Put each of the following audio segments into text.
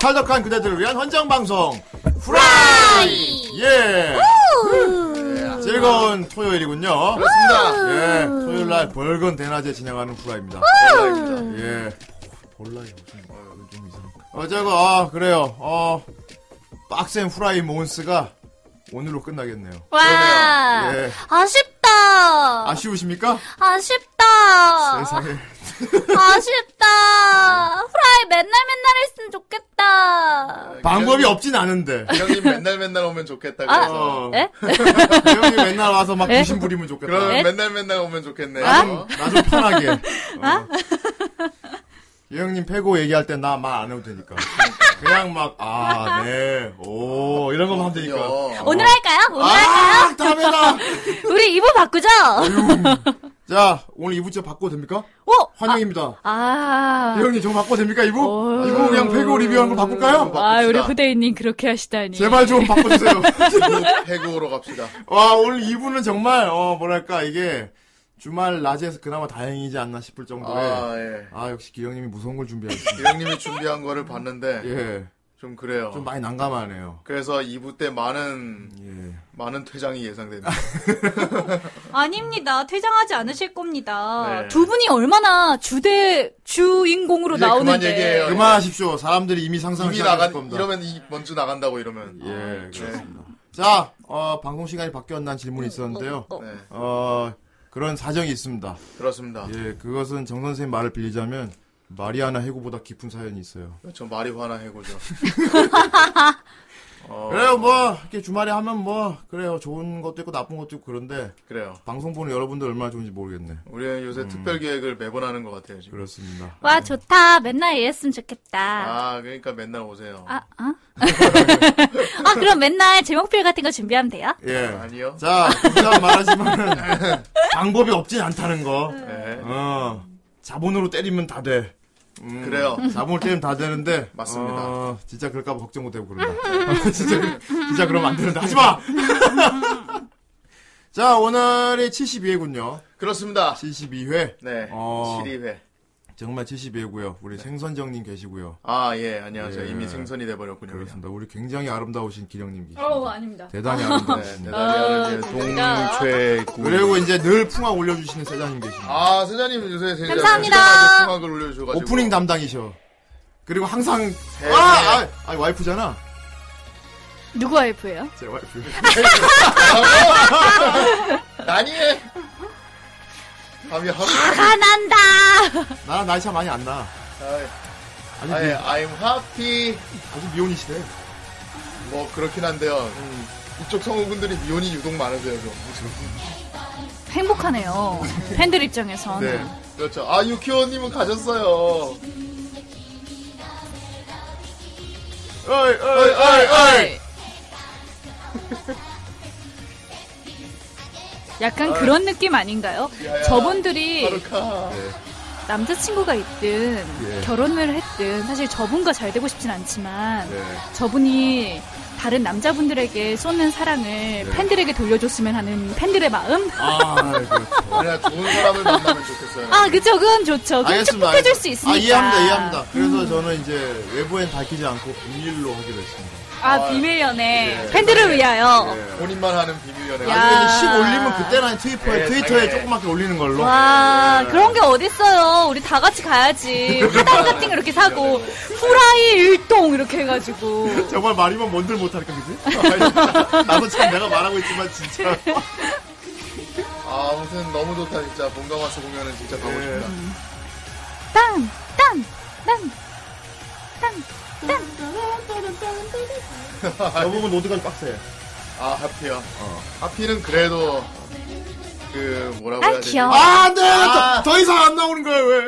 탈덕한 그대들을 위한 헌정 방송 후라이 예 즐거운 토요일이군요. 그렇습니다. 예 토요일 날 벌건 대낮에 진행하는 후라이입니다. 감사합니다. 예 벌라이 무슨 어, 좀 이상. 어제가 아 그래요. 어 빡센 후라이 몬스가 오늘로 끝나겠네요. 아. 와 예 아쉽다 아쉬우십니까? 아쉽다 세상에 아쉽다 후라이 맨날 맨날 했으면 어. 좋겠다 방법이 없진 않은데. 형님 맨날 맨날 오면 좋겠다. 아, 그래서. 어. 에? 형이 맨날 와서 막 에? 귀신 부리면 좋겠다. 그럼 에? 어, 맨날 맨날 오면 좋겠네. 아? 나좀 나좀 편하게. 어. 유형님 패고 얘기할 땐 나 말 안 해도 되니까. 그냥 막, 아, 네, 오, 이런 거만 하면 되니까. 그럼요. 오늘 할까요? 오늘 할까요? 아, 다음에다! 우리 이부 바꾸죠? 자, 오늘 이부째 바꿔도 됩니까? 오! 환영입니다. 아. 유형님, 저 바꿔도 됩니까, 이부 오. 이부 그냥 패고 리뷰한 거 바꿀까요? 어, 바- 아, 우리 바꿉시다. 후대인님 그렇게 하시다니. 제발 좀 바꿔주세요. 해고로 그 갑시다. 와, 오늘 이부는 정말, 어, 뭐랄까, 이게, 주말 낮에서 그나마 다행이지 않나 싶을 정도에. 아, 예. 아, 역시 기영님이 무서운 걸 준비하셨습니다. 형님이 준비한 거를 봤는데 예. 좀 그래요. 좀 많이 난감하네요. 그래서 2부 때 많은 예. 아, 많은 퇴장이 예상됩니다. 아닙니다. 퇴장하지 않으실 겁니다. 네. 두 분이 얼마나 주대 주인공으로 이제 그만 얘기해요. 나오는데. 그만하십시오. 사람들이 이미 상상을 이미 시작했을 나간 겁니다. 이러면 네. 이 먼저 나간다고 이러면. 예, 그렇습니다. 자, 어, 방송 시간이 바뀌었나 질문이 있었는데요. 네, 어, 그런 사정이 있습니다. 그렇습니다. 예, 그것은 정 선생님 말을 빌리자면 마리아나 해구보다 깊은 사연이 있어요. 저 말이 화나 해고죠. 어, 그래요, 뭐 이렇게 주말에 하면 뭐 그래요, 좋은 것도 있고 나쁜 것도 있고 그런데 그래요. 방송 보는 여러분들 얼마나 좋은지 모르겠네. 우리 요새 특별 계획을 매번 하는 것 같아요 지금. 음. 그렇습니다. 와, 좋다. 맨날 이랬으면 좋겠다. 아, 아 그러니까 맨날 오세요. 아, 그럼 맨날 제목필 같은 거 준비하면 돼요? 예. 아니요. 자, 혼자 말하지만 방법이 없진 않다는 거. 네. 어, 자본으로 때리면 다 돼. 음, 그래요. 자본을 때리면 다 되는데. 맞습니다. 어, 진짜 그럴까봐 걱정도 되고 그런다. 진짜, 그- 진짜 그러면 안 되는데. 하지 마! 자, 오늘이 72회군요. 그렇습니다. 72회. 네. 어. 7위회. 정말 72회고요. 우리 네. 생선정님 계시고요. 아 예 안녕하세요. 예. 이미 생선이 돼버렸군요. 그렇습니다. 우리 굉장히 아름다우신 기령님 계시고. 어, 아닙니다. 대단히 그냥. 네, 아름다우십니다. 음. 대단히 어, 감사합니다. 동최구. 그리고 이제 늘 풍화 올려주시는 세자님 계십니다. 아 세자님 요새 세자 감사합니다. 음악을 올려주셔가지고 오프닝 담당이셔. 그리고 항상 네. 아, 아, 아니, 와이프잖아. 누구 와이프예요? 제 와이프. 난이해. 예. 감히 하고. 화가 난다. 나랑 나이 차 많이 안 나. 아직, 아예 미, I'm happy. 아직 미혼이시대. 뭐 그렇긴 한데요. 음. 이쪽 성우분들이 미혼이 유독 많으세요 좀. 행복하네요. 팬들 입장에선. 네. 그렇죠. 아 유키오님은 가셨어요. 어이, 어이, 어이, 어이. 약간 그런 느낌 아닌가요? 야야. 저분들이 하루카. 네, 남자친구가 있든 예. 결혼을 했든 사실 저분과 잘 되고 싶진 않지만 네. 저분이 다른 남자분들에게 쏟는 사랑을 예. 팬들에게 돌려줬으면 하는 팬들의 마음? 아, 그렇죠. 그냥 좋은 사람을 만나면 좋겠어요. 아, 그쵸. 그건 좋죠. 그건 알겠습니다. 축복해줄 수 알겠습니다. 있으니까. 아, 이해합니다, 이해합니다. 그래서 저는 이제 외부엔 밝히지 않고 비밀로 하기로 했습니다. 아, 비밀 연애. 예. 팬들을 위하여. 네. 본인만 하는 비밀 연애. 야. 나중에 시 올리면 그때는 트위터에, 예, 트위터에 당연히. 조그맣게 올리는 걸로. 네. 와, 그런 게 어딨어요. 우리 다 같이 가야지. 화단 같은 거 이렇게 사고, 후라이 일동 이렇게 해가지고. 정말 말이면 뭔들 못하니까, 그지? 나도 참 내가 말하고 있지만 진짜. 아, 아무튼 너무 좋다 진짜 본가마스 공연은 진짜 가고 예. 싶다. 딴! 딴! 딴! 아, 저 부분 노드가 빡세. 아 하피요. 어. 하피는 그래도 그 뭐라고 아, 해야 되지? 귀여워. 아, 안 돼! 아. 더, 더 이상 안 나오는 거야, 왜?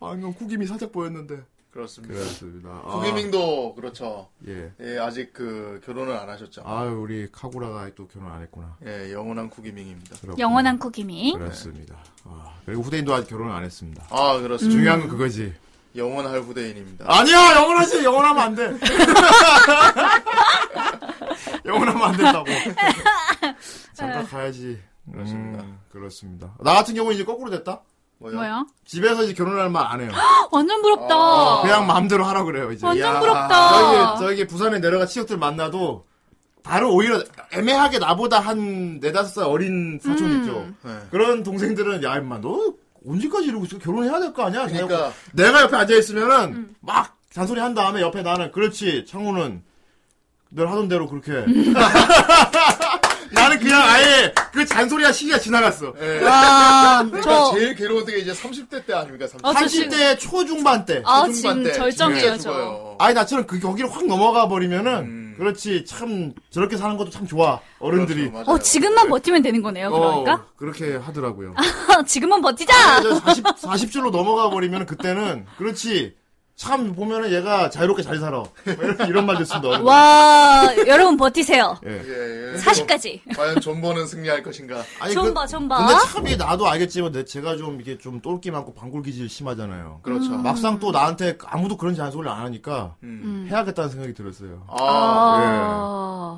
방금 구김이 살짝 보였는데. 그렇습니다. 그렇습니다. 아, 구기밍도 그렇죠. 예. 예, 아직 그 결혼을 안 하셨죠. 아유, 우리 카구라가 또 결혼 안 했구나. 예, 영원한 구기밍입니다. 그렇군요. 영원한 코기미. 그렇습니다. 아, 그리고 후대인도 아직 결혼 안 했습니다. 아, 그렇습니다. 음. 중요한 건 그거지. 영원할 후대인입니다. 아니야! 영원하지! 영원하면 안 돼! 영원하면 안 된다고. 네. 음, 잠깐 가야지. 그렇습니다. 그렇습니다. 나 같은 경우는 이제 거꾸로 됐다? 뭐요? 뭐야? 집에서 이제 결혼할 말 안 해요. 완전 부럽다. 어, 그냥 마음대로 하라 그래요 이제. 완전 야, 부럽다. 저기 저기 부산에 내려가 친척들 만나도 바로 오히려 애매하게 나보다 한 네다섯 살 어린 사촌 음. 있죠. 네. 그런 동생들은 야 임마 너 언제까지 이러고 있어 결혼해야 될 거 아니야? 그러니까. 내가 옆에 앉아 있으면은 막 잔소리 한 다음에 옆에 나는 그렇지 창호는 늘 하던 대로 그렇게 해. 나는 그냥 아예 그 잔소리야 시기가 지나갔어. 네. 와, 그러니까 저, 제일 괴로운 게 이제 30대 때 아닙니까? 30대 아, 저 지금- 30대 초중반 때. 아, 중반 지금 때 절정이에요, 저. 진짜 죽어요. 아니 나처럼 그 거기를 확 넘어가 버리면은 음. 그렇지 참 저렇게 사는 것도 참 좋아 어른들이 그렇죠, 맞아요. 어, 지금만 버티면 되는 거네요, 그러니까? 렇게 하더라고요. 지금만 버티자! 40, 40줄로 넘어가 버리면 그때는 그렇지 참 보면은 얘가 자유롭게 잘 살아 이런, 이런 말 듣습니다. 어른들. 와, 여러분 버티세요. 예. 예, 예. 40까지. 과연 존버는 승리할 것인가? 아니, 좀 그- 봐, 좀 봐. 근데 참 이게 나도 알겠지만 내- 제가 좀 이게 좀 똘끼 많고 방골 기질 심하잖아요. 그러니까 그렇죠. 음. 막상 또 나한테 아무도 그런 잔소리를 안 하니까 음. 해야겠다는 생각이 들었어요. 아,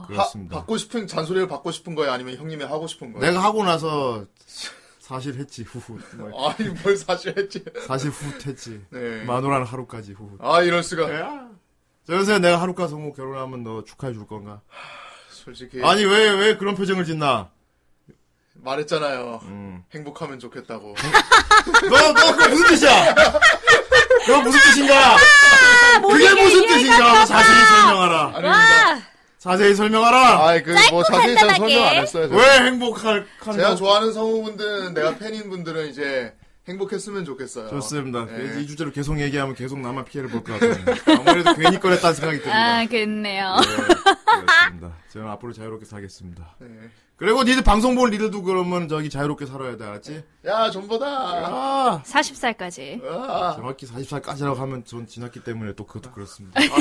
아, 그렇습니다. 하- 받고 싶은 잔소리를 받고 싶은 거예요, 아니면 형님이 하고 싶은 거예요? 내가 하고 나서 사실 했지 후후 뭐, 아니 뭘 사실 했지? 사실 후했지 네. 마누라는 네? 하루까지 후후. 아 이럴 수가. 저 요새 내가 하루카 성우 결혼하면 너 축하해 줄 건가? 솔직히 예. 아니 왜 왜 그런 표정을 짓나? 말했잖아요. 음. 행복하면 좋겠다고. 너너 그 무슨 뜻이야? 너 무슨 뜻인가? 예. 아, 그게 무슨 뜻인가? 너 자세히 설명하라. 아닙니다. 자세히 설명하라. 아이 그뭐 자세히 잘 설명 안 했어요. 제가. 왜 행복할 제가 칸다? 좋아하는 성우분들은 내가 팬인 분들은 이제 행복했으면 좋겠어요. 좋습니다. 예. 이 주제로 계속 얘기하면 계속 나만 피해를 볼 것 같아요. 아무래도 괜히 꺼냈다는 생각이 듭니다. 아, 그랬네요. 네, 그렇습니다. 저는 앞으로 자유롭게 살겠습니다. 네. 그리고 니들 방송 볼 니들도 그러면 저기 자유롭게 살아야 돼, 알았지? 야 존버다. 아, 40살까지. 아, 정확히 40살까지라고 하면 전 지났기 때문에 또 그것도 그렇습니다. 아이고,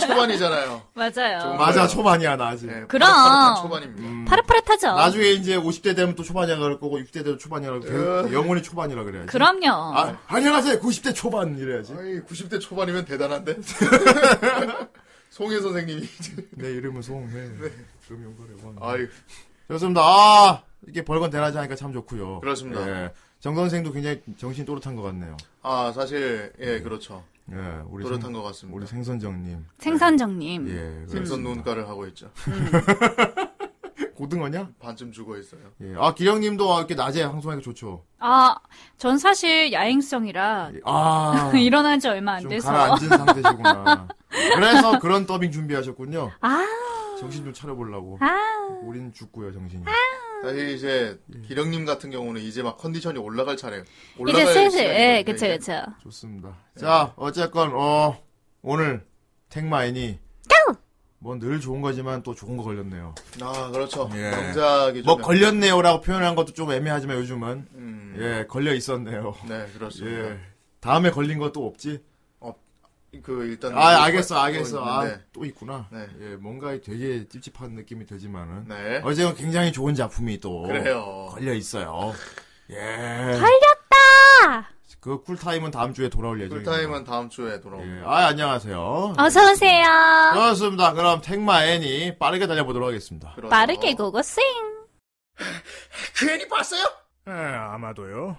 초반이잖아요. 맞아요. 맞아, 초반이야, 나 아직. 네, 그럼. 파릇파릇한 초반입니다. 아, 음. 파릇파릇하죠. 어. 나중에 이제 50대 되면 또 초반이라 그럴 거고, 60대 되면 초반이라 그래. 어. 영원히 초반이라 그래야지. 그럼요. 아, 안녕하세요. 90대 초반 이래야지. 아이, 90대 초반이면 대단한데. 송혜 선생님이 이제 내 이름은 송해. 그럼 용거래고. 네. 아이 예. 좋습니다. 아, 이렇게 벌건 대낮에 하니까 참 좋고요. 그렇습니다. 예. 정 선생도 굉장히 정신이 또렷한 것 같네요. 아 사실 예 그렇죠 예, 우리 또렷한 생- 것 같습니다. 우리 생선정님. 생선정님. 네. 예. 생선 그렇습니다. 논가를 하고 있죠. 고등어냐? 반쯤 죽어 있어요. 예. 아, 기령님도 이렇게 낮에 방송하니까 좋죠. 아, 전 사실 야행성이라 예. 아. 일어난 지 얼마 안 좀 돼서. 가라앉은 상태시구나. 그래서 그런 더빙 준비하셨군요. 아, 정신 좀 차려보려고. 아, 우린 죽고요, 정신이. 음. 사실 이제 예. 기령님 같은 경우는 이제 막 컨디션이 올라갈 차례. 이제 올라갈 슬슬, 시간이 예, 되는데 그쵸, 이제 그쵸. 좋습니다. 자, 어쨌건, 어, 오늘 택마인이. 뭐 늘 좋은 거지만 또 좋은 거 걸렸네요. 아 그렇죠. 예. 명작이 좀 뭐 약- 걸렸네요라고 표현한 것도 좀 애매하지만 요즘은 음, 예 걸려 있었네요. 네 그렇습니다. 예 다음에 걸린 것도 없지? 그 일단 아 알겠어 알겠어 아 있는데. 또 있구나. 네. 예 뭔가 되게 찝찝한 느낌이 들지만은 네 어제는 굉장히 좋은 작품이 또 그래요. 걸려 있어요. 예. 걸렸다! 그 쿨타임은 다음 주에 돌아올 예정입니다. 쿨타임은 다음 주에 돌아옵니다. 예. 아 안녕하세요. 어서오세요. 그렇습니다. 그럼 택마 애니 빠르게 달려보도록 하겠습니다. 그렇죠. 빠르게 고고싱. 그 애니 봤어요? 예, 아마도요.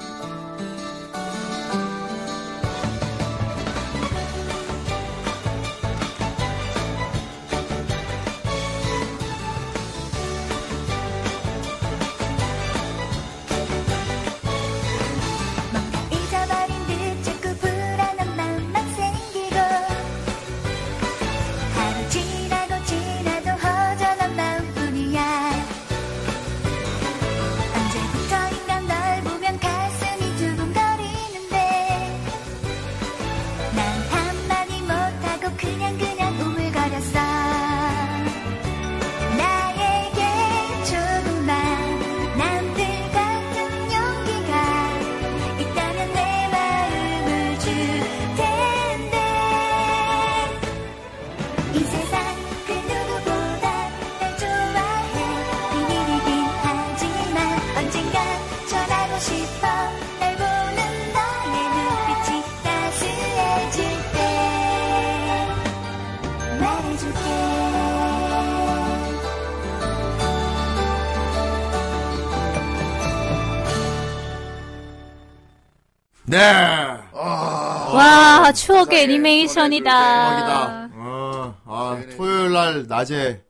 잊어버린 듯 자꾸 불안한 맘만 생기고 하루 지나고 지나도 허전한 마음뿐이야 언제부터인가 난 그 네. 아, 와, 추억의 세상에, 애니메이션이다. 대박이다. 어, 아, 토요일 날 낮에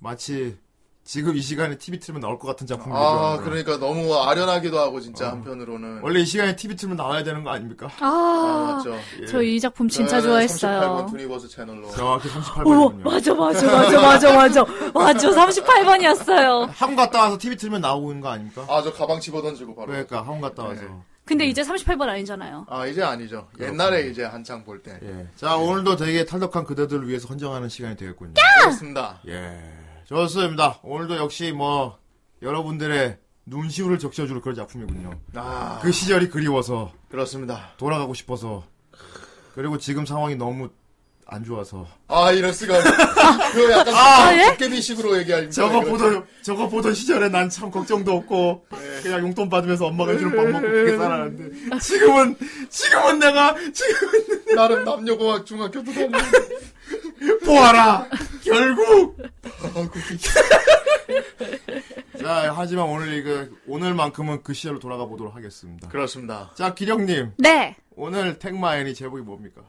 마치 지금 이 시간에 TV 틀면 나올 것 같은 작품이죠. 아 그러니까 너무 아련하기도 하고 어. 진짜 한편으로는 원래 이 시간에 TV 틀면 나와야 되는 거 아닙니까? 아, 아, 맞죠. 예. 저 이 작품 진짜 좋아했어요. 네, 38번 투니버스 채널로. 정확히 오, 38번이군요. 맞아, 맞아, 맞아, 맞아, 맞아. 맞아, 38번이었어요. 학원 갔다 와서 TV 틀면 나오는 거 아닙니까? 아 저 가방 집어던지고 바로. 그러니까 학원 갔다 와서. 네. 근데 이제 38번 아니잖아요. 아 이제 아니죠. 옛날에 이제 한창 볼 때. 예. 자, 오늘도 되게 탈덕한 그대들을 위해서 헌정하는 시간이 되겠군요. 그렇습니다. 예. 좋습니다. 오늘도 역시 뭐, 여러분들의 눈시울을 적셔줄 그런 작품이군요. 아 그 시절이 그리워서, 그렇습니다. 돌아가고 싶어서, 그리고 지금 상황이 너무 안 좋아서. 아 이럴 수가. 그 약간 아, 예? 도깨비식으로 얘기할. 저거 보던, 저거 보던 시절에 난 참 걱정도 없고, 그냥 용돈 받으면서 엄마가 해주는 밥 먹고 그렇게 살았는데, 지금은, 지금은 내가, 지금은 나름 남녀공학 중학교도 다니고. 보아라! 결국! 자, 하지만 오늘 이거, 그, 오늘만큼은 그 시절로 돌아가 보도록 하겠습니다. 그렇습니다. 자, 기령님. 네. 오늘 택마엔이 제목이 뭡니까?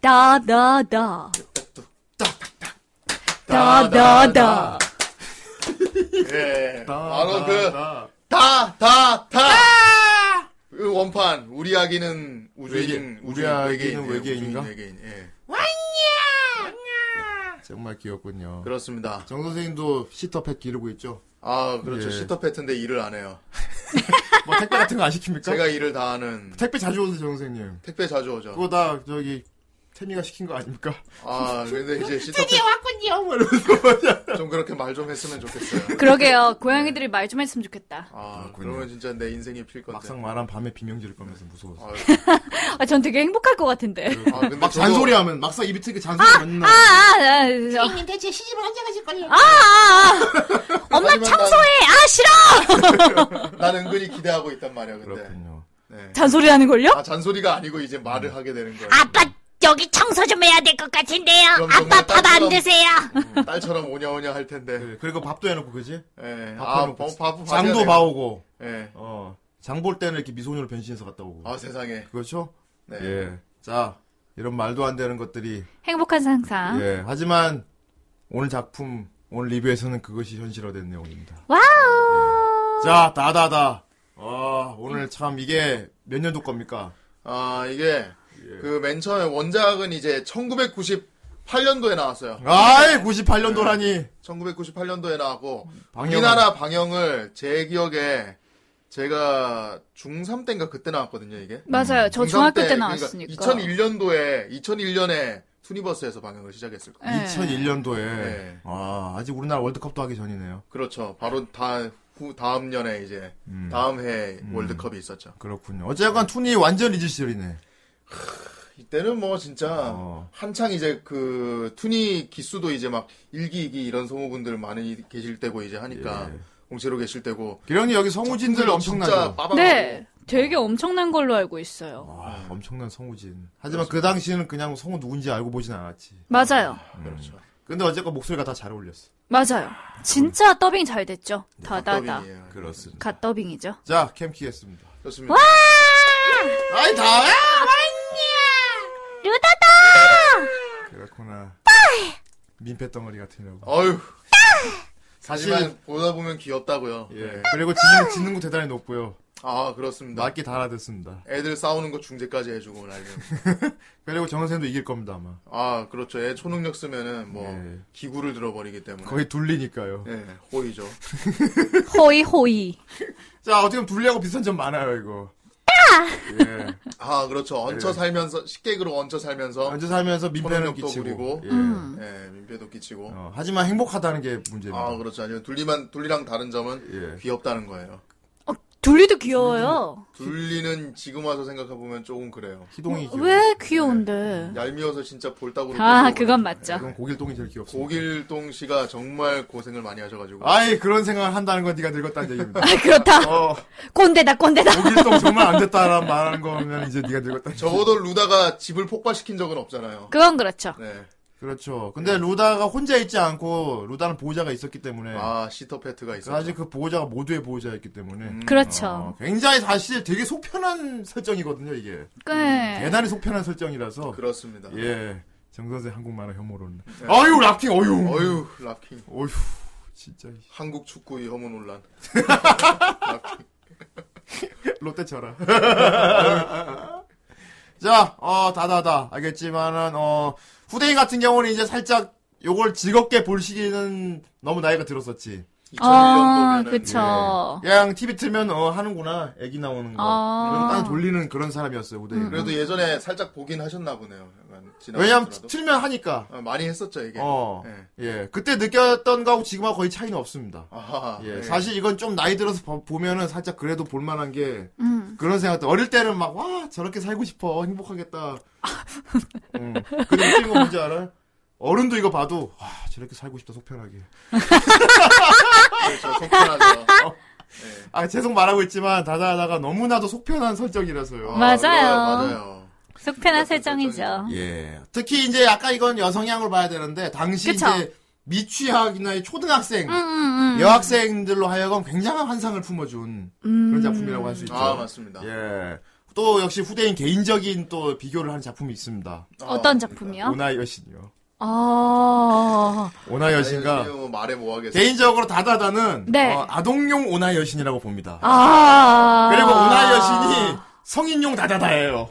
다, 다, 다. 다, 다, 다. 따다다. 예. 바로 다. 그다다 다. 아! 그 원판 우리 아기는 우주인 외계인, 우주인, 우리 아기는 예, 외계인인가? 우주인, 외계인 예 정말 귀엽군요. 그렇습니다 정 선생님도 시터팩 기르고 있죠? 아 그렇죠 예. 시터 패트인데 일을 안 해요 뭐 택배 같은 거 안 시킵니까? 제가 일을 다 하는 택배 자주 오세요, 정 선생님. 택배 자주 오죠 그거 다 저기 태미가 시킨 거 아닙니까? 아 근데 그 이제 시터 패트 뭐 좀 그렇게 말 좀 했으면 좋겠어요 그러게요. 고양이들이 말 좀 했으면 좋겠다. 아 그렇군요. 그러면 진짜 내 인생이 필 건데 막상 말한 밤에 비명 지를 거면서 무서워서. 네. 아, 아, 전 되게 행복할 것 같은데. 아, 근데 막 저도- 잔소리 하면 막상 입이 트니까 잔소리 맨날. 아, 아, 아, 선생님 대체 시집을 언제 가실 거예요? 아, 아. 엄마 하지만 난- 청소해! 아, 싫어! 난 은근히 기대하고 있단 말이야 근데 그렇군요. 네. 잔소리 하는 걸요? 아 잔소리가 아니고 이제 말을 하게 되는 거예요 아빠 여기 청소 좀 해야 될 것 같은데요. 그럼 아빠 정말 밥 안 따뜻한- 드세요. 아! 딸처럼 오냐오냐 할 텐데 네, 그리고 밥도 해놓고 그지? 예. 밥 아, 해놓고. 밥, 밥, 장도 봐오고. 예. 어. 장 볼 때는 이렇게 미소녀로 변신해서 갔다 오고. 아 세상에 그렇죠? 네. 예. 자, 이런 말도 안 되는 것들이 행복한 상상. 예, 하지만 오늘 작품 오늘 리뷰에서는 그것이 현실화된 내용입니다. 와우! 자, 다다다. 아, 오늘 참 이게 몇 년도 겁니까? 아 이게 예. 그 맨 처음에 원작은 이제 1998년도에 나왔어요. 아이, 98년도라니. 1998년도에 나왔고 방영은- 우리나라 방영을 제 기억에 제가 중3 때인가 그때 나왔거든요 이게. 맞아요. 저 중학교 때 음. 그러니까 나왔으니까. 2001년도에 2001년에 투니버스에서 방영을 시작했을 거예요. 예. 2001년도에. 네. 아, 아직 우리나라 월드컵도 하기 전이네요. 그렇죠. 바로 다 후, 다음 년에 이제 음. 다음 해 월드컵이 있었죠. 그렇군요. 어쨌건 툰이 완전 리즈 시절이네. 이때는 뭐 진짜 어. 한창 이제 그 투니 기수도 이제 막 일기 이기 이런 성우분들 많이 계실 때고 이제 하니까 예. 공채로 계실 때고 기령님 여기 성우진들 진짜 엄청나죠? 빠방하고 네. 되게 엄청난 걸로 알고 있어요. 아, 엄청난 성우진. 하지만 그 당시에는 그냥 성우 누군지 알고 보진 않았지. 맞아요. 그렇죠. 근데 어쨌건 목소리가 다 잘 어울렸어. 맞아요. 진짜 더빙 잘 됐죠. 다다다. 네, 더빙이에요. 그렇습니다. 갓 더빙이죠. 자, 캠키겠습니다. 그렇습니다. 음. 아이, 다! 루다다! 그렇구나. 민폐 덩어리 같으려고. 어휴. 사실- 하지만 보다 보면 귀엽다고요. 네. 예. 그리고 지능, 지능도 대단히 높고요. 아 그렇습니다. 낮게 달아댔습니다. 애들 싸우는 거 중재까지 해주고 난리. 그리고 정 선생도 이길 겁니다 아마. 아 그렇죠. 애 초능력 쓰면은 뭐 예. 기구를 들어버리기 때문에. 거의 둘리니까요. 예, 호의죠. 호이 호이. 자 어떻게 보면 둘리하고 비슷한 점 많아요 이거. 예. 아 그렇죠. 얹혀 예. 살면서 식객으로 얹혀 살면서 먼저 살면서 민폐는 초능력도 끼치고. 부리고. 예. 예, 민폐도 끼치고. 어, 하지만 행복하다는 게 문제입니다. 아 그렇죠. 아니요 둘리만 둘리랑 다른 점은 예. 귀엽다는 거예요. 어, 둘리도 귀여워요. 둘리는 지금 와서 생각해 보면 조금 그래요. 희동이 귀여워. 왜 귀여운데? 얄미워서 진짜 볼따구로. 음. 아, 꼴보고 그건 그래요. 맞죠. 이건 고길동이 제일 귀엽습니다. 고길동 씨가 정말 고생을 많이 하셔가지고. 아이 그런 생각을 한다는 건 네가 늙었다는 얘기입니다. 아, 그렇다. 어 꼰대다, 꼰대다. 고길동 정말 안 됐다라는 말하는 거면 이제 네가 늙었다. 적어도 루다가 집을 폭발시킨 적은 없잖아요. 음. 그건 그렇죠. 네. 그렇죠. 근데 루다가 혼자 있지 않고 루다는 보호자가 있었기 때문에 아 시터패트가 있어. 사실 네. 그 보호자가 모두의 보호자였기 때문에 그렇죠. 어, 굉장히 사실 되게 속편한 설정이거든요 이게 네. 대단히 속편한 설정이라서 그렇습니다. 예 정선생 한국말은 혐오로는 아유 락킹 네. 어유 어휴 랍킹 어휴 진짜 한국 축구의 혐오 논란. 롯데 쳐라. 자, 어, 다다다. 알겠지만은, 어, 후대인 같은 경우는 이제 살짝 요걸 즐겁게 볼 시기는 너무 나이가 들었었지. 예. 2001년도면은 아, 그쵸. 그냥 TV 틀면, 어, 하는구나. 애기 나오는 거. 아. 그럼 딴 돌리는 그런 사람이었어요, 후대인. 은 음. 그래도 예전에 살짝 보긴 하셨나 보네요. 약간 지나고 왜냐면 나서라도. 틀면 하니까. 어, 많이 했었죠 이게. 어. 예. 예. 그때 느꼈던 거하고 지금하고 거의 차이는 없습니다. 아하. 예, 예. 사실 이건 좀 나이 들어서 보- 보면은 살짝 그래도 볼만한 게 음. 그런 생각도 어릴 때는 막 와 저렇게 살고 싶어 행복하겠다. 음. 근데 웃긴 거 뭔지 알아? 요 어른도 이거 봐도 와 저렇게 살고 싶다 속편하게. 그렇죠. 속편하죠. 예. 아 죄송 말하고 있지만 다다다가 너무나도 속편한 설정이라서요. 아, 맞아요. 그래요, 맞아요. 속편한 설정이죠. 예. 특히 이제 약간 이건 여성향으로 봐야 되는데 당시 그쵸. 이제 미취학이나 이 초등학생, 음, 음, 음. 여학생들로 하여금 굉장한 환상을 품어준 음. 그런 작품이라고 할 수 있죠. 아 맞습니다. 예. 또 역시 후대인 개인적인 또 비교를 하는 작품이 있습니다. 아, 어떤 맞습니다. 작품이요? 오나 여신이요. 아, 오나 아니, 여신과 뭐 말해 뭐 하겠어. 개인적으로 다다다는 네. 어, 아동용 오나 여신이라고 봅니다. 아. 그리고 오나 여신이 성인용 다다다예요.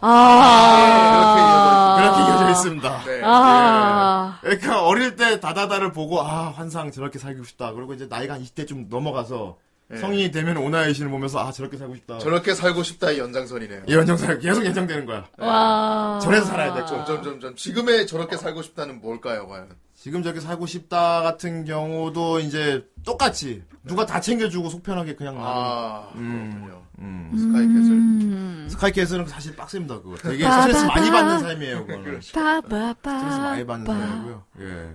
아. 그렇게 이어져 있습니다. 네. 아. 그러니까 어릴 때 다다다를 보고 아 환상 저렇게 살고 싶다. 그리고 이제 나이가 한 20대 좀 넘어가서 예. 성인이 되면 오나 여신을 보면서 아 저렇게 살고 싶다. 저렇게 살고 싶다의 연장선이네요. 이 연장살 계속 연장되는 거야. 아. 와. 저래서 살아야 돼. 좀. 점점 점점 지금의 저렇게 살고 싶다는 뭘까요, 과연? 지금 저렇게 살고 싶다 같은 경우도 이제 똑같이 누가 다 챙겨주고 속편하게 그냥 나. 아, 그렇군요. 음. 스카이캐슬. 음. 스카이캐슬은 사실 빡셉니다 그거. 되게 아, 스트레스 많이 받는 삶이에요 그거는. 스트레스 많이 받는 빠바바. 사람이고요. 예.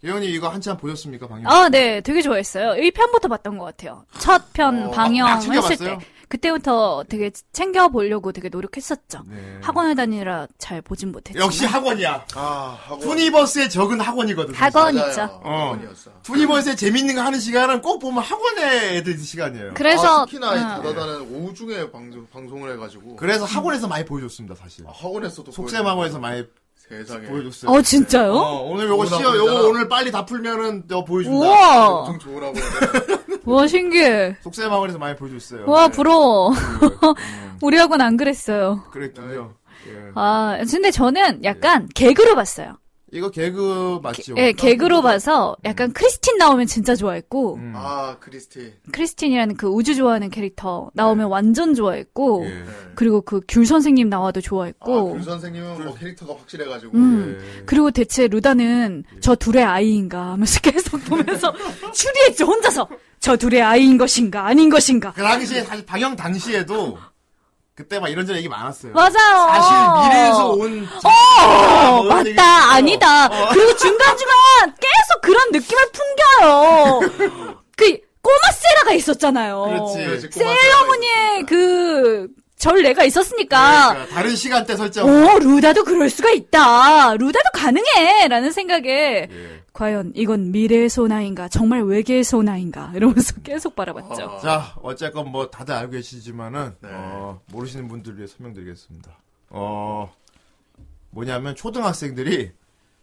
기현이 이거 한참 보셨습니까 방영? 아, 네, 되게 좋아했어요. 1편부터 봤던 것 같아요. 첫 편 어, 아, 방영했을 챙겨봤어요? 때. 그때부터 되게 챙겨보려고 되게 노력했었죠. 네. 학원을 다니라 잘 보진 못했지만. 역시 학원이야. 아, 학원. 투니버스의 적은 학원이거든. 학원. 맞아요. 있죠. 어. 학원이었어. 투니버스에 재밌는 거 하는 시간은 꼭 보면 학원에 애들 시간이에요. 그래서 음. 아, 특히나 이 응. 다다다는 오후 중에 방송, 방송을 해가지고 그래서 학원에서 많이 보여줬습니다 사실. 아, 학원에서도 속셈 보여줬네. 학원에서 예. 많이 세상에 보여줬어요. 어 진짜요? 어, 오늘 요거 오나 시어 보자. 요거 오늘 빨리 다 풀면은 너 보여준다. 우와, 엄청 좋으라고 와 신기해. 속셈 학원에서 많이 보여줬어요. 와 부러워. 음, 우리 학원 안 그랬어요. 그랬군요. 예. 아 근데 저는 네. 약간 개그로 봤어요. 이거 개그 맞죠? 예, 개그로 봐서 약간 크리스틴 나오면 진짜 좋아했고 음. 아 크리스티 크리스틴이라는 그 우주 좋아하는 캐릭터 나오면 완전 좋아했고 네. 예. 그리고 그 귤 선생님 나와도 좋아했고 아귤 선생님은 뭐 캐릭터가 확실해가지고 음. 예. 그리고 대체 루다는 저 둘의 아이인가 하면서 계속 보면서 추리했죠 혼자서 저 둘의 아이인 것인가 아닌 것인가 그 당시에 사실 방영 당시에도 그때 막 이런저런 얘기 많았어요. 맞아요 사실 미래에서 온 어, 어, 맞다 아니다 그리고 중간중간 계속 그런 느낌을 풍겨요 그 꼬마 세라가 있었잖아요 예. 그렇지. 세일러문의 그 전례가 있었으니까 그러니까 다른 시간대 설정. 오, 어, 루다도 그럴 수가 있다. 루다도 가능해. 라는 생각에, 예. 과연 이건 미래의 소나인가, 정말 외계의 소나인가, 이러면서 계속 아. 바라봤죠. 자, 어쨌건 뭐 다들 알고 계시지만은 네. 어, 모르시는 분들 위해 설명드리겠습니다. 어 뭐냐면 초등학생들이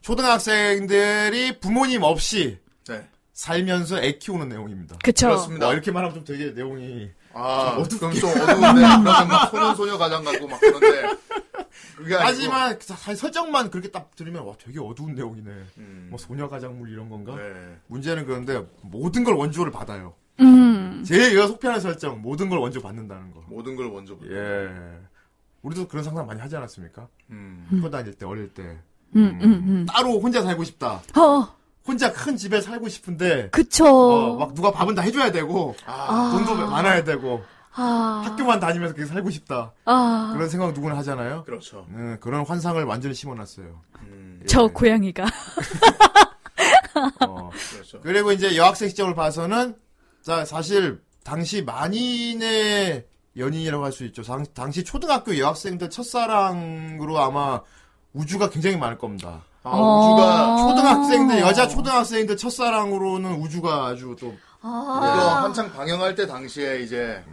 초등학생들이 부모님 없이 네 살면서 애 키우는 내용입니다. 그쵸. 그렇습니다. 와, 뭐 이렇게 말하면 좀 되게 내용이 아 좀 어둡게. 그럼 좀 어두운데 그러면 막 소년소녀 가장 같고 막 그런데 그게 아니고 뭐. 하지만 사- 설정만 그렇게 딱 들으면 와 되게 어두운 내용이네. 음. 뭐 소녀 가장물 이런 건가? 네. 문제는 그런데 모든 걸 원조를 받아요. 음. 제일 이거 속편한 설정 모든 걸 원조 받는다는 거. 모든 걸 먼저 보고 예. 우리도 그런 상상 많이 하지 않았습니까? 음. 학교 다닐 때 어릴 때 음, 음, 따로 혼자 살고 싶다. 음. 어, 혼자 큰 집에 살고 싶은데 그쵸. 어, 막 누가 밥은 다 해줘야 되고 아, 돈도 많아야 되고 아, 학교만 다니면서 그렇게 살고 싶다. 아. 그런 생각 누구나 하잖아요. 그렇죠. 네, 그런 환상을 완전히 심어놨어요. 음, 저 고양이가. 어. 그렇죠. 그리고 이제 여학생 시점을 봐서는 자 사실 당시 만인의 연인이라고 할 수 있죠. 당, 당시 초등학교 여학생들 첫사랑으로 아마 우주가 굉장히 많을 겁니다. 아, 어. 우주가 초등학생들 여자 초등학생들 첫사랑으로는 우주가 아주 또 이거 아. 한창 방영할 때 당시에 이제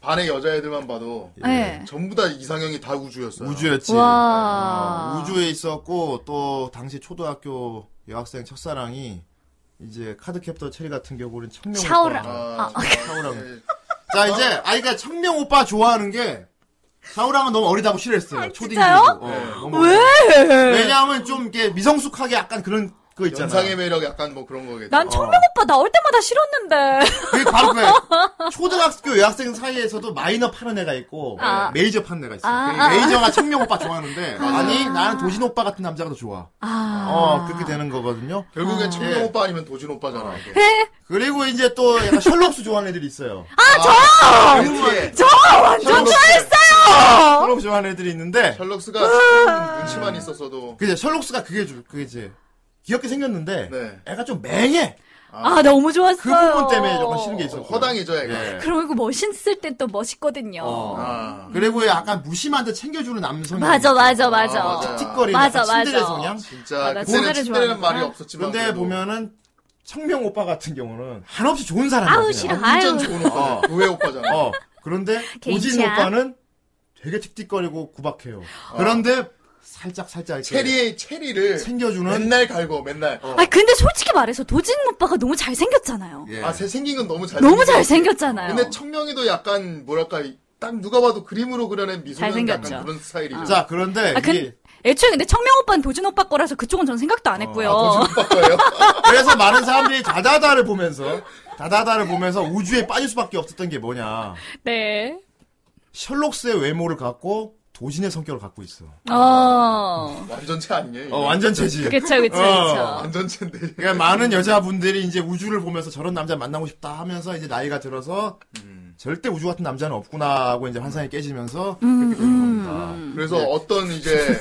반의 여자애들만 봐도 네. 전부 다 이상형이 다 우주였어요. 예, 우주였지. 어, 와. 우주에 있었고 또 당시 초등학교 여학생 첫사랑이 이제 카드캡터 체리 같은 경우는 청명 샤오라. 오빠. 아, 샤오랑. 예. 자 이제 아이가 청명 오빠 좋아하는 게 샤오랑은 너무 어리다고 싫어했어요. 아, 진짜요? 초딩이고. 네. 어, 네. 너무 왜냐하면 좀 이렇게 미성숙하게 약간 그런 거 있잖아. 연상의 매력 약간 뭐 그런 거겠죠. 난 어. 청명 오빠 나올 때마다 싫었는데. 그게 바로 그 초등학교 여학생 사이에서도 마이너 파는 애가 있고 아. 메이저 파는 애가 있어. 아, 그 메이저가 청명 오빠 좋아하는데 아. 니 나는 도진 오빠 같은 남자가 더 좋아. 아. 어 그렇게 되는 거거든요. 결국엔 청룡 예. 오빠 아니면 도진 오빠잖아. 또. 그리고 이제 또 약간 셜록스 좋아하는 애들이 있어요. 아, 그치. 저 완전 셜록스. 좋아했어요. 셜록스 좋아하는 애들이 있는데 셜록스가 조금 눈치만 있었어도 그제 셜록스가 그게 좀 그게 이제 귀엽게 생겼는데 네. 애가 좀 맹해. 아 너무 좋았어요. 그 부분 때문에 약간 싫은 게 있어. 좀 허당이죠, 애가. 예. 그리고 이거 멋있을 땐 또 멋있거든요. 어. 아, 그리고 약간 무심한 듯 챙겨주는 남성. 맞아 맞아 맞아. 아, 맞아. 틱거리는 맞아, 약간 친데레 맞아. 성향. 진짜 아, 나 그때는 친구를 친데레는 말이 좋아하는구나. 없었지만 근데 그래도 보면은 청명 오빠 같은 경우는 한없이 좋은 사람이야. 아우 그냥. 싫어. 아유. 완전 좋은 오빠, 의외 오빠잖아. 어. 그런데 오진 개인치야. 오빠는 되게 틱틱거리고 구박해요. 그런데 살짝 살짝 이렇게 아. 체리의 체리를 챙겨주는 어. 맨날 갈고 맨날. 아 근데 솔직히 말해서 도진 오빠가 너무 잘생겼잖아요. 예. 아, 새 생긴 건 너무 잘. 너무 잘생겼잖아요. 근데 청명이도 약간 뭐랄까 딱 누가 봐도 그림으로 그려낸 미소년 잘생겼죠. 약간 그런 스타일이죠. 자 그런데 아, 이게 근, 애초에 근데 청명 오빠는 도진 오빠 거라서 그쪽은 전 생각도 안 했고요. 오빠 거예요. 그래서 많은 사람들이 다다다를 보면서 다다다를 보면서 우주에 빠질 수밖에 없었던 게 뭐냐. 네. 셜록스의 외모를 갖고 도진의 성격을 갖고 있어. 어. 완전체 아니에요? 어 완전 체지. 그쵸 그쵸 어. 그쵸. 완전체인데. 음. 그러니까 많은 여자분들이 이제 우주를 보면서 저런 남자 만나고 싶다 하면서 이제 나이가 들어서 절대 우주 같은 남자는 없구나 하고 이제 환상이 깨지면서 음, 그렇게 되는 겁니다. 그래서 어떤 이제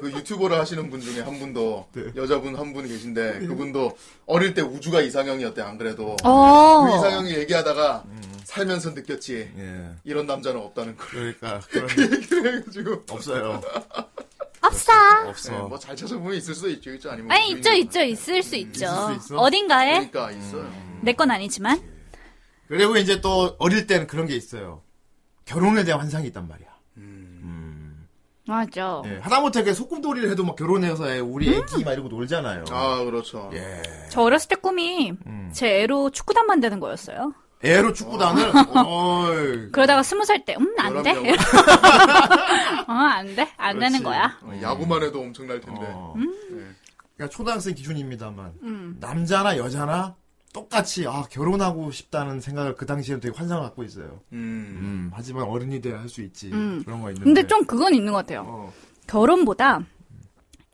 그 유튜버를 하시는 분 중에 한 분도 네. 여자분 한 분 계신데 그분도 어릴 때 우주가 이상형이었대 안 그래도 어. 그 이상형이 얘기하다가 음. 살면서 느꼈지 예. 이런 남자는 없다는 걸 그러니까 그런 얘기를 해가지고 없어요. 없어. 없어. 뭐 잘 찾아보면 있을 수도 있죠 있죠 아니면 아니 있죠 모르겠는데. 있죠 있을 수 있죠. 있을 수 있어? 어딘가에 그러니까 있어요 음. 내 건 아니지만. 그리고 이제 또 어릴 때는 그런 게 있어요. 결혼에 대한 환상이 있단 말이야. 맞아. 예, 하다못해 그 소꿉놀이를 해도 막 결혼해서 애, 우리 음. 애기 막 이러고 놀잖아요. 아 그렇죠 예. 저 어렸을 때 꿈이 제 애로 축구단 만드는 거였어요. 애로 축구단을 어이. 그러다가 스무 살 때, 음, 안 돼. 11명. 어, 안 돼. 안 되는 그렇지. 거야. 어, 야구만 해도 엄청날 텐데 네. 어. 음. 그러니까 초등학생 기준입니다만 남자나 여자나 똑같이 아 결혼하고 싶다는 생각을 그 당시에는 되게 환상을 갖고 있어요. 음. 음, 하지만 어른이 돼야 할 수 있지 그런 거 있는데. 음. 근데 좀 그건 있는 것 같아요. 어, 결혼보다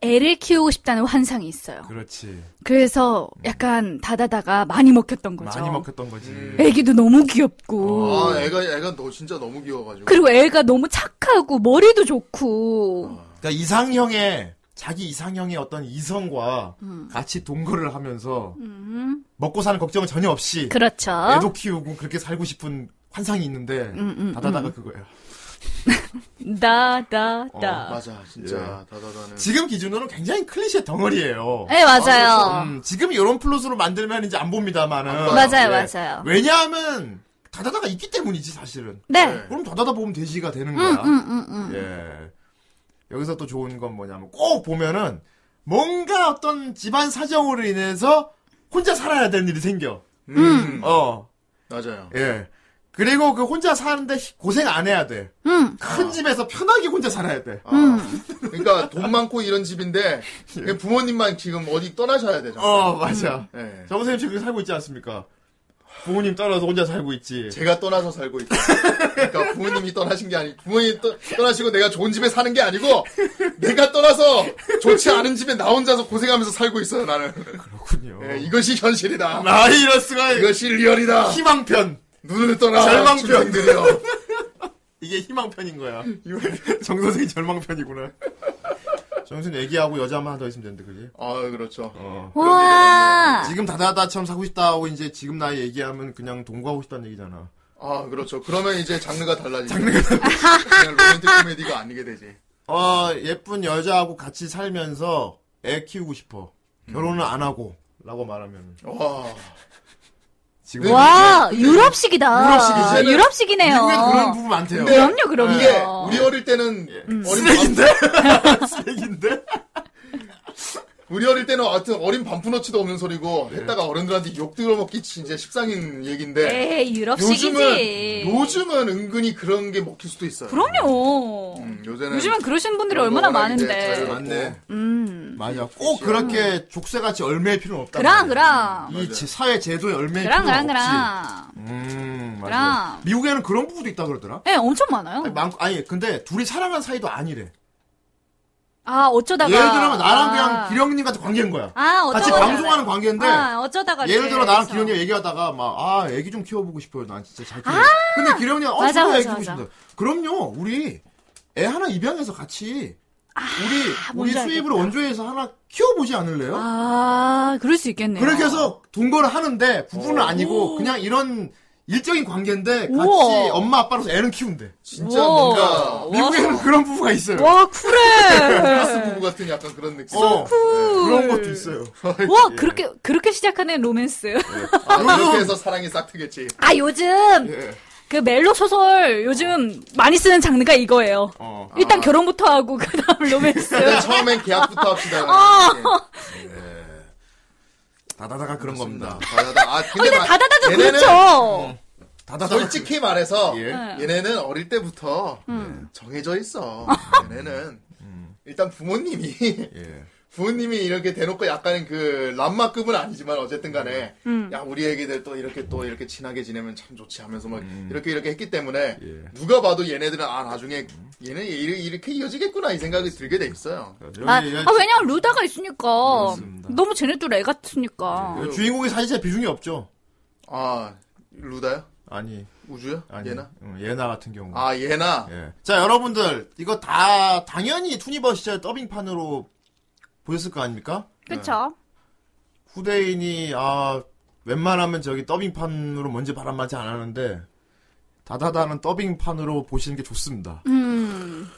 애를 키우고 싶다는 환상이 있어요. 그렇지 그래서 약간 다다다가 많이 먹혔던 거죠. 음. 많이 먹혔던 거지. 애기도 너무 귀엽고. 아 애가 애가 너 진짜 너무 귀여워가지고 그리고 애가 너무 착하고 머리도 좋고 그러니까 이상형의 자기 이상형의 어떤 이성과 음. 같이 동거를 하면서 먹고 사는 걱정은 전혀 없이 그렇죠. 애도 키우고 그렇게 살고 싶은 환상이 있는데 음, 다다다가 그거야. 다다다. 어, 맞아 진짜 다다다는 그러니까. 지금 기준으로는 굉장히 클리셰 덩어리예요. 네 맞아요. 음, 지금 이런 플롯으로 만들면 이제 안 봅니다만은. 맞아요 예. 맞아요. 왜냐하면 다다다가 있기 때문이지 사실은. 예. 네. 네. 그럼 다다다 보면 돼지가 되는 거야. 음, 음, 음. 예. 여기서 또 좋은 건 뭐냐면 꼭 보면은 뭔가 어떤 집안 사정으로 인해서 혼자 살아야 되는 일이 생겨. 음. 어. 맞아요 예. 그리고 그 혼자 사는데 고생 안 해야 돼. 음. 큰 집에서 편하게 혼자 살아야 돼. 아, 음. 그러니까 돈 많고 이런 집인데 그냥 부모님만 지금 어디 떠나셔야 되죠. 어, 맞아. 예. 정 선생님 지금 살고 있지 않습니까? 부모님 따라서 혼자 살고 있지. 제가 떠나서 살고 있다. 그러니까 부모님이 떠나신 게 아니, 부모님 떠, 떠나시고 내가 좋은 집에 사는 게 아니고 내가 떠나서 좋지 않은 집에 나 혼자서 고생하면서 살고 있어요. 나는 그렇군요. 예, 이것이 현실이다. 아, 이럴 수가. 이것이 리얼이다. 희망편. 눈을 떠나 절망편. 출생들이여. 이게 희망편인 거야. 정 선생이 절망편이구나. 정 선생 애기하고 여자만 하나 더 있으면 되는데 그지? 아 그렇죠. 우와. 지금 다다다처럼 사고 싶다 하고 이제 지금 나이 얘기하면 그냥 동거하고 싶다는 얘기잖아. 아 그렇죠. 그러면 이제 장르가 달라지죠. 장르가 그냥 로맨틱 코미디가 아니게 되지. 어, 예쁜 여자하고 같이 살면서 애 키우고 싶어. 결혼은 안 하고. 라고 말하면. 와. 지금. 와, 유럽식이다. 유럽식이지. 유럽식이네요. 미국에 그런 부부 많대요. 근데 그럼요, 그럼요. 이게 우리 어릴 때는 예. 음. 어린 밤, 쓰레기인데? 쓰레기인데? 우리 어릴 때는 하여튼 어린 반푼어치도 없는 소리고 예. 했다가 어른들한테 욕 들어먹기 진짜 십상인 얘기인데 에이, 유럽식이지. 요즘은 요즘은 은근히 그런 게 먹힐 수도 있어요. 그럼요. 음, 요새는 요즘은 그러신 분들이 그런 거 얼마나 워낙 이제 많은데. 자유롭고. 맞네. 음. 맞아. 꼭 그렇게 족쇄같이 얼매일 필요는 없다. 그랑, 그랑. 이 지- 사회 제도에 얼매일 그랑, 필요는 그랑, 음, 없지. 그랑. 음, 맞아. 그랑. 미국에는 그런 부부도 있다 그러더라. 예, 엄청 많아요. 아니, 많고, 아니, 근데 둘이 사랑한 사이도 아니래. 아, 어쩌다가. 예를 들면 나랑 그냥 아. 기령님 같은 관계인 거야. 아, 같이 어쩌다가. 방송하는 관계인데 아, 어쩌다가. 예를 이제 들어 나랑 해서. 기령이 얘기하다가 막 아 애기 좀 키워보고 싶어요. 난 진짜 잘 키워. 근데 기령이 어 아! 맞아, 저도 맞아, 애기 키우고 맞아. 싶다. 그럼요 우리 애 하나 입양해서 같이 우리 우리 아, 뭔지 수입으로 원조에서 하나 키워보지 않을래요? 아, 그럴 수 있겠네요. 그렇게 해서 동거를 하는데 부부는 아니고 그냥 이런 일적인 관계인데 같이 우와. 엄마 아빠로서 애는 키운대. 진짜 와. 뭔가 미국에는 그런 부부가 있어요. 와, 쿨해. 플러스 부부 같은 약간 그런 느낌. 어, 쿨. 그런 것도 있어요. 예. 와, 그렇게, 그렇게 시작하는 로맨스. 아, 이렇게 해서 사랑이 싹 트겠지. 아, 요즘, 예. 그 멜로 소설 요즘 많이 쓰는 장르가 이거예요. 어. 일단 결혼부터 하고, 그 다음 로맨스. 아, 일단 처음엔 계약부터 합시다. 어. 다다다가 그런 겁니다. 다다다. 아, 근데 일단 마- 다다다도 얘네는 어, 그렇죠. 다다다가 솔직히 말해서 예. 음. 얘네는 어릴 때부터 예, 정해져 있어. 얘네는 일단 부모님이 예. 부모님이 이렇게 대놓고 약간은 그 람마급은 아니지만 어쨌든 간에 음. 야 우리 애기들 또 이렇게 또 이렇게 친하게 지내면 참 좋지 하면서 막 이렇게 이렇게 했기 때문에 음. 예. 음. 누가 봐도 얘네들은 아 나중에 얘는 이렇게, 이렇게 이어지겠구나 이 생각이 들게 돼 있어요. 여기 아, 아, 여기 왜냐면 루다가 있으니까. 그렇습니다. 너무 쟤네들 애 같으니까. 그 주인공이 사실상 비중이 없죠. 아 루다요? 아니, 우주요? 아니 얘나? 응, 예나 같은 경우. 아 얘나? 예. 자 여러분들 이거 다 당연히 투니버 시절 더빙판으로 보셨을 거 아닙니까? 그쵸. 후대인이 아 웬만하면 저기 더빙판으로 뭔지 바람맞지 안 하는데 다다다는 더빙판으로 보시는 게 좋습니다. 음.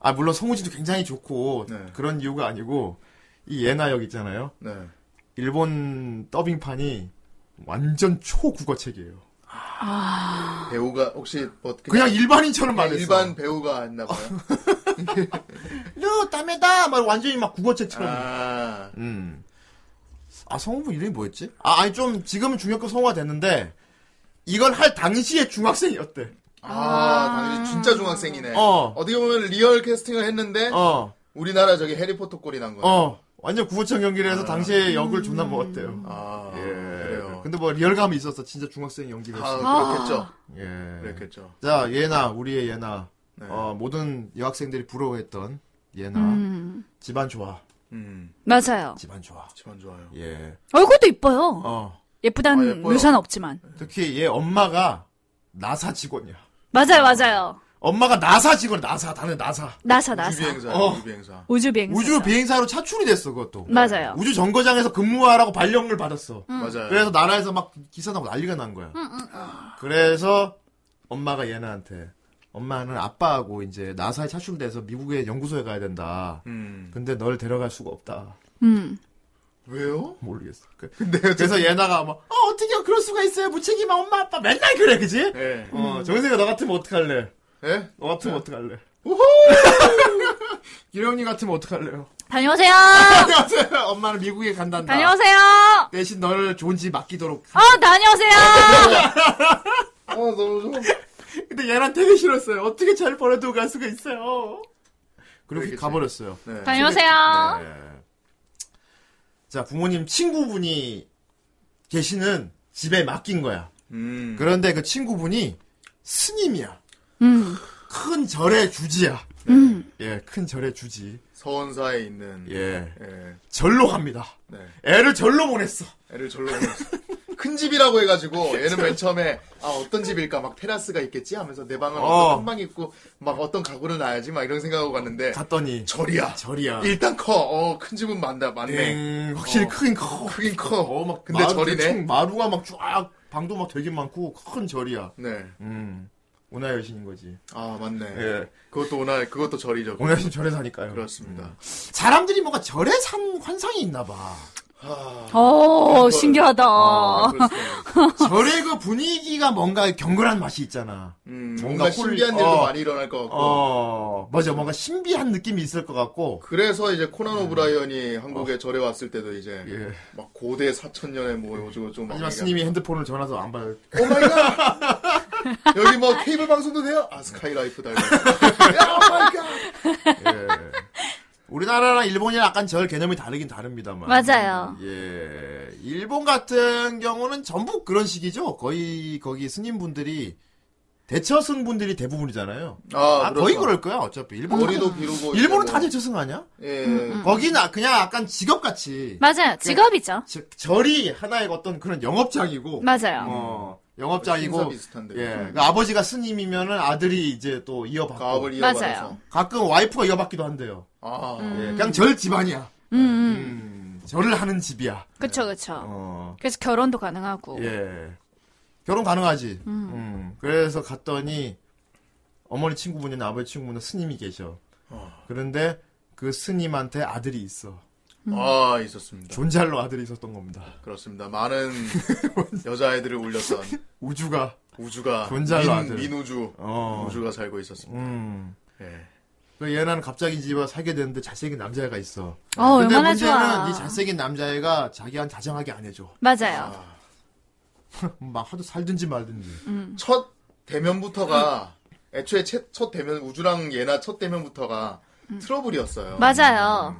아 물론 성우진도 굉장히 좋고 네. 그런 이유가 아니고 이 예나 역 있잖아요. 네. 일본 더빙판이 완전 초국어책이에요. 배우가 혹시 뭐 그냥 일반인처럼 말했어. 일반 배우가 했나 봐요. 르 담에다 막 완전히 막 국어책처럼. 아, 음. 아 성우분 이름이 뭐였지? 아 아니 좀 지금은 중학교 성우가 됐는데 이걸 할 당시에 중학생이었대. 아, 당연히 진짜 중학생이네. 어. 어. 떻게 보면 리얼 캐스팅을 했는데 어. 우리나라 저기 해리포터 꼴이 난 거네. 어. 완전 구호청 연기를 해서 당시에 역을 존나 먹었대요. 아, 예. 그래요. 근데 뭐 리얼감이 있었어. 진짜 중학생 연기를 아, 했어. 그렇겠죠. 예. 그렇겠죠. 자, 예나, 우리의 예나. 네. 어, 모든 여학생들이 부러워했던 예나. 집안 좋아. 음, 맞아요. 집안 좋아. 집안 좋아요. 예. 얼굴도 이뻐요. 어. 예쁘다는 아, 예뻐요. 묘사는 없지만. 특히 얘 엄마가 나사 직원이야. 맞아요, 맞아요. 엄마가 나사 직원, 나사, 다른 나사. 나사, 우주 나사. 비행사, 어. 우주 비행사. 우주 비행사. 우주 비행사로 차출이 됐어 그것도. 맞아요. 음. 우주 정거장에서 근무하라고 발령을 받았어. 맞아요. 음. 그래서 나라에서 막 기사 나고 난리가 난 거야. 그래서 엄마가 얘네한테 엄마는 아빠하고 이제 나사에 차출돼서 미국의 연구소에 가야 된다. 음, 근데 널 데려갈 수가 없다. 음. 왜요? 모르겠어. 그- 그래서 얘네가 막 어, 어떻게 그럴 수가 있어요? 무책임한 엄마 아빠 맨날 그래 그지? 예. 어 정생아 너 같으면 어떡할래? 예? 너 같으면 어떡할래? 기령님 같으면 어떡할래요? 다녀오세요! 안녕하세요. 엄마는 미국에 간단다. 다녀오세요! 대신 너를 좋은 집 맡기도록. 어, 다녀오세요! 아, 너무 좋아. 근데 얘랑 되게 싫었어요. 어떻게 잘 버려두고 갈 수가 있어요. 그렇게 그러겠지. 가버렸어요. 네. 다녀오세요! 네. 자, 부모님 친구분이 계시는 집에 맡긴 거야. 음, 그런데 그 친구분이 스님이야. 음. 큰 절의 주지야. 음. 예, 큰 절의 주지. 서원사에 있는 예. 예, 절로 갑니다. 네. 애를 절로 보냈어. 애를 절로 보냈어. 큰 집이라고 해가지고 얘는 맨 처음에 아 어떤 집일까 막 테라스가 있겠지 하면서 내 방은 어. 어떤 한방 있고 막 어떤 가구를 놔야지 막 이런 생각하고 갔는데 갔더니 절이야. 절이야. 일단 커. 어, 큰 집은 많다. 많네. 음, 확실히 어. 크긴 커. 크긴 커. 어, 막 근데 마루 절이네. 아, 대충 마루가 막 쫙 방도 막 되게 많고 큰 절이야. 네. 음. 오나 여신인 거지. 아 맞네. 예. 그것도 오늘 그것도 절이죠. 오나 여신 절에 사니까요. 음. 그렇습니다. 사람들이 뭔가 절에 산 환상이 있나 봐. 어, 신기하다. 아, 그렇습니다. 절의 그 분위기가 뭔가 경건한 맛이 있잖아. 음, 뭔가 뭔가 홀리- 신비한 일도 어. 많이 일어날 것 같고. 어, 맞아. 뭔가 신비한 느낌이 있을 것 같고. 그래서 이제 코난 오브라이언이 한국에 절에 왔을 때도 이제 음. 어. 예. 막 고대 4천 년에 뭐 어쩌고 좀 하지만 스님이 핸드폰을 전화서 안 받을. 오마이갓 Oh 여기 뭐 케이블 방송도 돼요? 아 스카이라이프 달고 Oh 야 오마이갓 예. 우리나라랑 일본이랑 약간 절 개념이 다르긴 다릅니다만. 맞아요. 예. 일본 같은 경우는 전부 그런 식이죠. 거의, 거기 스님분들이, 대처승 분들이 대부분이잖아요. 아, 아, 거의 그렇죠. 그럴 거야, 어차피. 일본 머리도 비르고 이제 일본은 뭐- 다 대처승 아니야? 예 거기는 아- 그냥 약간 직업같이. 맞아요. 직업이죠. 즉, 절이 하나의 어떤 그런 영업장이고. 맞아요. 어, 신사 영업장이고. 비슷한데 예. 그러니까 아버지가 스님이면은 아들이 이제 또 이어받고. 가업을 이어받아서 맞아요. 가끔 와이프가 이어받기도 한대요. 아 예, 그냥 절 집안이야. 음, 음. 음, 절을 하는 집이야. 그쵸, 그쵸. 어, 그래서 결혼도 가능하고. 예. 결혼 가능하지. 음, 그래서 갔더니 어머니 친구분이나 아버지 친구분이나 스님이 계셔. 어. 그런데 그 스님한테 아들이 있어. 음. 아, 있었습니다 존잘로 아들이 있었던 겁니다. 그렇습니다 많은 여자아이들을 울렸던 우주가. 우주가 존잘로 아들. 민, 민우주 어. 우주가 살고 있었습니다 음. 예. 그 얘는 갑자기 집에 살게 되는데 잘생긴 남자애가 있어. 어, 근데 얼마나 문제는 좋아. 이 잘생긴 남자애가 자기한테 다정하게 안 해줘. 맞아요. 막 하도 살든지 말든지. 음. 첫 대면부터가 음. 애초에 채- 첫 대면 우주랑 예나 첫 대면부터가 음. 트러블이었어요 맞아요.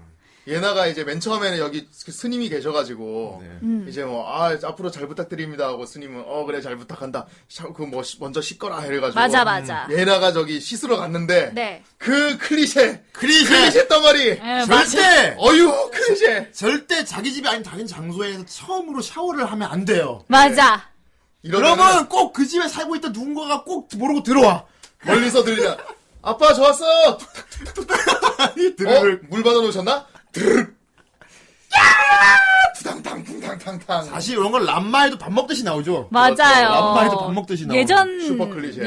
예나가 이제 맨 처음에는 여기 그 스님이 계셔가지고 네. 음. 이제 뭐 아 앞으로 잘 부탁드립니다 하고 스님은 어 그래 잘 부탁한다 그뭐 먼저 씻거라 해가지고 음. 맞아, 맞아. 예나가 저기 씻으러 갔는데 네. 그 클리셰 크리셰! 클리셰 덩어리 예, 절대! 어유 클리셰 절대 자기 집이 아닌 다른 장소에서 처음으로 샤워를 하면 안 돼요. 맞아. 이러면 그러면 꼭 그 집에 살고 있던 누군가가 꼭 모르고 들어와. 멀리서 들리다 아빠 저 왔어 툭, 아니, 어? 들을 물 받아 놓으셨나 드르륵 야 탕탕 탕탕탕탕 다시 이런 걸 람마에도 밥 먹듯이 나오죠. 맞아요. 람마에도 어, 밥 먹듯이 나오고. 예전 슈퍼 클리셰.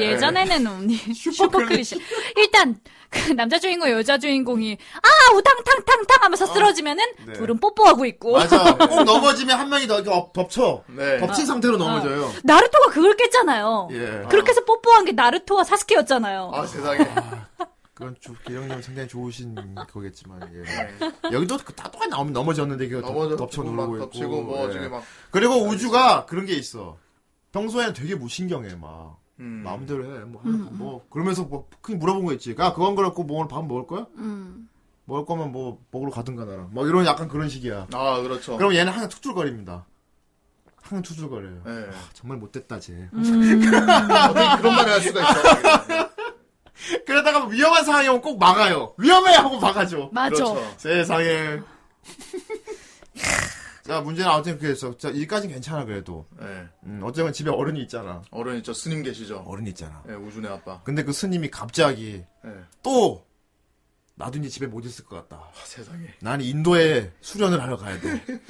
예전에는 언니 슈퍼 클리셰. 일단 그 남자 주인공 여자 주인공이 아 우당탕탕탕 하면서 쓰러지면은 네. 둘은 뽀뽀하고 있고 맞아. 꼭 넘어지면 한 명이 더 이렇게 엎- 덮쳐. 네. 덮친 상태로 넘어져요. 아. 나루토가 그걸 깼잖아요. 예. 그렇게 해서 뽀뽀한 게 나루토와 사스케였잖아요. 아 세상에 그건 좀 기령님 상당히 좋으신 거겠지만 예. 여기도 다 똑같이 나오면 넘어졌는데 그거 넘어져 덮쳐 막 놀고 덮치고 있고 뭐 예. 어떻게 막 그리고 우주가 그런 게 있어. 평소에는 되게 뭐 무신경해 막 음. 마음대로 해. 뭐, 하는 거, 뭐 그러면서 뭐 크게 물어본 거 있지. 야 그건 그렇고 뭐 오늘 밥 먹을 거야? 음. 먹을 거면 뭐 먹으러 가든가 나랑. 막 이런 약간 그런 식이야. 아 그렇죠 그럼 얘는 항상 툭툭거립니다. 항상 툭툭거려요. 예. 아, 정말 못됐다 쟤. 어떻게 그런 말을 할 수가 있어? 그러다가 뭐 위험한 상황이 오면 꼭 막아요. 위험해 하고 막아줘. 맞아. 그렇죠. 세상에. 자, 문제는 아무튼 그랬어. 자, 일까진 괜찮아, 그래도. 예. 음, 어쩌면 집에 어른이 있잖아. 어른 있죠. 스님 계시죠. 어른이 있잖아. 예, 우준의 아빠. 근데 그 스님이 갑자기 예. 또, 나도 이제 집에 못 있을 것 같다. 아, 세상에. 난 인도에 수련을 하러 가야 돼. 네.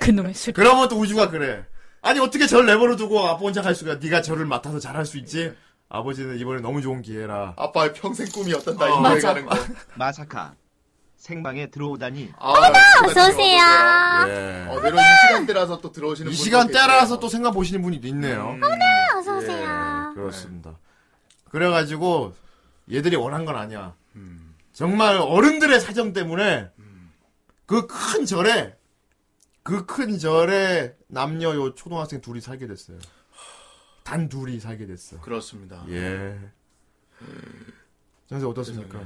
그놈의 술. 그러면 또 우주가 그래. 아니, 어떻게 절 내버려 두고 아빠 혼자 갈 수가, 네가 절을 맡아서 잘할 수 있지? 아버지는 이번에 너무 좋은 기회라. 아빠의 평생 꿈이었던 나 어. 인도에 맞아. 가는 거. 마사카 생방에 들어오다니 아, 어머, 어서오세요. 아. 예. 어, 내려 이 시간대라서 또 들어오시는 이 분도 시간대라서 계시네요. 음, 또 생각 보시는 분이 있네요. 음, 어서오세요. 예, 그렇습니다. 그래가지고 얘들이 원한 건 아니야. 음. 정말 어른들의 사정 때문에 그 큰 절에 그 큰 절에 남녀 요 초등학생 둘이 살게 됐어요. 단 둘이 살게 됐어. 그렇습니다. 예. 선생 어떻습니까?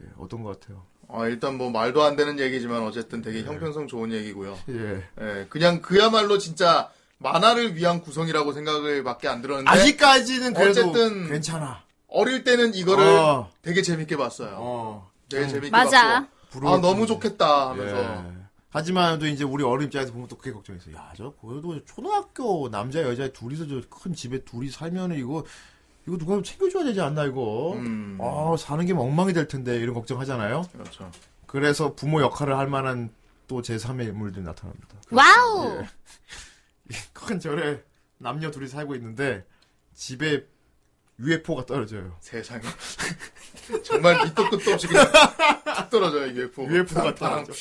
예, 어떤 것 같아요? 아, 일단 뭐 말도 안 되는 얘기지만 어쨌든 네. 되게 형평성 좋은 얘기고요. 예. 예. 그냥 그야말로 진짜 만화를 위한 구성이라고 생각을 밖에 안 들었는데 아직까지는 그래도 네. 어쨌든 괜찮아. 어릴 때는 이거를 어. 되게 재밌게 봤어요. 어. 되게 재밌게 맞아. 봤고. 부러워. 아, 너무 좋겠다 하면서 예. 하지만 또 이제 우리 어른 입장에서 보면 또 그게 걱정했어요. 야, 저 그래도 초등학교 남자 여자 둘이서 저 큰 집에 둘이 살면은 이거 이거 누가 좀 챙겨줘야 되지 않나 이거. 음. 아 사는 게 엉망이 될 텐데 이런 걱정하잖아요. 그렇죠. 그래서 부모 역할을 할 만한 또 제3의 인물들이 나타납니다. 와우. 큰 절에 남녀 둘이 살고 있는데 집에 UFO가 떨어져요. 세상에. 정말 밑도 끝도 없이 그냥 툭 떨어져요, 이게 UFO. UFO 가 땅, 땅. 떨어져.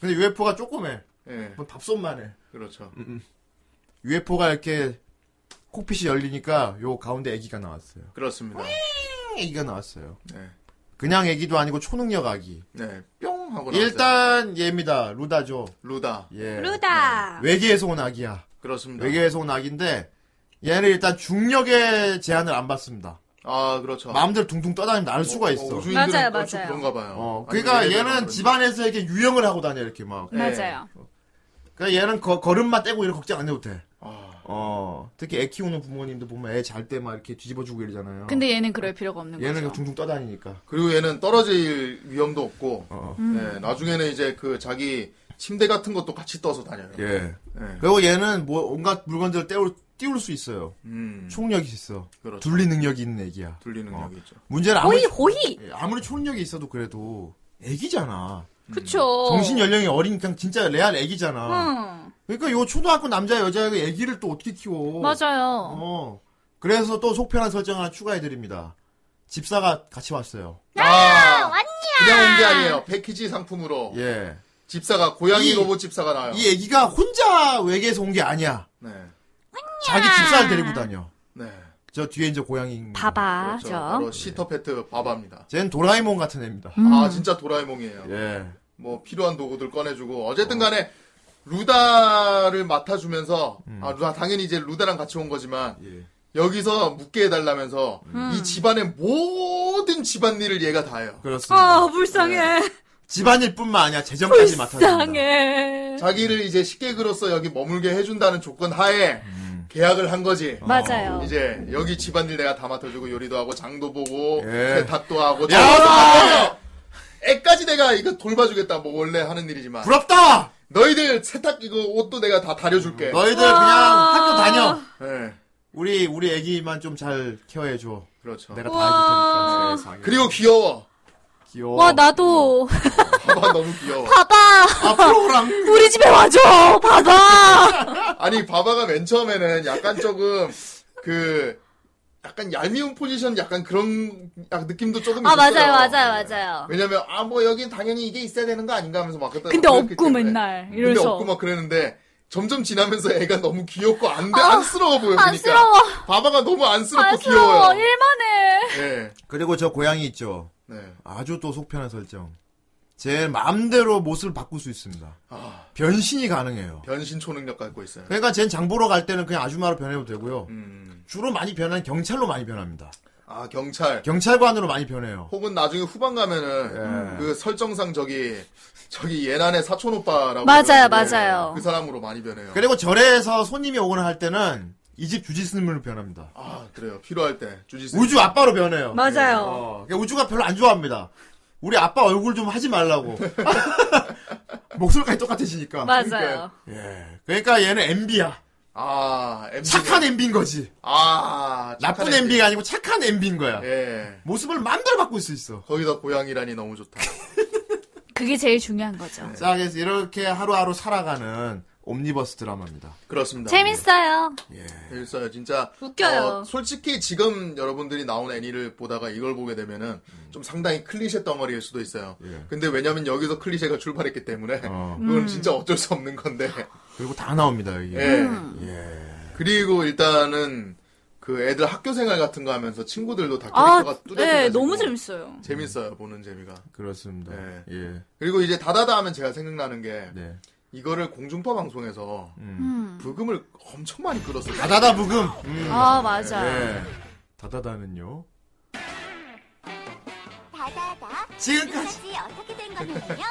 근데 UFO가 조그매. 예, 뭐 밥솥만 해. 그렇죠. 음. UFO가 이렇게 콕핏이 열리니까 요 가운데 아기가 나왔어요. 그렇습니다. 아기가 나왔어요. 네. 그냥 아기도 아니고 초능력 아기. 네, 뿅 하고 나왔어요. 일단 얘입니다. 루다죠. 루다. 예. 루다. 외계에서 온 아기야. 그렇습니다. 외계에서 온 아기인데 얘는 일단 중력의 제한을 안 받습니다. 아, 그렇죠. 마음대로 둥둥 떠다니면 날 수가 있어. 우주인들은 맞아요, 그렇죠. 맞아요. 그런가 봐요. 어, 그러니까 아니면 얘는 그런- 집안에서 이렇게 유형을 하고 다녀 이렇게 막. 맞아요. 예. 그러니까 얘는 거- 걸음마 떼고 이런 걱정 안 해도 돼. 아, 어, 특히 애 키우는 부모님들 보면 애 잘 때 막 이렇게 뒤집어주고 이러잖아요. 근데 얘는 그럴 필요가 없는 어. 얘는 거죠. 그냥 둥둥 떠다니니까. 그리고 얘는 떨어질 위험도 없고, 어. 음. 네, 나중에는 이제 그 자기 침대 같은 것도 같이 떠서 다녀요. 예. 네. 그리고 얘는 뭐 온갖 물건들을 떼울, 띄울 수 있어요. 음, 총력이 있어. 그렇죠. 둘리 능력이 있는 애기야. 어. 둘리는 여기 있죠. 문제는 아무리, 호이 호이. 예, 아무리 총력이 있어도 그래도 애기잖아. 그쵸. 음. 정신 연령이 어린 그냥 진짜 레알 애기잖아. 어. 응. 그러니까 요 초등학교 남자 여자애가 애기를 또 어떻게 키워? 맞아요. 어. 그래서 또 속편한 설정 하나 추가해 드립니다. 집사가 같이 왔어요. 아, 그냥 온 게 아니에요. 패키지 상품으로 예. 집사가 고양이 이- 로봇 집사가 나와요. 이 애기가 혼자 외계에서 온 게 아니야. 네, 자기 집사를 데리고 다녀. 네. 저 뒤에 이제 고양이. 봐봐, 그렇죠. 저. 바로 시터 페트 바바입니다. 쟨 도라에몽 같은 애입니다. 음. 아, 진짜 도라에몽이에요. 예. 뭐 필요한 도구들 꺼내주고 어쨌든 간에 루다를 맡아주면서 음. 아 루다 당연히 이제 루다랑 같이 온 거지만 예. 여기서 묻게 해달라면서 이 집안의 모든 집안일을 얘가 다 네. 해요. 그렇습니다. 아, 불쌍해. 집안일뿐만 아니라 재정까지 맡아줍니다. 불쌍해. 자기를 이제 식객으로서 여기 머물게 해준다는 조건 하에 음. 계약을 한 어. 거지. 맞아요. 이제 여기 집안일 내가 다 맡아주고 요리도 하고 장도 보고 예. 세탁도 하고 야! 청소도 하고 애까지 내가 이거 돌봐주겠다 뭐 원래 하는 일이지만 부럽다. 너희들 세탁 이거 옷도 내가 다 다려줄게. 너희들 그냥 학교 다녀. 예. 우리 우리 애기만 좀 잘 케어해 줘. 그렇죠. 내가 다 해줄 테니까. 그리고 귀여워. 귀여워. 뭐 와, 나도. 봐봐 너무 귀여워. 봐봐. 아 프로그램. 우리 집에 와줘. 봐봐. 아니 바바가 맨 처음에는 약간 조금 그 약간 얄미운 포지션 약간 그런 약 느낌도 조금 아, 있었어요. 맞아요, 맞아요, 맞아요. 왜냐면 아 뭐 여긴 당연히 이게 있어야 되는 거 아닌가 하면서 막 그때 근데 그랬기 없고 때문에. 맨날 근데 이래서. 없고 막 그랬는데 점점 지나면서 애가 너무 귀엽고 안 돼, 안쓰러워 보여 그러니까 아, 안쓰러워. 바바가 너무 안쓰럽고 안쓰러워. 예. 귀여워요. 일만해. 네. 그리고 저 고양이 있죠. 네. 아주 또 속편한 설정. 제 마음대로 모습을 바꿀 수 있습니다. 아, 변신이 가능해요. 변신 초능력 갖고 있어요. 그러니까 쟨 장보러 갈 때는 그냥 아줌마로 변해도 되고요. 음. 주로 많이 변한 경찰로 많이 변합니다. 아, 경찰. 경찰관으로 많이 변해요. 혹은 나중에 후반 가면은 예. 그 설정상 저기 저기 예난의 사촌 오빠라고 맞아요, 그러는데 맞아요. 그 사람으로 많이 변해요. 그리고 절에서 손님이 오거나 할 때는 이 집 주지스님으로 변합니다. 아 그래요. 필요할 때 주지스. 우주 아빠로 변해요. 맞아요. 어, 그러니까 우주가 별로 안 좋아합니다. 우리 아빠 얼굴 좀 하지 말라고. 목소리까지 똑같아지니까. 맞아요. 예. 그러니까 얘는 MB야. 아 MB. 착한 MB인 거지. 아 착한 나쁜 MB가 아니고 착한 MB인 거야. 예. 모습을 마음대로 바꿀 수 있어. 거기다 고양이라니 너무 좋다. 그게 제일 중요한 네. 예. 거죠. 자, 그래서 이렇게 하루하루 살아가는 옴니버스 드라마입니다. 예. 그렇습니다. 재밌어요. 재밌어요. 진짜 웃겨요. 어, 솔직히 지금 여러분들이 나온 애니를 보다가 이걸 보게 되면은 좀 상당히 클리셰 덩어리일 수도 있어요. 음. 예. 근데 왜냐면 여기서 클리셰가 출발했기 때문에 어. 그건 진짜 어쩔 수 없는 건데. 그리고 다 나옵니다, 여기. 예. 예. 그리고 일단은 그 애들 학교 생활 같은 거 하면서 친구들도 다 아, 캐릭터가 뚜렷해가지고 네, 너무 재밌어요. 재밌어요 보는 재미가. 그렇습니다. 네. 예. 그리고 이제 다다다 하면 제가 생각나는 게 네. 음. 이거를 공중파 방송에서 음. 부금을 엄청 많이 끌었어요. 다다다 부금. 음. 아, 맞아. 네. 예. 다다다는요. 다다다. 지금까지 지금까지 어떻게 된 거냐면요.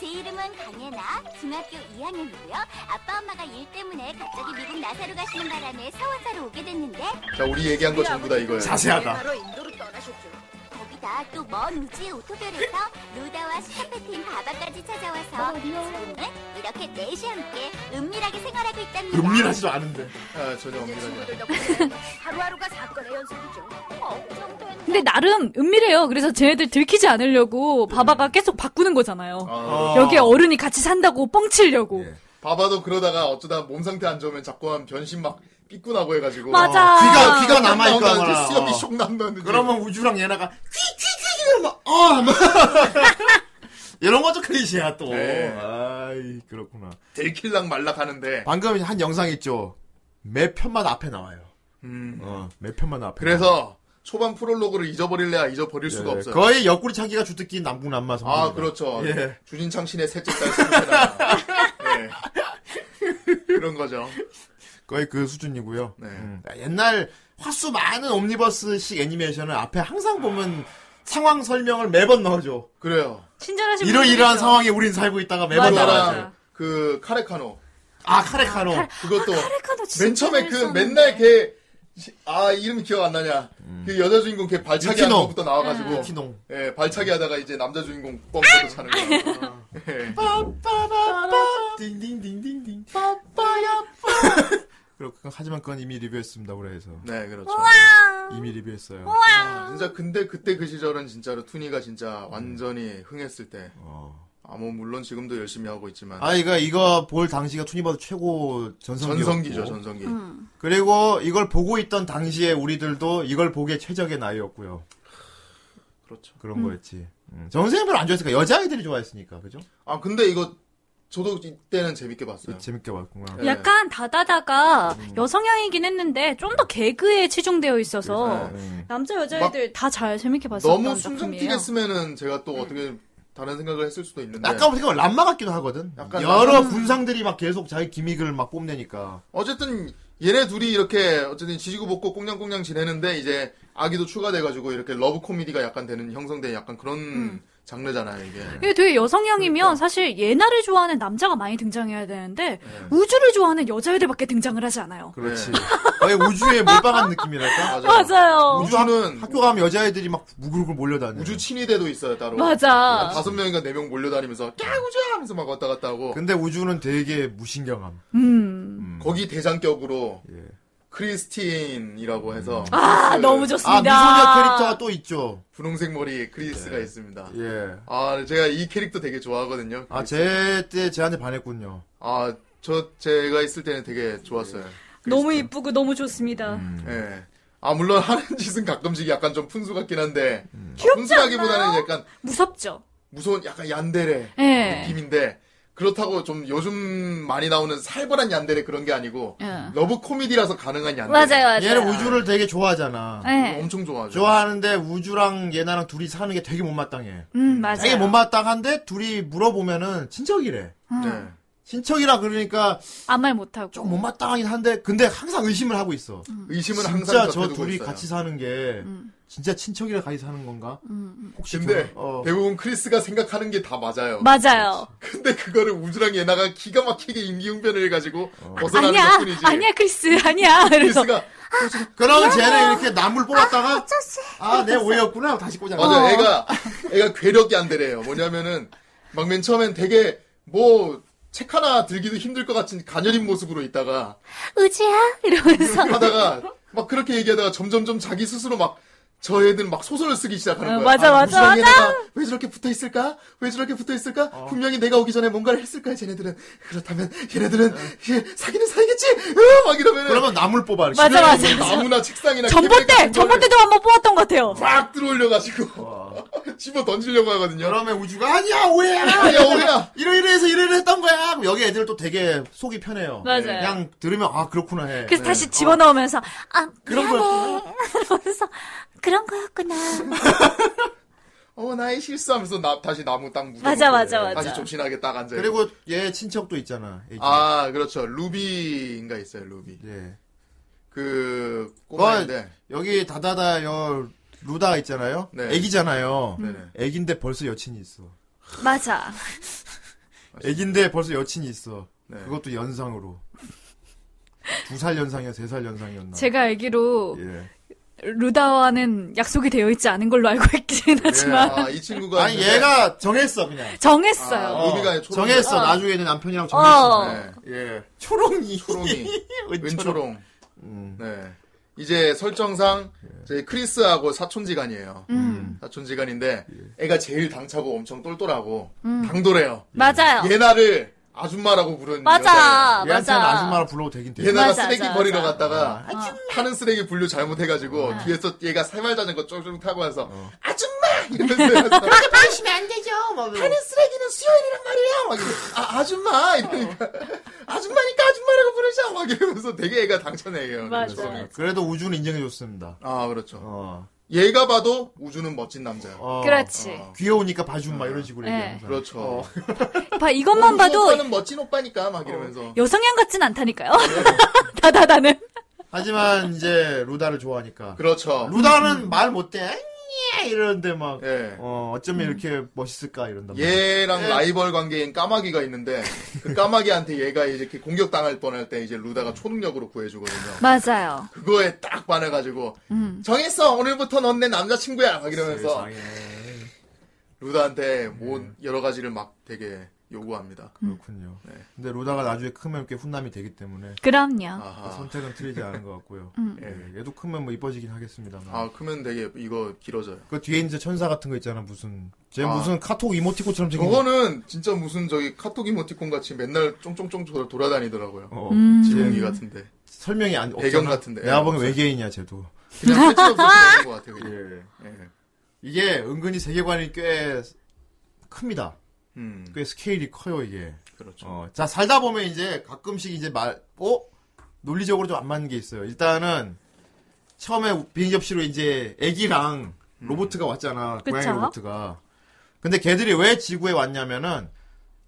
제 이름은 강예나, 중학교 2학년이고요. 아빠 엄마가 일 때문에 갑자기 미국 나사로 가시는 바람에 사원사로 오게 됐는데 자 우리 얘기한 거 전부 다 이거예요. 자세하다. 거기다 또 먼 우주의 오토별에서 루다와 스타페틴 바바까지 어, 찾아와서 지금은 이렇게 넷이 함께 은밀하게 생활하고 있답니다. 은밀하지도 않은데. 아, 전혀 엄밀하게. 하루하루가 사건의 연속이죠. 근데 나름 은밀해요. 그래서 쟤네들 들키지 않으려고 바바가 계속 바꾸는 거잖아요. 어. 아, 여기 어른이 같이 산다고 뻥치려고. 예. 바바도 그러다가 어쩌다 몸 상태 안 좋으면 자꾸만 변신 막 삐꾸나고 해가지고. 어, 맞아. 귀가 귀가 남아 있고 남아있거나. 하거나. 수염이 어. 쇽 남는데. 그러면 우주랑 얘네가 퀴퀴퀴퀴 막 어. 막 이런 것도 클리셰야 또. 네. 아이 그렇구나. 들킬랑 말락 하는데. 방금 한 영상 있죠. 매 편만 앞에 나와요. 음. 어, 매 편만 앞에. 그래서 초반 프롤로그를 잊어버릴래야 잊어버릴 나와요. 수가 예, 없어요. 거의 옆구리 차기가 주특기 남북 남마 성. 아, 그렇죠. 예. 주진창 신의 셋째 딸 스승이라. 예. 그런 거죠. 거의 그 수준이고요. 네. 음. 옛날 화수 많은 옴니버스식 애니메이션은 앞에 항상 보면 상황 설명을 매번 넣어줘. 그래요. 친절하신 이러 분들이죠. 이러한 상황에 우린 살고 있다가 매번 그렇죠. 맞아, 나와줘. 맞아. 그거랑 그 카레카노 아 카레카노. 그것도 아, 카레카노 진짜 맨 처음에 그 재밌었는데. 맨날 걔아 이름 기억 안 나냐 음. 그 여자 주인공 걔 발차기 하는 유키노. 것부터 나와가지고 아, 키농. 예 발차기 하다가 이제 남자 주인공 뻥쳐서 차는 거 예. 빠빠빠빠 딩딩딩딩딩 빠빠야 빠. 그렇군. 하지만 그건 이미 리뷰했습니다. 올해에서 네 그렇죠 이미 리뷰했어요. 아, 진짜 근데 그때 그 시절은 진짜로 투니가 진짜 완전히 흥했을 어. 때아뭐 물론 지금도 열심히 하고 있지만 아 이거 이거 볼 당시가 투니버드 최고 전성기였고. 전성기죠 전성기 음. 그리고 이걸 보고 있던 당시에 우리들도 이걸 보기에 최적의 나이였고요. 그렇죠 그런 거였지. 음. 정선생 별로 안 좋아했으니까 여자아이들이 좋아했으니까 그죠? 아 근데 이거 저도 이때는 재밌게 봤어요 재밌게 봤구나. 예. 약간 다다다가 음. 여성향이긴 했는데 좀 더 개그에 치중되어 있어서 음. 남자 여자애들 다 잘 재밌게 봤었던 네. 너무 작품이에요. 숨좀튀게 쓰면은 제가 또 어떻게 다른 생각을 했을 수도 있는데 약간 어떻게 보면 람마 같기도 하거든. 약간 네. 여러 람마. 군상들이 막 계속 자기 기믹을 막 뽐내니까. 어쨌든 얘네 둘이 이렇게 어쨌든 지지고 볶고 꽁냥꽁냥 지내는데 이제 아기도 추가돼가지고 이렇게 러브 코미디가 약간 되는 형성된 약간 그런 음. 장르잖아요 이게 이게 되게 여성향이면 그러니까. 사실 예나를 좋아하는 남자가 많이 등장해야 되는데 예. 우주를 좋아하는 여자애들밖에 등장을 하지 않아요. 그렇지. 네. 거의 우주에 몰빵한 느낌이랄까? 맞아요. 우주 학- 우주는- 학교 가면 여자애들이 막 우글우글 몰려다녀. 우주 친위대도 있어요 음. 따로 맞아. 다섯 명인가 네 명 몰려다니면서 야 우주 하면서 막 왔다 갔다 하고 근데 우주는 되게 무신경함. 음. 거기 대장격으로 예. 음. 크리스틴이라고 해서 아 크리스, 너무 아, 좋습니다. 미소녀 캐릭터가 또 있죠. 분홍색 머리 크리스가 있습니다 예. 아 제가 이 캐릭터 되게 좋아하거든요 그 아, 제때 제한테 반했군요. 아, 저 제가 있을 때는 되게 예. 좋았어요. 너무 이쁘고 너무 좋습니다. 예. 아, 물론 하는 짓은 가끔씩 약간 좀 푼수 같긴 한데 음. 아, 푼수라기보다는 약간 무섭죠. 무서운 약간 얀데레 예. 느낌인데 그렇다고 좀 요즘 많이 나오는 살벌한 얀데레 그런 게 아니고 예. 러브 코미디라서 가능한 얀데레. 맞아요, 맞아요. 얘는 우주를 되게 좋아하잖아. 이거 예. 엄청 좋아하죠. 좋아하는데 우주랑 얘나랑 둘이 사는 게 되게 못마땅해. 음 맞아요. 되게 못마땅한데 둘이 물어보면은 친척이래. 음. 네. 친척이라 그러니까 아무 말 못하고. 좀 못마땅하긴 한데 근데 항상 의심을 하고 있어. 음. 의심은 진짜 항상 저 곁에 두고 둘이 있어요. 같이 사는 게 진짜 친척이라 같이 사는 건가? 음, 혹시 근데 결혼- 어. 대부분 크리스가 생각하는 게 다 맞아요. 맞아요. 근데 그거를 우주랑 예나가 기가 막히게 임기응변을 해가지고 벗어나는 아니야, 것뿐이지. 아니야, 크리스, 아니야. 그래서 크리스가 그럼 쟤는 이렇게 나물 뽑았다가 아 내 오해였구나 하고 다시 꽂아. 어, 어. 맞아, 요 애가, 애가 괴력이 안 되래요. 뭐냐면은, 막 맨 처음엔 되게, 뭐, 책 하나 들기도 힘들 것 같은 가녀린 모습으로 있다가, 우주야? 이러면서. 하다가, 막 그렇게 얘기하다가 점점점 자기 스스로 막, 저 애들 막 소설을 쓰기 시작하는 어, 거야. 맞아, 맞아, 무지랑이 내가 왜 저렇게 붙어 있을까? 왜 저렇게 붙어 있을까? 분명히 내가 오기 전에 뭔가를 했을 거야, 쟤네들은. 그렇다면, 어. 얘네들은, 얘, 사귀는 사이겠지? 으, 막 이러면은. 그러면 나물 뽑아. 이렇게. 맞아, 맞아. 나무나 책상이나 전봇대, 전봇대도 한 번 뽑았던 것 같아요. 막 들어올려가지고, 어. 집어 던지려고 하거든요. 그러면 우주가 아니야 오해야. 야, 오해야! 이러이러해서 이러이러 했던 거야. 그럼 여기 애들 또 되게 속이 편해요. 맞아요. 그냥 들으면 아 그렇구나 해. 네. 그래서 다시 집어넣으면서 아 그런 거였구나. 그래서 그런 거였구나. 어 나의 실수하면서 나 다시 나무 딱 묻어. 맞아, 맞아, 맞아. 다시 조신하게 딱 앉아. 그리고 그리고 얘 친척도 있잖아. 애기. 아 그렇죠 루비인가 있어요 루비. 예. 그 뭐, 꼬마인데. 여기 다다다 여 루다 있잖아요. 네. 애기잖아요. 네네. 애긴데 벌써 여친이 있어. 맞아. 어. 애긴데 벌써 여친이 있어. 네. 그것도 연상으로. 두 살 연상이야, 세 살 연상이었나. 제가 알기로 예. 루다와는 약속이 되어 있지 않은 걸로 알고 있긴 하지만 예, 아이 친구가 아니 있는데, 얘가 정했어 그냥. 정했어요. 예. 아, 루비가 초롱이- 정했어. 나중에는 남편이랑 정했어. 어. 네. 예. 초롱이. 초롱이 은초롱. 은초롱. 음. 예. 네. 이제 설정상 저희 크리스하고 사촌지간이에요. 음. 예. 사촌지간인데 애가 제일 당차고 엄청 똘똘하고 당돌해요. 음. 맞아요. 예나를 아줌마라고 부르는 여자예요. 맞아, 얘한테는 맞아. 아줌마로 불러도 되긴 돼. 예. 얘네가 맞아, 쓰레기 맞아, 버리러 맞아. 갔다가 어. 하는 쓰레기 분류 잘못해가지고 뒤에서 얘가 세발 자전거 쫑쫑 타고 와서 아줌마 이러면서 하시면 안 되죠. 하는 쓰레기는 수요일이란 말이에요. 막 이러면서, 어. 아 아줌마 이러니까 아줌마니까 아줌마라고 부르자 막 이러면서 되게 애가 당찬애예요. 맞아. 그래서. 그래도 우주는 인정해줬습니다. 아 그렇죠. 어. 얘가 봐도 우주는 멋진 남자야. 어. 그렇지. 어. 귀여우니까 봐준 막 이런 식으로 네. 얘기하는 사람. 그렇죠. 봐, 어, 이것만 봐도 오빠는 멋진 오빠니까 막 이러면서 여성향 같진 않다니까요. 예. 다다다는. 하지만 이제 루다를 좋아하니까. 그렇죠. 루다는 말 못해. 아니야 이러는데 막 예. 어, 어쩌면 이렇게 멋있을까 이런단 말이야. 얘랑 라이벌 관계인 까마귀가 있는데 그 까마귀한테 얘가 이제 이렇게 공격당할 뻔할 때 이제 루다가 초능력으로 구해주거든요. 맞아요. 그거에 딱 반해가지고 정했어 오늘부터 넌 내 남자친구야 막 이러면서 세상에. 네. 루다한테 뭐 여러 가지를 막 되게 요구합니다. 그렇군요. 네. 근데 루다가 나중에 크면 이렇게 훈남이 되기 때문에 그럼요. 아하. 선택은 틀리지 않은 것 같고요. 예, 얘도 크면 뭐 이뻐지긴 하겠습니다만. 아 크면 되게 이거 길어져요. 그 뒤에 이제 천사 같은 거 있잖아 무슨 쟤 아. 무슨 카톡 이모티콘처럼 생긴 거. 저거는 진짜 무슨 저기 카톡 이모티콘 같이 맨날 쫑쫑쫑 돌- 돌아다니더라고요. 어, 지붕이 같은데 설명이 안 배경 없잖아. 같은데. 내가 보기엔 없어요. 외계인이야 쟤도. 그냥 실제 없어서 그런 것 같아요. 그냥. 예. 이게 은근히 세계관이 꽤 큽니다. 음 꽤 스케일이 커요 이게. 그렇죠. 그, 어, 자 살다 보면 이제 가끔씩 이제 말, 어 논리적으로 좀 안 맞는 게 있어요. 일단은 처음에 비행 접시로 이제 애기랑 로봇가 왔잖아. 고양이 음. 그쵸? 로봇가. 근데 걔들이 왜 지구에 왔냐면은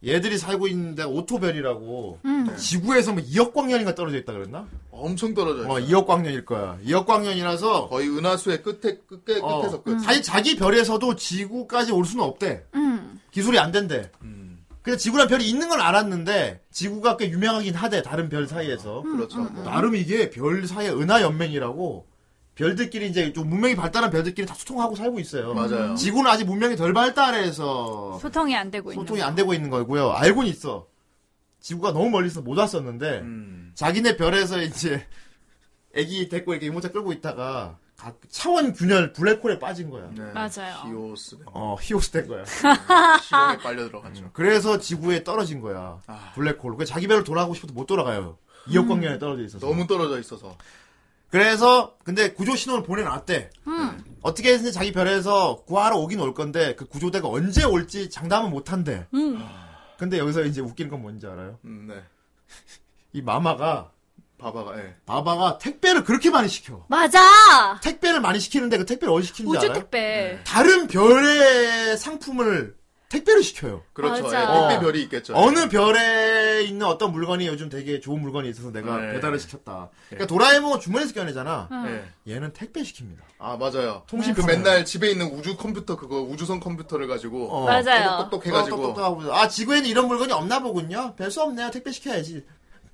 얘들이 살고 있는 데가 오토별이라고 음. 네. 지구에서 뭐 2억 광년인가 떨어져 있다 그랬나? 엄청 떨어져요. 어, 2억 광년일 거야. 2억 광년이라서 거의 은하수의 끝에 끝 끝- 어, 끝에서 끝. 자기 자기 별에서도 지구까지 올 수는 없대. 음. 기술이 안 된대. 음, 근데 지구란 별이 있는 건 알았는데 지구가 꽤 유명하긴 하대. 다른 별 사이에서. 그렇죠. 뭐. 나름 이게 별 사이에 은하 연맹이라고 별들끼리 이제 좀 문명이 발달한 별들끼리 다 소통하고 살고 있어요. 맞아요. 지구는 아직 문명이 덜 발달해서 소통이 안 되고 있는. 소통이 안 되고 있는 거고요. 알고는 있어. 지구가 너무 멀리서 못 왔었는데 음. 자기네 별에서 이제 애기 데리고 이렇게 이모차 끌고 있다가 각 차원 균열 블랙홀에 빠진 거야. 네. 맞아요. 히오스. 어 히오스 된 거야. 시공에 빨려 음. 들어갔죠. 그래서 지구에 떨어진 거야. 아. 블랙홀로. 그 자기 별로 돌아가고 싶어도 못 돌아가요. 2억 광년에 떨어져 있어서. 너무 떨어져 있어서. 그래서 근데 구조 신호를 보내놨대. 네. 어떻게 해서든 자기 별에서 구하러 오긴 올 건데 그 구조대가 언제 올지 장담은 못한대. 아. 근데 여기서 이제 웃기는 건 뭔지 알아요? 음, 네. 이 마마가 바바가 예. 바바가 택배를 그렇게 많이 시켜. 맞아. 택배를 많이 시키는데 그 택배를 어디 시키는지 우주 알아요? 네. 택배. 다른 별의 상품을 택배로 시켜요. 그렇죠. 맞아. 예. 어. 택배 별이 있겠죠. 음. 어느 별에 있는 어떤 물건이 요즘 되게 좋은 물건이 있어서 내가 네. 배달을 시켰다. 그러니까 네. 도라에몽은 주머니에서 꺼내잖아. 어. 예. 얘는 택배 시킵니다. 아 맞아요. 통신 그 카메라. 맨날 집에 있는 우주 컴퓨터 그거 우주선 컴퓨터를 가지고 어. 맞아요. 똑똑 해가지고 똑똑똑똑하고 아 지구에는 이런 물건이 없나 보군요. 별 수 없네요. 택배 시켜야지.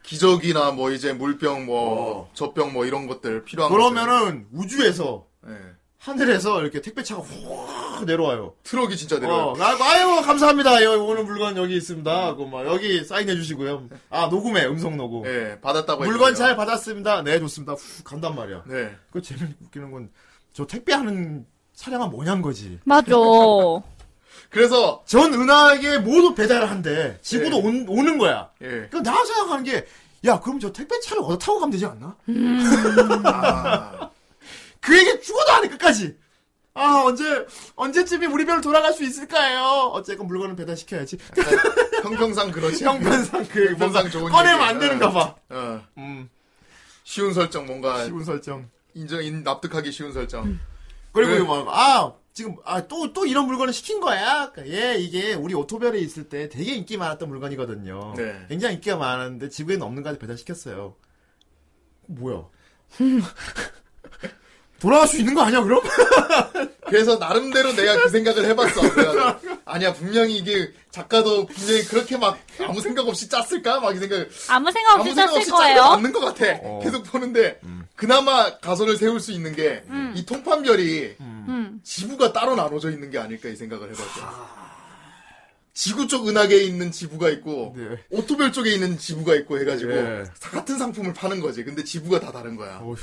기저귀나 뭐 이제 물병 뭐 어. 젖병 뭐 이런 것들 필요한 그러면은 우주에서 것들. 예. 하늘에서 이렇게 택배차가 확 내려와요. 트럭이 진짜 아, 내려요. 어, 나고 아유 감사합니다. 여기 오늘 물건 여기 있습니다. 하고 막 여기 사인해 주시고요. 아 녹음해 음성 녹음. 예, 받았다고 물건 했거든요. 잘 받았습니다. 네 좋습니다. 후, 간단 말이야. 네. 그 재밌는 웃기는 건 저 택배하는 차량은 뭐냐는 거지. 맞아. 그래서 전 은하계 모두 배달을 한대. 지구도 네. 온- 오는 거야. 예. 그럼 나 생각하는 게, 야, 그럼 저 택배차를 얻어 타고 가면 되지 않나? 아, 그 얘기 죽어도 안 해, 끝까지! 아, 언제, 언제쯤이 우리 별로 돌아갈 수 있을까요? 어쨌건 물건을 배달시켜야지. 형평상 아, 그렇지. 형편상 그, 뭔가 형편상 좋은 꺼내면 얘기야. 안 되는가 봐. 어, 음, 쉬운 설정 뭔가 기분 설정. 인정 인 납득하기 쉬운 설정. 그리고 막, 아, 지금, 아, 또, 또 이런 물건을 시킨 거야? 그러니까 예, 이게 우리 오토별에 있을 때 되게 인기 많았던 물건이거든요. 네. 굉장히 인기가 많았는데 지구에는 없는 거까지 배달시켰어요. 뭐야? 돌아갈 수 있는 거 아니야, 그럼? 그래서 나름대로 내가 그 생각을 해봤어. 그래가지고, 아니야 분명히 이게 작가도 분명히 그렇게 막 아무 생각 없이 짰을까 막 이 생각. 아무 생각 아무 없이 생각 짰을 없이 짰는 거 거예요. 맞는 것 같아. 어. 계속 보는데 음. 그나마 가설을 세울 수 있는 게 이 음. 통판별이 음. 지구가 따로 나눠져 있는 게 아닐까 이 생각을 해봤죠. 지구 쪽 은하계에 있는 지부가 있고 네. 오토별 쪽에 있는 지부가 있고 해가지고 예. 같은 상품을 파는 거지. 근데 지부가 다 다른 거야. 어휴.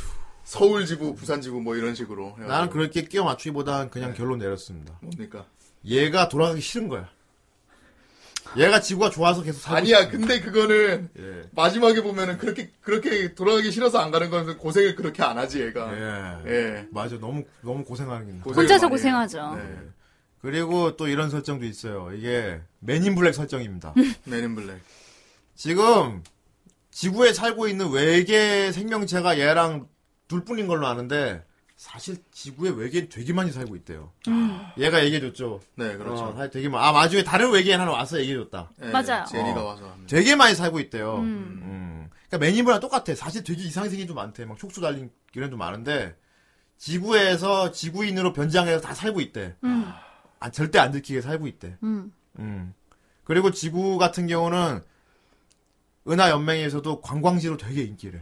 서울 지부, 부산 지부 뭐 이런 식으로. 해가지고. 나는 그렇게 끼워 네. 맞추기보단 그냥 결론 내렸습니다. 뭡니까? 얘가 돌아가기 싫은 거야. 얘가 지구가 좋아서 계속 살고 아니야, 근데 그거는 싶- 예. 마지막에 보면은 그렇게 그렇게 돌아가기 싫어서 안 가는 거면 고생을 그렇게 안 하지 얘가. 예. 예. 맞아. 너무 너무 고생하는 게. 고생- 혼자서 많이 고생하죠. 네. 그리고 또 이런 설정도 있어요. 이게 맨인 블랙 설정입니다. 맨인 블랙. 지금 지구에 살고 있는 외계 생명체가 얘랑 둘뿐인 걸로 아는데 사실 지구에 외계인 되게 많이 살고 있대요. 얘가 얘기해줬죠. 네, 그렇죠. 어, 하여튼 되게 많. 아 나중에 다른 외계인 하나 와서 얘기해줬다. 예, 맞아요. 제리가 어. 와서 합니다. 되게 많이 살고 있대요. 음. 그러니까 매니브랑 똑같아. 사실 되게 이상한 생긴 도 많대. 막 촉수 달린 기련도 많은데 지구에서 지구인으로 변장해서 다 살고 있대. 아, 절대 안 들키게 살고 있대. 음. 음. 그리고 지구 같은 경우는 은하 연맹에서도 관광지로 되게 인기래.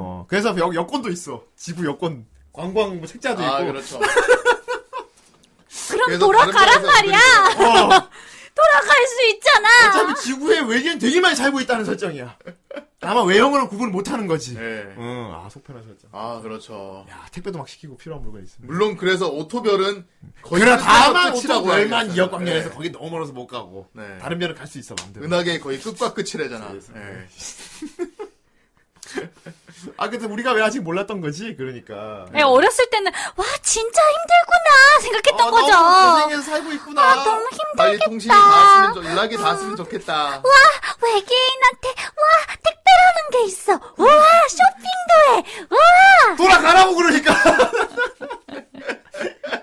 어, 그래서 여, 여권도 있어. 지구 여권 관광 뭐 책자도 아, 있고. 그렇죠. 그럼 그래서 돌아가란 다른 말이야! 어, 돌아갈 수 있잖아! 어차피 지구에 외계인 되게 많이 살고 있다는 설정이야. 아마 외형으로 구분 못하는 거지. 예. 응, 아, 속편한 설정. 아, 그렇죠. 야, 택배도 막 시키고 필요한 물건 있습니다. 물론 그래서 오토별은 거의 그러나 끝과 다만 네. 끝이라고 오토 열만 하니까. 2억 광년에서 예. 거기 너무 멀어서 못 가고 네. 다른 별은 갈 수 있어 마음대로. 은하계 거의 끝과 끝이래잖아. 예. 아 근데 우리가 왜 아직 몰랐던 거지? 그러니까. 예, 어렸을 때는, 와, 진짜 힘들구나! 생각했던 아, 거죠! 아, 너무 고생해서 살고 있구나. 빨리 통신이 다 쓰면 좋, 연락이 다 쓰면 좋겠다. 외계인한테 와 택배라는 게 있어. 와 쇼핑도 해. 어? 와 돌아가라고 그러니까.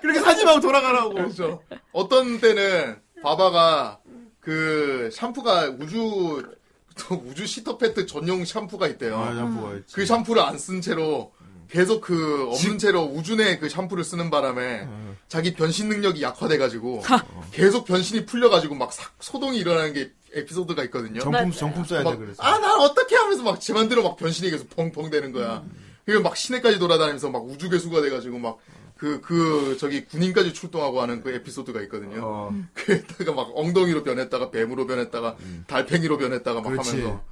그렇게 사지 말고 돌아가라고. 그렇죠. 어떤 때는 바바가 그 샴푸가 우주 또 우주 시터패트 전용 샴푸가 있대요. 샴푸가 아, 있지. 그 샴푸를 안 쓴 채로 계속 그 없는 채로 우주 내 그 샴푸를 쓰는 바람에 음. 자기 변신 능력이 약화돼가지고 계속 변신이 풀려가지고 막 사- 소동이 일어나는 게 에피소드가 있거든요. 정품 정품 써야 돼 그래서. 아 난 어떻게 하면서 막 제만대로 막 변신이 계속 펑펑 되는 거야. 음. 그리고 막 시내까지 돌아다니면서 막 우주 괴수가 돼가지고 막 그 그 저기 군인까지 출동하고 하는 그 에피소드가 있거든요. 어, 그다가 막 엉덩이로 변했다가 뱀으로 변했다가 달팽이로 변했다가 막 음. 그렇지. 하면서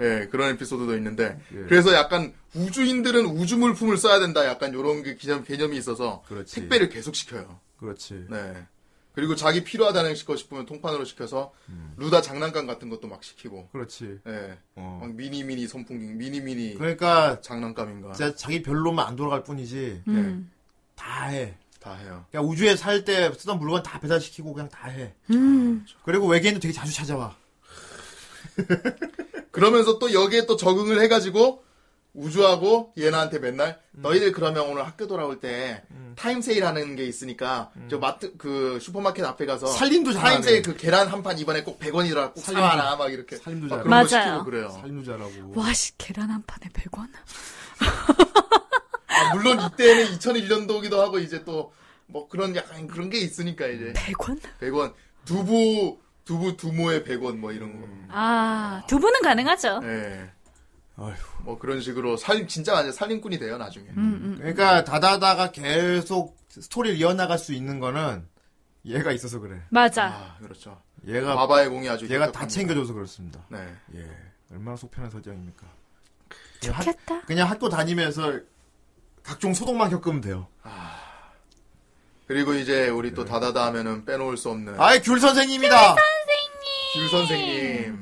예 그런 에피소드도 있는데 예. 그래서 약간 우주인들은 우주 물품을 써야 된다 약간 요런 그 기념 개념이 있어서 그렇지. 택배를 계속 시켜요. 그렇지. 네. 그리고 자기 필요하다는 거 싶으면 통판으로 시켜서 루다 장난감 같은 것도 막 시키고 그렇지. 예. 음. 어. 막 미니 미니 선풍기 미니 미니 그러니까 장난감인가 진짜 자기 별로만 안 돌아갈 뿐이지 예, 다 해. 다 해요. 그냥 우주에 살 때 쓰던 물건 다 배달시키고 그냥 다 해. 그렇죠. 그리고 외계인도 되게 자주 찾아와. 그러면서 또 여기에 또 적응을 해가지고 우주하고 얘나한테 맨날 음. 너희들 그러면 오늘 학교 돌아올 때 타임 세일하는 게 있으니까 저 마트 그 슈퍼마켓 앞에 가서 음. 살림도 타임 잘하네. 세일 그 계란 한 판 이번에 꼭 100원이라 꼭 살림도- 사와라 막 이렇게 살림도 막 잘하네. 그런 거 맞아요. 시키고 그래요. 살림도 잘하고. 와, 씨, 계란 한 판에 100원? 아, 물론 이때는 2001년도기도 하고 이제 또 뭐 그런 약간 그런 게 있으니까 음. 이제 100원? 100원 두부 두부 두모에 100원 뭐 이런 거. 아, 두 분은 가능하죠. 예. 음. 아휴. 뭐 그런 식으로 살림 진짜 완전 살림꾼이 돼요 나중에. 음. 그러니까 다다다가 계속 스토리를 이어나갈 수 있는 거는 얘가 있어서 그래. 맞아. 아 그렇죠. 얘가 바바의 공이 아주 얘가 다 격합니다. 챙겨줘서 그렇습니다. 네. 예. 얼마나 속편한 설정입니까? 그냥 학- 좋겠다. 그냥 학교 다니면서 각종 소동만 겪으면 돼요. 그리고 이제 우리 또 다다다 하면은 빼놓을 수 없는 네. 아이 귤 선생님이다. 귤 선생님. 네.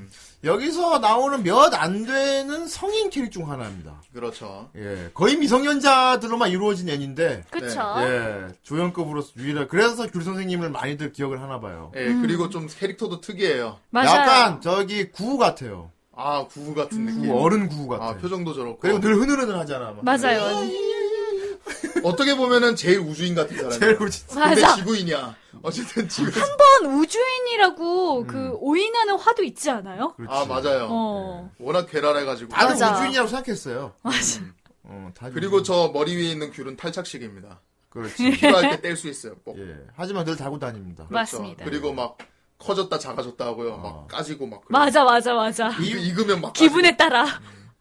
여기서 나오는 몇 안 되는 성인 캐릭 중 하나입니다. 그렇죠. 예, 거의 미성년자들로만 이루어진 애인데 그쵸? 예, 조연급으로서 유일한 그래서 귤 선생님을 많이들 기억을 하나 봐요. 예, 그리고 좀 캐릭터도 특이해요. 맞아요. 약간 저기 구우 같아요. 아, 구우 같은 느낌. 구우, 어른 구우 같아. 아, 표정도 저렇고. 그리고 늘 흐느흐느하잖아. 막. 음. 맞아요. 어떻게 보면은 제일 우주인 같은 사람이야. 제일 우주- 아, 근데 맞아. 지구인이야. 어쨌든 지구. 한 번 우주인이라고 그 오인하는 화도 있지 않아요? 그렇지. 아, 맞아요. 어. 워낙 괴랄해가지고. 다들 맞아. 우주인이라고 생각했어요. 맞아. 어, 다들 그리고 저 머리 위에 있는 귤은 탈착식입니다. 그렇지. 필요할 때 뗄 수 있어요. 뭐. 예, 하지만 늘 달고 다닙니다. 네. 맞습니다. 그리고 막 커졌다 작아졌다 하고요. 어. 막 까지고 막. 그래요. 맞아, 맞아, 맞아. 익- 익으면 막. 까지고. 기분에 따라.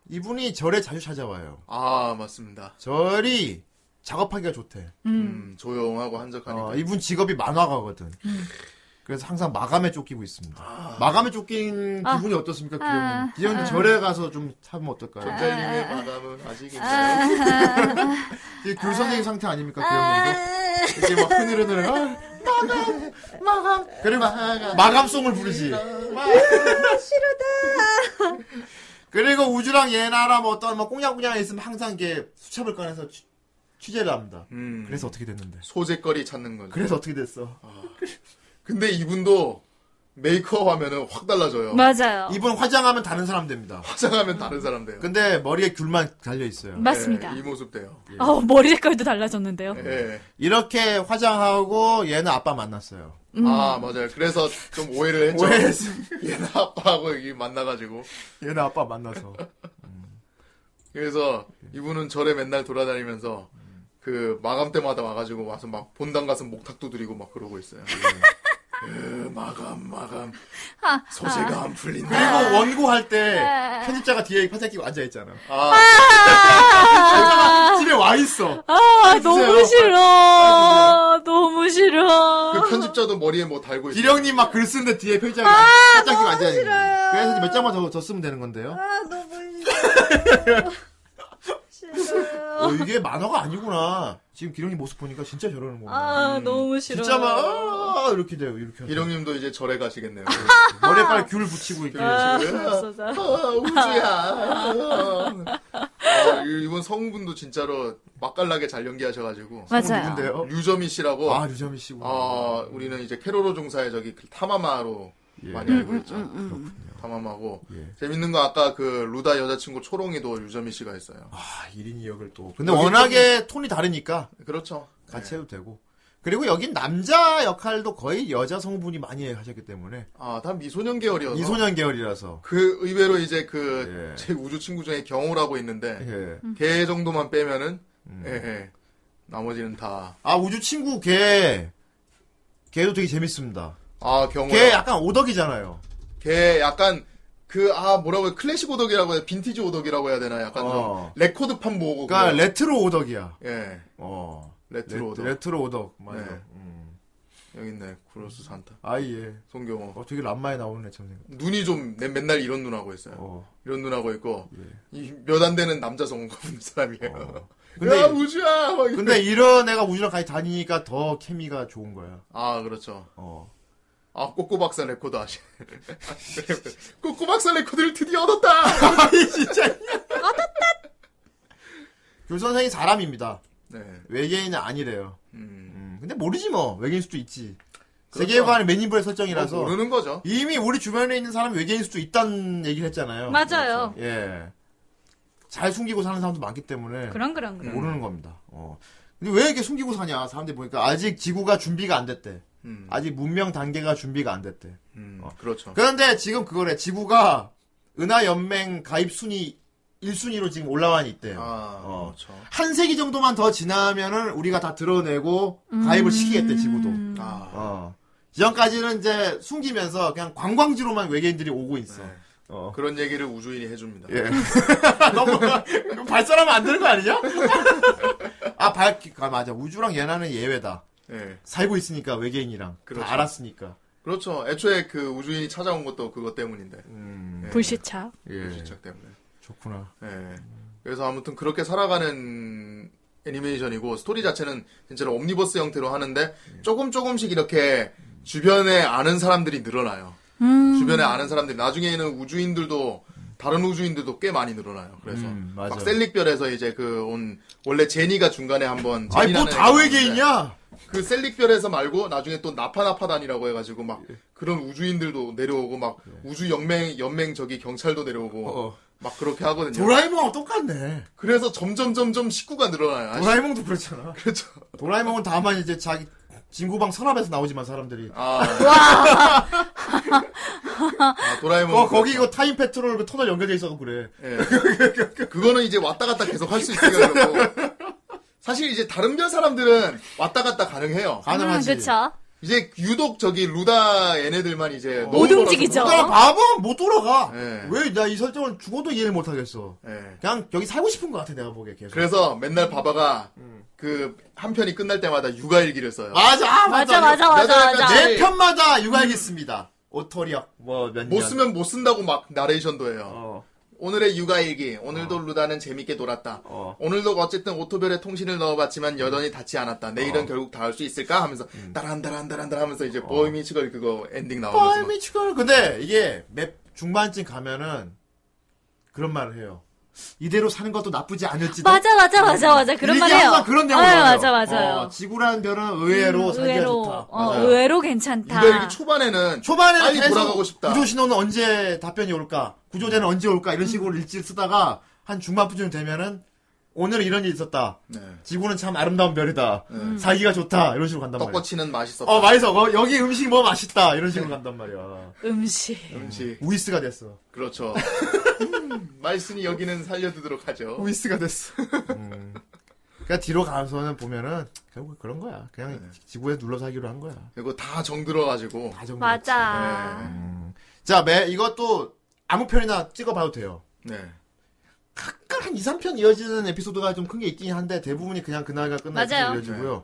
이분이 절에 자주 찾아와요. 아, 맞습니다. 절이 작업하기가 좋대. 아, 음, 조용하고 한적하니까. 음. 어, 이분 직업이 만화가거든. 그래서 항상 마감에 쫓기고 있습니다. 아. 마감에 쫓긴 아. 기분이 어떻습니까, 기영님? 아. 기영님 아. 절에 가서 좀 사면 어떨까요? 전자님의 마감은 아직 괜찮아요. 아, 이게 교 선생님 상태 아닙니까, 기영님도? 아, 이제 막 흐느르느르 아, 마감, 마감. 그리고 마감송을 부르지. 그리고 우주랑 예나라 뭐 어떤 뭐 꽁냥꽁냥 있으면 항상 이게 수첩을 꺼내서 취, 취재를 합니다. 음. 그래서 어떻게 됐는데? 소재거리 찾는 거죠. 그래서 어떻게 됐어? 근데 이분도 메이크업 하면은 확 달라져요. 맞아요. 이분 화장하면 다른 사람 됩니다. 화장하면 다른 사람 돼요. 근데 머리에 귤만 달려 있어요. 맞습니다. 네, 음. 예, 이 모습 돼요. 어, 머리 색깔도 달라졌는데요. 예. 이렇게 화장하고 얘는 아빠 만났어요. 아 맞아요. 그래서 좀 오해를 했죠. 오해했어. 얘나 아빠하고 여기 만나가지고 얘는 아빠 만나서 그래서 이분은 절에 맨날 돌아다니면서 그 마감 때마다 와가지고 와서 막 본당 가서 목탁도 드리고 막 그러고 있어요. 으, 마감 마감 아, 소재가 안 풀린다. 그리고 원고할 때 편집자가 뒤에 화장 끼고 앉아 있잖아. 아, 집에 와 있어. 아, 너무 싫어. 너무 싫어. 그 편집자도 머리에 뭐 달고 있어. 기령님 막 글 쓰는데 뒤에 편집자가 아, 화장 끼고 앉아 있는 거예요. 그래서 이제 몇 장만 더, 더 쓰면 되는 건데요. 아, 너무 싫어요. 어, 이게 만화가 아니구나. 지금 기령님 모습 보니까 진짜 저러는구나. 아, 너무 싫어요. 음, 진짜 막 아, 이렇게 돼요. 이렇게. 아. 하죠. 기령님도 이제 절에 가시겠네요. 머리에 빨리 귤 붙이고 이렇게. 아, 지금. 없어서. 아, 우주야. 아, 이- 이번 성우분도 진짜로 맛깔나게 잘 연기하셔가지고 맞아요. 누군데요? 유저미 씨라고 아 유자미 씨구나. 아, 우리는 이제 캐로로 종사의 저기 그 타마마로 예. 많이 알고 있죠. 타마마고 예. 재밌는 거 아까 그 루다 여자친구 초롱이도 유저미 씨가 있어요. 아 1인 2역을 또. 네. 근데 여기 워낙에 톤이 다르니까 그렇죠. 같이 해도 되고. 그리고 여긴 남자 역할도 거의 여자 성분이 많이 하셨기 때문에 아, 다 미소년 계열이어서 이소년 계열이라서. 그 의외로 이제 그 예. 제 우주 친구 중에 경호라고 있는데 예. 음. 걔 정도만 빼면은 예, 예. 나머지는 다. 아 우주 친구 걔 걔도 되게 재밌습니다. 아, 경호. 걔 약간 오덕이잖아요. 걔 약간 그 아 뭐라고 해야 클래식 오덕이라고 해야 빈티지 오덕이라고 해야 되나 약간 좀 어. 레코드판 모으고 그러니까 그래요. 레트로 오덕이야. 예 어. 네. 레트로 오덕 레트로 오덕. 맞아. 네. 음. 여기 있네 구로스 산타 아예. 송경호 어 되게 람마에 나오는 애처럼 생각. 눈이 좀 내- 맨날 이런 눈하고 있어요 어. 예. 이런 눈하고 있고 몇 안 되는 남자 성우가 붙는 사람이에요 어. 근데 야 우주야 막 근데 이런 애가 우주랑 같이 다니니까 더 케미가 좋은 거야. 아 그렇죠 어. 아 꼬꼬 박사 레코드 아시네 꼬꼬 박사 레코드를 드디어 얻었다 교 선생이 사람입니다. 네 외계인은 아니래요. 음. 음, 근데 모르지 뭐. 외계인 수도 있지. 그렇죠. 어, 세계관의 매니블의 설정이라서 모르는 거죠 이미 우리 주변에 있는 사람이 외계인 수도 있다는 얘기를 했잖아요. 맞아요. 예. 잘 숨기고 사는 사람도 많기 때문에 그런 그런 음. 그런. 모르는 겁니다. 어. 근데 왜 이렇게 숨기고 사냐? 사람들이 보니까 아직 지구가 준비가 안 됐대. 음. 아직 문명 단계가 준비가 안 됐대. 음, 그렇죠 그런데 지금 그거래. 지구가 은하 연맹 가입 순위 1순위로 지금 올라와 있대요. 아 어. 그렇죠 한 세기 정도만 더 지나면은 우리가 다 드러내고 음. 가입을 시키겠대 지구도. 아 어. 이전까지는 이제 숨기면서 그냥 관광지로만 외계인들이 오고 있어. 네. 어. 그런 얘기를 우주인이 해줍니다. 예. 너무 이거 발사하면 안 되는 거 아니냐? 아, 발, 아, 맞아. 우주랑 얘나는 예외다. 예. 살고 있으니까 외계인이랑 그렇죠. 다 알았으니까. 그렇죠. 애초에 그 우주인이 찾아온 것도 그것 때문인데. 그 음, 불시착. 예, 불시착 때문에. 좋구나. 예. 그래서 아무튼 그렇게 살아가는 애니메이션이고 스토리 자체는 진짜로 옴니버스 형태로 하는데 예. 조금 조금씩 이렇게 주변에 아는 사람들이 늘어나요. 주변에 아는 사람들이 나중에는 우주인들도 다른 우주인들도 꽤 많이 늘어나요. 그래서 음, 맞아요. 막 셀릭별에서 이제 그 온 원래 제니가 중간에 한번 아니, 뭐 제니라는 다 애가 있는데 외계인이야? 그 셀릭별에서 말고 나중에 또 나파나파단이라고 해가지고 막 예. 그런 우주인들도 내려오고 막 우주 연맹 연맹 저기 경찰도 내려오고 어. 막 그렇게 하거든요. 도라에몽하고 똑같네. 그래서 점점 점점 식구가 늘어나요. 아시- 도라에몽도 그렇잖아. 그렇죠. 도라에몽은 다만 이제 자기 진구방 서랍에서 나오지만 사람들이. 아. 아, 도라에몽. 어, 거기 이거 타임 페트롤 그 터널 연결돼 있어서 그래. 예. 그거는 이제 왔다 갔다 계속 할 수 있어요. 그리고. 사실 이제 다른 별 사람들은 왔다 갔다 가능해요. 가능하지. 그쵸. 그렇죠. 이제 유독 저기 루다 얘네들만 이제 너무 못 멀어서 움직이죠. 나는 바보 못 돌아가. 네. 왜 나 이 설정을 죽어도 이해를 못 하겠어. 못- 예. 그냥 여기 살고 싶은 것 같아 내가 보기에 계속. 그래서 맨날 바바가 음. 그 한 편이 끝날 때마다 육아일기를 써요. 맞아, 맞아, 맞아, 여자 맞아, 약간 맞아. 내- 네 편마다 육아기 있습니다. 오토리역 뭐몇 년. 못 쓰면 못 쓴다고 막 나레이션도 해요. 어, 오늘의 육아일기. 오늘도 루다는 재밌게 놀았다. 어. 오늘도 어쨌든 오토별에 통신을 음. 넣어봤지만 여전히 닿지 않았다. 어. 내일은 결국 닿을 수 있을까 하면서 따란따란따란따란 하면서 이제 보이미 치걸 그거 엔딩 나오면서 막 뻘미 추가를 근데 이게 맵 중반쯤 가면은 그런 말을 해요. 이대로 사는 것도 나쁘지 않을지도. 맞아, 맞아, 맞아, 맞아. 그런 이게 말 해요. 항상 그런 내용이 아, 나와요. 맞아, 맞아요. 어, 지구라는 별은 의외로 살기가 의외로, 좋다. 어, 맞아요. 의외로 괜찮다. 육아일기 초반에는 초반에는 빨리 계속 돌아가고 싶다. 구조 신호는 언제 답변이 올까? 구조대는 언제 올까? 이런 식으로 일지를 쓰다가 한 중반쯤 되면은 오늘은 이런 일이 있었다. 네. 지구는 참 아름다운 별이다. 살기가 좋다. 이런 식으로 간단 말이야. 음. 떡꼬치는 네. 맛있었다. 어, 맛있어. 어, 여기 음식이 뭐 맛있다. 이런 식으로 간단 말이야. 음식. 음식. 우이스가 됐어. 그렇죠. 음, 말씀이 여기는 살려두도록 하죠. 우이스가 됐어. 그러니까 뒤로 가서는 보면은 결국 그런 거야. 그냥 네. 지구에 눌러 살기로 한 거야. 그리고 다 정들어가지고. 다 정도. 맞아. 네. 자, 매 이것도 아무 편이나 찍어봐도 돼요. 네. 가끔 한 2, 3편 이어지는 에피소드가 좀 큰 게 있긴 한데 대부분이 그냥 그날가 끝나는 맞아요. 이어지고요.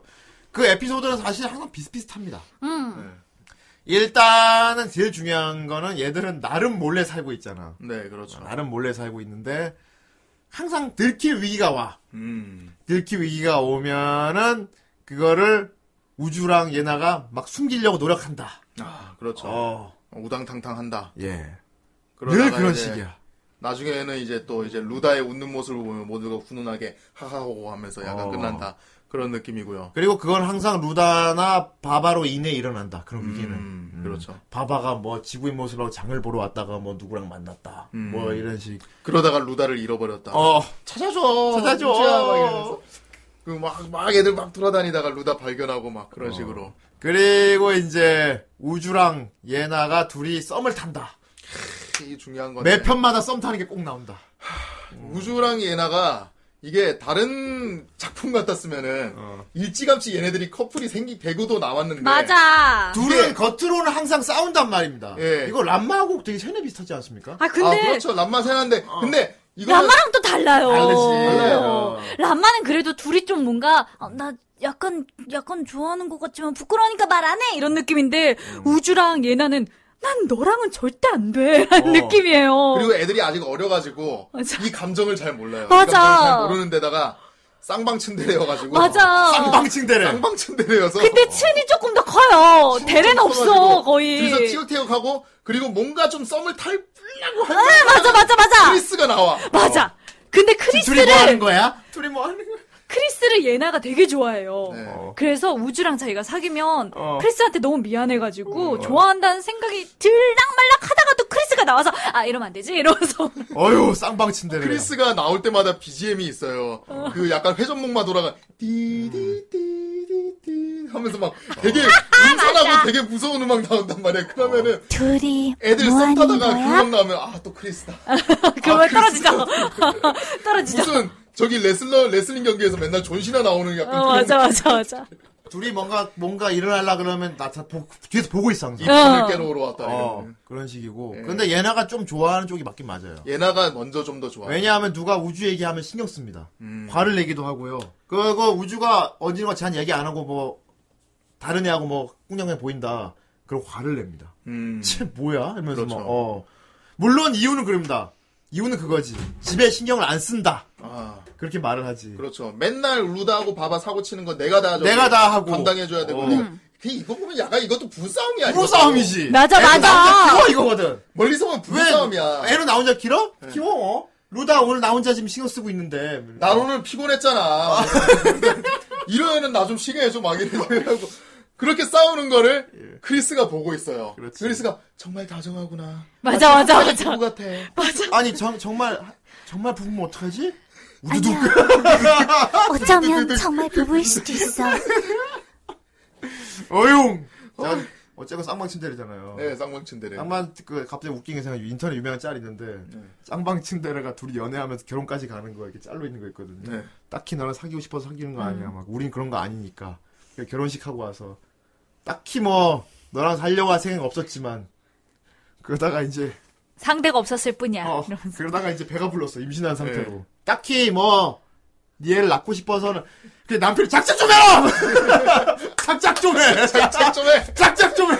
그 에피소드는 사실 항상 비슷비슷합니다. 음. 일단은 제일 중요한 거는 얘들은 나름 몰래 살고 있잖아. 네, 그렇죠. 나름 몰래 살고 있는데 항상 들킬 위기가 와. 음. 들킬 위기가 오면은 그거를 우주랑 예나가 막 숨기려고 노력한다. 아, 그렇죠. 어, 우당탕탕 한다. 예. 그러다가 늘 그런 이제 식이야. 나중에는 이제 또 이제 루다의 웃는 모습을 보면 모두가 훈훈하게 하하호호 하면서 약간 어. 끝난다. 그런 느낌이고요. 그리고 그건 항상 루다나 바바로 인해 일어난다. 그런 위기는. 음, 그렇죠. 바바가 뭐 지구인 모습으로 장을 보러 왔다가 뭐 누구랑 만났다. 음. 뭐 이런 식. 그러다가 루다를 잃어버렸다. 어. 찾아줘. 찾아줘. 그막 막 애들 막 돌아다니다가 루다 발견하고 막 그런 식으로. 그리고 이제 우주랑 예나가 둘이 썸을 탄다. 이게 중요한 건데. 매 편마다 썸 타는 게 꼭 나온다. 우주랑 예나가 이게 다른 작품 같았으면은 일찌감치 얘네들이 커플이 생기 되고도 나왔는데 네. 맞아. 둘은 겉으로는 항상 싸운단 말입니다. 예. 이거 람마하고 되게 세뇌 비슷하지 않습니까? 아, 아 근데. 어. 그렇죠 람마 세나인데 근데 이거는 람마랑 또 달라요. 다르지. 달라요. 람마는 그래도 둘이 좀 뭔가 어, 나 약간 약간 좋아하는 것 같지만 부끄러우니까 말 안 해 이런 느낌인데 음. 우주랑 예나는 난 너랑은 절대 안 돼라는 어. 느낌이에요. 그리고 애들이 아직 어려가지고 맞아. 이 감정을 잘 몰라요. 이 맞아. 감정을 잘 모르는 데다가 쌍방 츤데레여가지고 맞아. 쌍방침대래. 쌍방 츤데레여서 근데 층이 조금 더 커요. 어, 대례는 없어 커가지고 거의. 둘이서 티격태격하고 그리고 뭔가 좀 썸을 탈려고 아, 하는 맞아 맞아 맞아 크리스가 나와. 어, 맞아. 근데 둘이 뭐 하는 크리스를 거야? 둘이 뭐 하는 거야? 크리스를 예나가 되게 좋아해요. 네. 그래서 우주랑 자기가 사귀면 어. 크리스한테 너무 미안해가지고 좋아한다는 생각이 들락말락 하다가도 크리스가 나와서 아 이러면 안 되지 이러면서 어휴, 쌍방침대래. 크리스가 나올 때마다 BGM이 있어요. 그 약간 회전목마 돌아가 띠디디디디 하면서 막 되게 아, 음산하고 되게 무서운 음악 나온단 말이야. 그러면은 어. 둘이 애들 뭐 썸 하는 타다가 그 음악 거야? 나오면 아 또 크리스다. 그러면 아, 떨어지죠 떨어지죠 무슨 저기 레슬러 레슬링 경기에서 맨날 존시나 나오는 약간 어, 그런 맞아 맞아 맞아 둘이 뭔가, 뭔가 일어나려 그러면 나 자- 보- 뒤에서 보고 있어, 항상. 이판을 어. 깨놓으러 왔다. 어, 이런. 그런 식이고. 예. 근데 예나가 좀 좋아하는 쪽이 맞긴 맞아요. 예나가 먼저 좀 더 좋아. 어. 왜냐하면 누가 우주 얘기하면 신경 씁니다. 음. 화를 내기도 하고요. 그거 우주가 어디로 잔 얘기 안 하고 뭐 다른 애하고 뭐 꿍냥해 보인다. 그럼 화를 냅니다. 음. 쟤 뭐야? 이러면서 그렇죠. 막, 어. 물론 이유는 그럽니다. 이유는 그거지. 집에 신경을 안 쓴다. 아 그렇게 말을 하지. 그렇죠. 맨날 루다하고 바바 사고 치는 건 내가 다 저기 내가 다 하고. 감당해줘야 되고. 어. 근데 그 이거 보면 약간 이것도 부싸움이야. 부부 싸움이지. 맞아 맞아 그거 이거거든. 멀리서 보면 왜 부부싸움이야. 네. 애는 나 혼자 길어? 키워. 어? 루다 오늘 나 혼자 지금 신경 쓰고 있는데. 나 오늘 피곤했잖아. 이러면은 나 좀 쉬게 해줘 막 이러고 그렇게 싸우는 거를 크리스가 보고 있어요. 예. 그렇지. 크리스가 정말 다정하구나. 맞아 맞아 맞아 부부 같아. 네, 아니 정, 정말 정말 부부면 어떡하지? 우두둑. 아니야. 어쩌면 정말 부부일 수도 있어. 어용. 자, 어쨌건 쌍방침 대리잖아요. 네, 쌍방 침대래. 쌍방 그 갑자기 웃긴 게 생각 인터넷 유명한 짤 있는데 쌍방 침대래가 둘이 연애하면서 결혼까지 가는 거 이렇게 짤로 있는 거 있거든요. 네. 음. 딱히 너랑 사귀고 싶어서 사귀는 거 아니야. 막 우린 그런 거 아니니까 그러니까 결혼식 하고 와서 딱히 뭐 너랑 살려고 할 생각 없었지만 그러다가 이제 상대가 없었을 아, 뿐이야. 어, 이러면서. 그러다가 이제 배가 불렀어 임신한 상태로 딱히 뭐니 애를 낳고 싶어서는 그 남편이 작작 좀 해라 작작 좀해 살짝 좀 해. 짝짝 좀 해.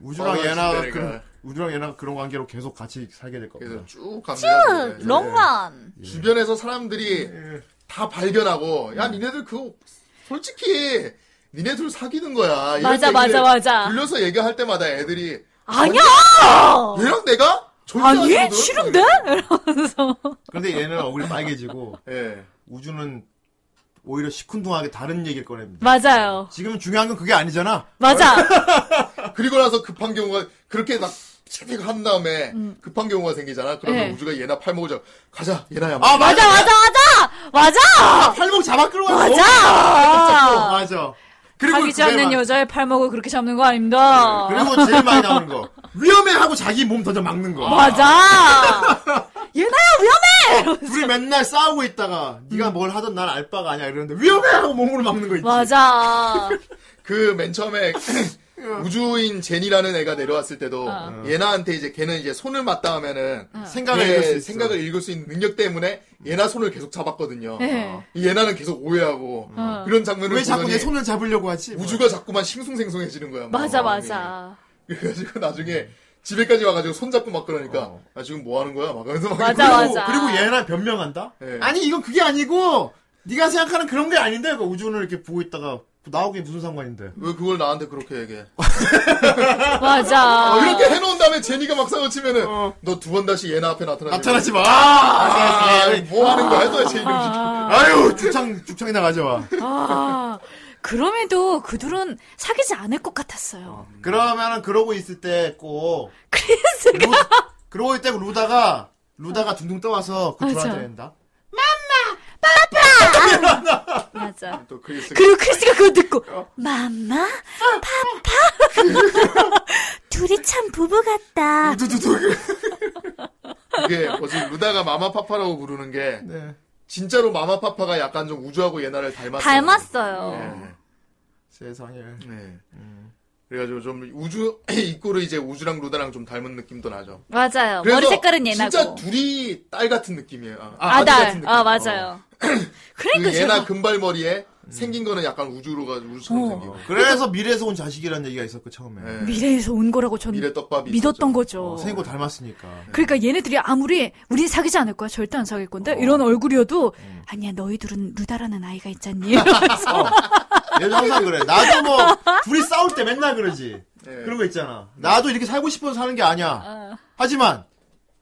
우주랑 어, 얘나 진짜 그런 내가. 우주랑 얘나 그런 관계로 계속 같이 살게 될 겁니다. 그래서 쭉 갑니다. 네. 롱런. 주변에서 사람들이 다 발견하고 야 니네들 그거 솔직히 니네 둘 사귀는 거야. 이럴 맞아, 때 맞아, 이제 맞아. 불려서 얘기할 때마다 애들이 아니야! 얘랑 내가 절대 아니? 아니거든? 싫은데? 이러면서. 근데 얘는 얼굴이 빨개지고 예. 우주는 오히려 시큰둥하게 다른 얘기를 꺼냅니다. 맞아요. 지금 중요한 건 그게 아니잖아. 맞아. 그리고 나서 급한 경우가 그렇게 막 채팅을 한 다음에 급한 경우가 생기잖아. 그러면 예. 우주가 얘나 팔목을 잡 가자 얘나야. 아 맞아 맞아, 맞아! 맞아! 팔목 잡아 끌어와. 어, 맞아! 맞아. 그리고 자기 그게 않는 막- 여자의 팔목을 그렇게 잡는 거 아닙니다. 네, 그리고 제일 많이 나오는 거 위험해 하고 자기 몸 던져 막는 거. 맞아! 얘나야, 위험해! 이러면서. 둘이 맨날 싸우고 있다가 음. 네가 뭘 하던 난 알 바가 아니야 이러는데 위험해 하고 몸으로 막는 거 있지. 맞아. 그 맨 처음에 우주인 제니라는 애가 내려왔을 때도 어. 예나한테 이제 걔는 이제 손을 맞다 하면은 생각을 읽을 네, 수 있어. 생각을 읽을 수 있는 능력 때문에 예나 손을 계속 잡았거든요. 네. 이 예나는 계속 오해하고 이런 장면을 왜 자꾸 보더니 내 손을 잡으려고 하지? 우주가 자꾸만 싱숭생숭해지는 거야. 막. 맞아, 맞아. 그래가지고 나중에 집에까지 와가지고 손 잡고 막 그러니까 나 지금 뭐 하는 거야? 막 하면서 막 맞아, 이러고. 맞아. 그리고 얘랑 변명한다? 예. 아니 이건 그게 아니고 네가 생각하는 그런 게 아닌데 그러니까 우주는 이렇게 보고 있다가 나오게 무슨 상관인데 왜 그걸 나한테 그렇게 얘기해? 맞아. 어, 이렇게 해놓은 다음에 제니가 막상을 치면은 어. 너 두 번 다시 얘나 앞에 나타나지 나타나지 마! 아, 아, 뭐 하는 거야 도대체 이름 지켜. 아유 죽창 죽창이나 가져와 아, 그럼에도 그들은 사귀지 않을 것 같았어요. 그러면은 그러고 있을 때꼭 크리스가 그러고 있을 때 루다가 루다가 둥둥 떠와서 그 맞아. 돌아다야 된다 어. 맞아. 또 크리스 그리고 크리스가 그거 어. 듣고 맘마, 둘이 참 부부 아. 같다. 두두두 그게 뭐지 루다가 마마파파라고 부르는 게 네. 진짜로 마마파파가 약간 좀 우주하고 예나를 닮았어 닮았어요. 세상에 네. 그래가지고 좀 우주 입구로 이제 우주랑 루다랑 좀 닮은 느낌도 나죠 맞아요. 그래서 머리 색깔은 얘나고. 진짜 둘이 딸 같은 느낌이에요 아, 아, 아들 같은 아달. 느낌. 어. 아, 맞아요. 그러니까 그 예나 제가 어. 금발머리에 음. 생긴 거는 약간 우주로 가 우주처럼 생기고 그래서 미래에서 온 자식이라는 얘기가 있었고 처음에 네. 미래에서 온 거라고 전 미래 떡밥이 믿었던 있었죠. 거죠. 어, 생긴 거 닮았으니까 그러니까 얘네들이 아무리 우린 사귀지 않을 거야 절대 안 사귈 건데 이런 얼굴이어도 음. 아니야 너희 둘은 루다라는 아이가 있잖니 이러면서 얘도 항상 그래 나도 뭐 둘이 싸울 때 맨날 그러지 네. 그런 거 있잖아. 나도 이렇게 살고 싶어서 사는 게 아니야. 하지만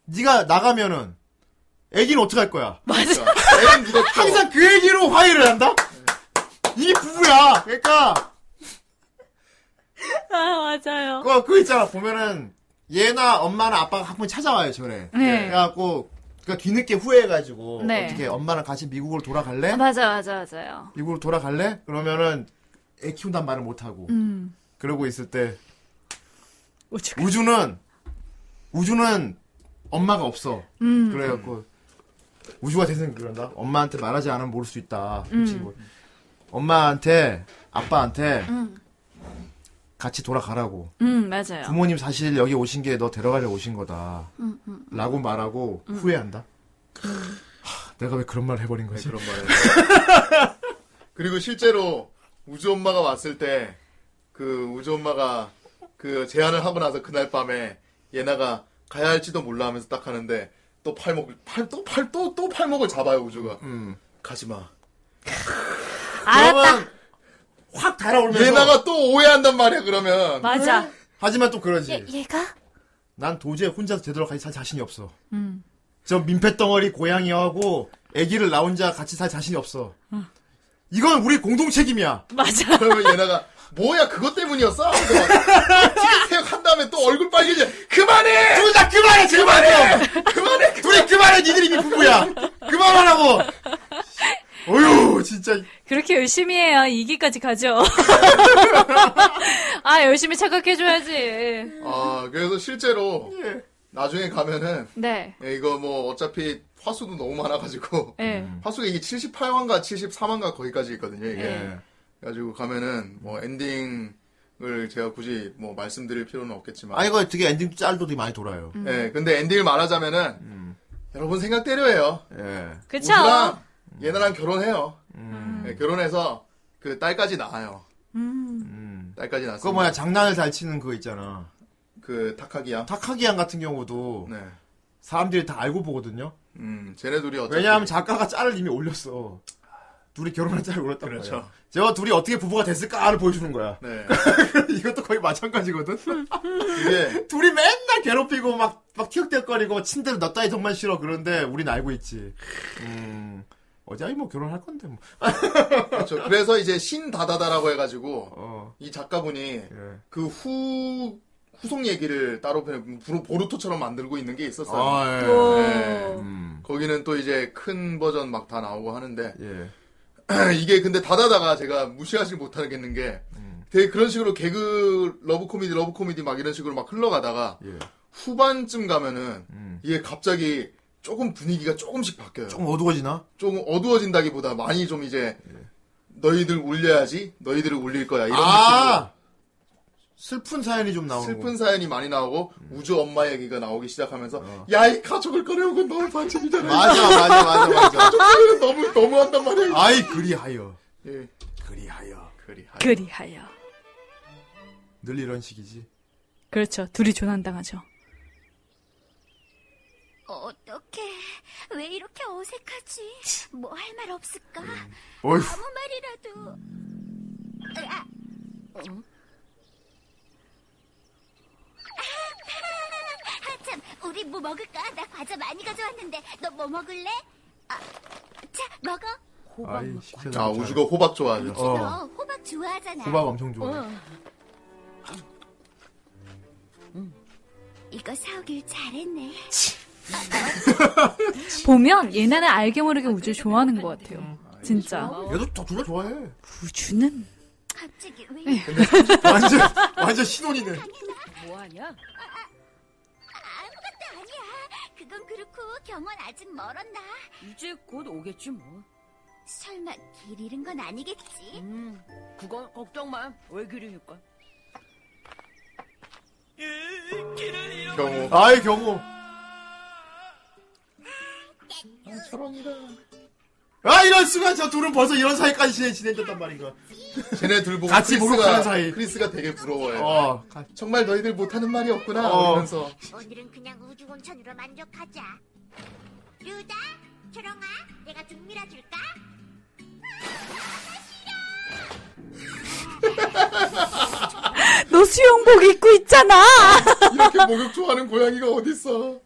네가 나가면은 애기는 어떻게 할 거야? 그러니까 애는 믿었죠 항상 그 애기로 화해를 한다. 이게 부부야. 그러니까 아 맞아요 그거, 그거 있잖아. 보면은 얘나 엄마나 아빠가 한 번 찾아와요 전에. 네. 그래갖고 그니까 뒤늦게 후회해가지고 네. 어떻게 엄마랑 같이 미국으로 돌아갈래? 맞아 맞아 맞아요 미국으로 돌아갈래? 그러면은 애 키운단 말을 못 하고 음 그러고 있을 때 우주 우주는 우주는 엄마가 없어. 그래갖고 우주가 대생 그런다. 엄마한테 말하지 않으면 모를 수 있다. 그치, 뭐. 엄마한테 아빠한테 같이 돌아가라고. 음 맞아요 부모님 사실 여기 오신 게 너 데려가려고 오신 거다. 라고 말하고 후회한다. 하, 내가 왜 네, 그런 말을 해버린 거지? 그런 말을. 그리고 실제로 우주 엄마가 왔을 때 그 우주 엄마가 그 제안을 하고 나서 그날 밤에 예나가 가야 할지도 몰라 하면서 딱 하는데 또 팔목을 팔 또 팔 또 또 팔목을 잡아요 우주가. 가지 마. 알았다 그러면 확 달아오르면서 예나가 또 오해한단 말이야 그러면. 맞아 하지만 또 그러지. 예. 얘가? 난 도저히 혼자서 제대로 같이 살 자신이 없어. 저 민폐 덩어리 고양이하고 아기를 나 혼자 같이 살 자신이 없어. 이건 우리 공동 책임이야. 맞아 그러면 예나가 뭐야 그것 때문이었어? 하면서 막 지금 생각한 다음에 또 얼굴 빨개져. 그만해. 둘 다 그만해, 그만해, 그만해, 둘이 그만해, 니들이 미 부부야. 그만하라고. 어휴, 진짜. 그렇게 열심히 해야 이기까지 가죠 아 열심히 착각해줘야지 아 그래서 실제로 예. 나중에 가면은 네 예, 이거 뭐 어차피 화수도 너무 많아가지고 예. 네. 화수가 이게 78화인가 73화인가 거기까지 있거든요 이게 예. 그래가지고 가면은 뭐 엔딩을 제가 굳이 뭐 말씀드릴 필요는 없겠지만 아 이거 되게 엔딩 짤도 되게 많이 돌아요. 예, 근데 엔딩을 말하자면은 음. 여러분 생각 때려요. 예. 그쵸? 우주랑 얘네랑 결혼해요. 음. 예, 결혼해서 그 딸까지 낳아요. 딸까지 음. 낳았어. 그거 뭐야 장난을 잘 치는 그거 있잖아. 그 타카기야. 타카기양 같은 경우도 네. 사람들이 다 알고 보거든요. 음, 쟤네 둘이 어차피 왜냐하면 작가가 짤을 이미 올렸어. 둘이 결혼한 짤을 올렸단 그렇죠. 말이야. 저 둘이 어떻게 부부가 됐을까를 보여주는 거야. 네. 이것도 거의 마찬가지거든. 그게 둘이 맨날 괴롭히고 막, 막 티격태격거리고 침대로 너 따위 정말 싫어. 그런데 우린 알고 있지. 음, 어차피 뭐 결혼할 건데 뭐. 그렇죠. 그래서 이제 신다다다라고 해가지고 어, 이 작가분이 예. 그 후 후속 얘기를 따로 보- 보루- 보루토처럼 만들고 있는 게 있었어요. 아, 예. 오. 네. 음, 거기는 또 이제 큰 버전 막 다 나오고 하는데 예. 이게 근데 다다다가 제가 무시하지 못하겠는 게 음. 되게 그런 식으로 개그 러브 코미디 러브 코미디 막 이런 식으로 막 흘러가다가 예. 후반쯤 가면은 음. 이게 갑자기 조금 분위기가 조금씩 바뀌어요. 조금 어두워지나? 조금 어두워진다기보다 많이 좀 이제 너희들 울려야지 너희들을 울릴 거야 이런 예. 아! 슬픈 사연이 좀 느낌으로 나오는 슬픈 사연이 많이 나오고 음. 우주 엄마 얘기가 나오기 시작하면서 어. 야 이 가족을 꺼내온 건 너무 거. 반칙이잖아 맞아, 맞아, 맞아, 맞아. 가족을 너무 너무한단 말이야 그 아이, 그리하여. 예 그리하여. 그리하여 그리하여. 늘 이런 식이지. 그렇죠. 둘이 조난당하죠. 어떡해. 왜 이렇게 어색하지? 뭐 할 말 없을까? 어휴, 아무 말이라도. 아, 음. 아, 참, 우리 뭐 먹을까? 나 과자 많이 가져왔는데 너 뭐 먹을래? 아, 자, 먹어. 아이, 식사 아 우주가 호박 좋아하죠 어. 너 호박 좋아하잖아. 호박 엄청 좋아. 어. 이거 사오길 잘했네. 보면 예나는 알게 모르게 우주 좋아하는 것 같아요. 진짜. 얘도 다 둘다 좋아해. 우주는 갑자기 네. 왜? 완전, 완전 신혼이네. 뭐하냐? 아무것도 아니야. 그건 그렇고 경원 아직 멀었나? 이제 곧 오겠지 뭐. 설마 길 잃은 건 아니겠지? 음, 그건 걱정 마. 왜 그리니까. 경우 아이, 경우. 아, 이런 수가 저 둘은 벌써 이런 사이까지 진행, 진행됐단 말인가. 쟤네 둘 보고 같이 목욕하는 사이. 크리스가 되게 부러워해요 어, 가- 정말 너희들 못하는 말이 없구나 어. 이러면서 오늘은 그냥 우주 온천으로 만족하자. 루다, 초롱아, 내가 등 밀어줄까? 너 수영복 입고 있잖아. 이렇게 목욕 좋아하는 고양이가 어딨어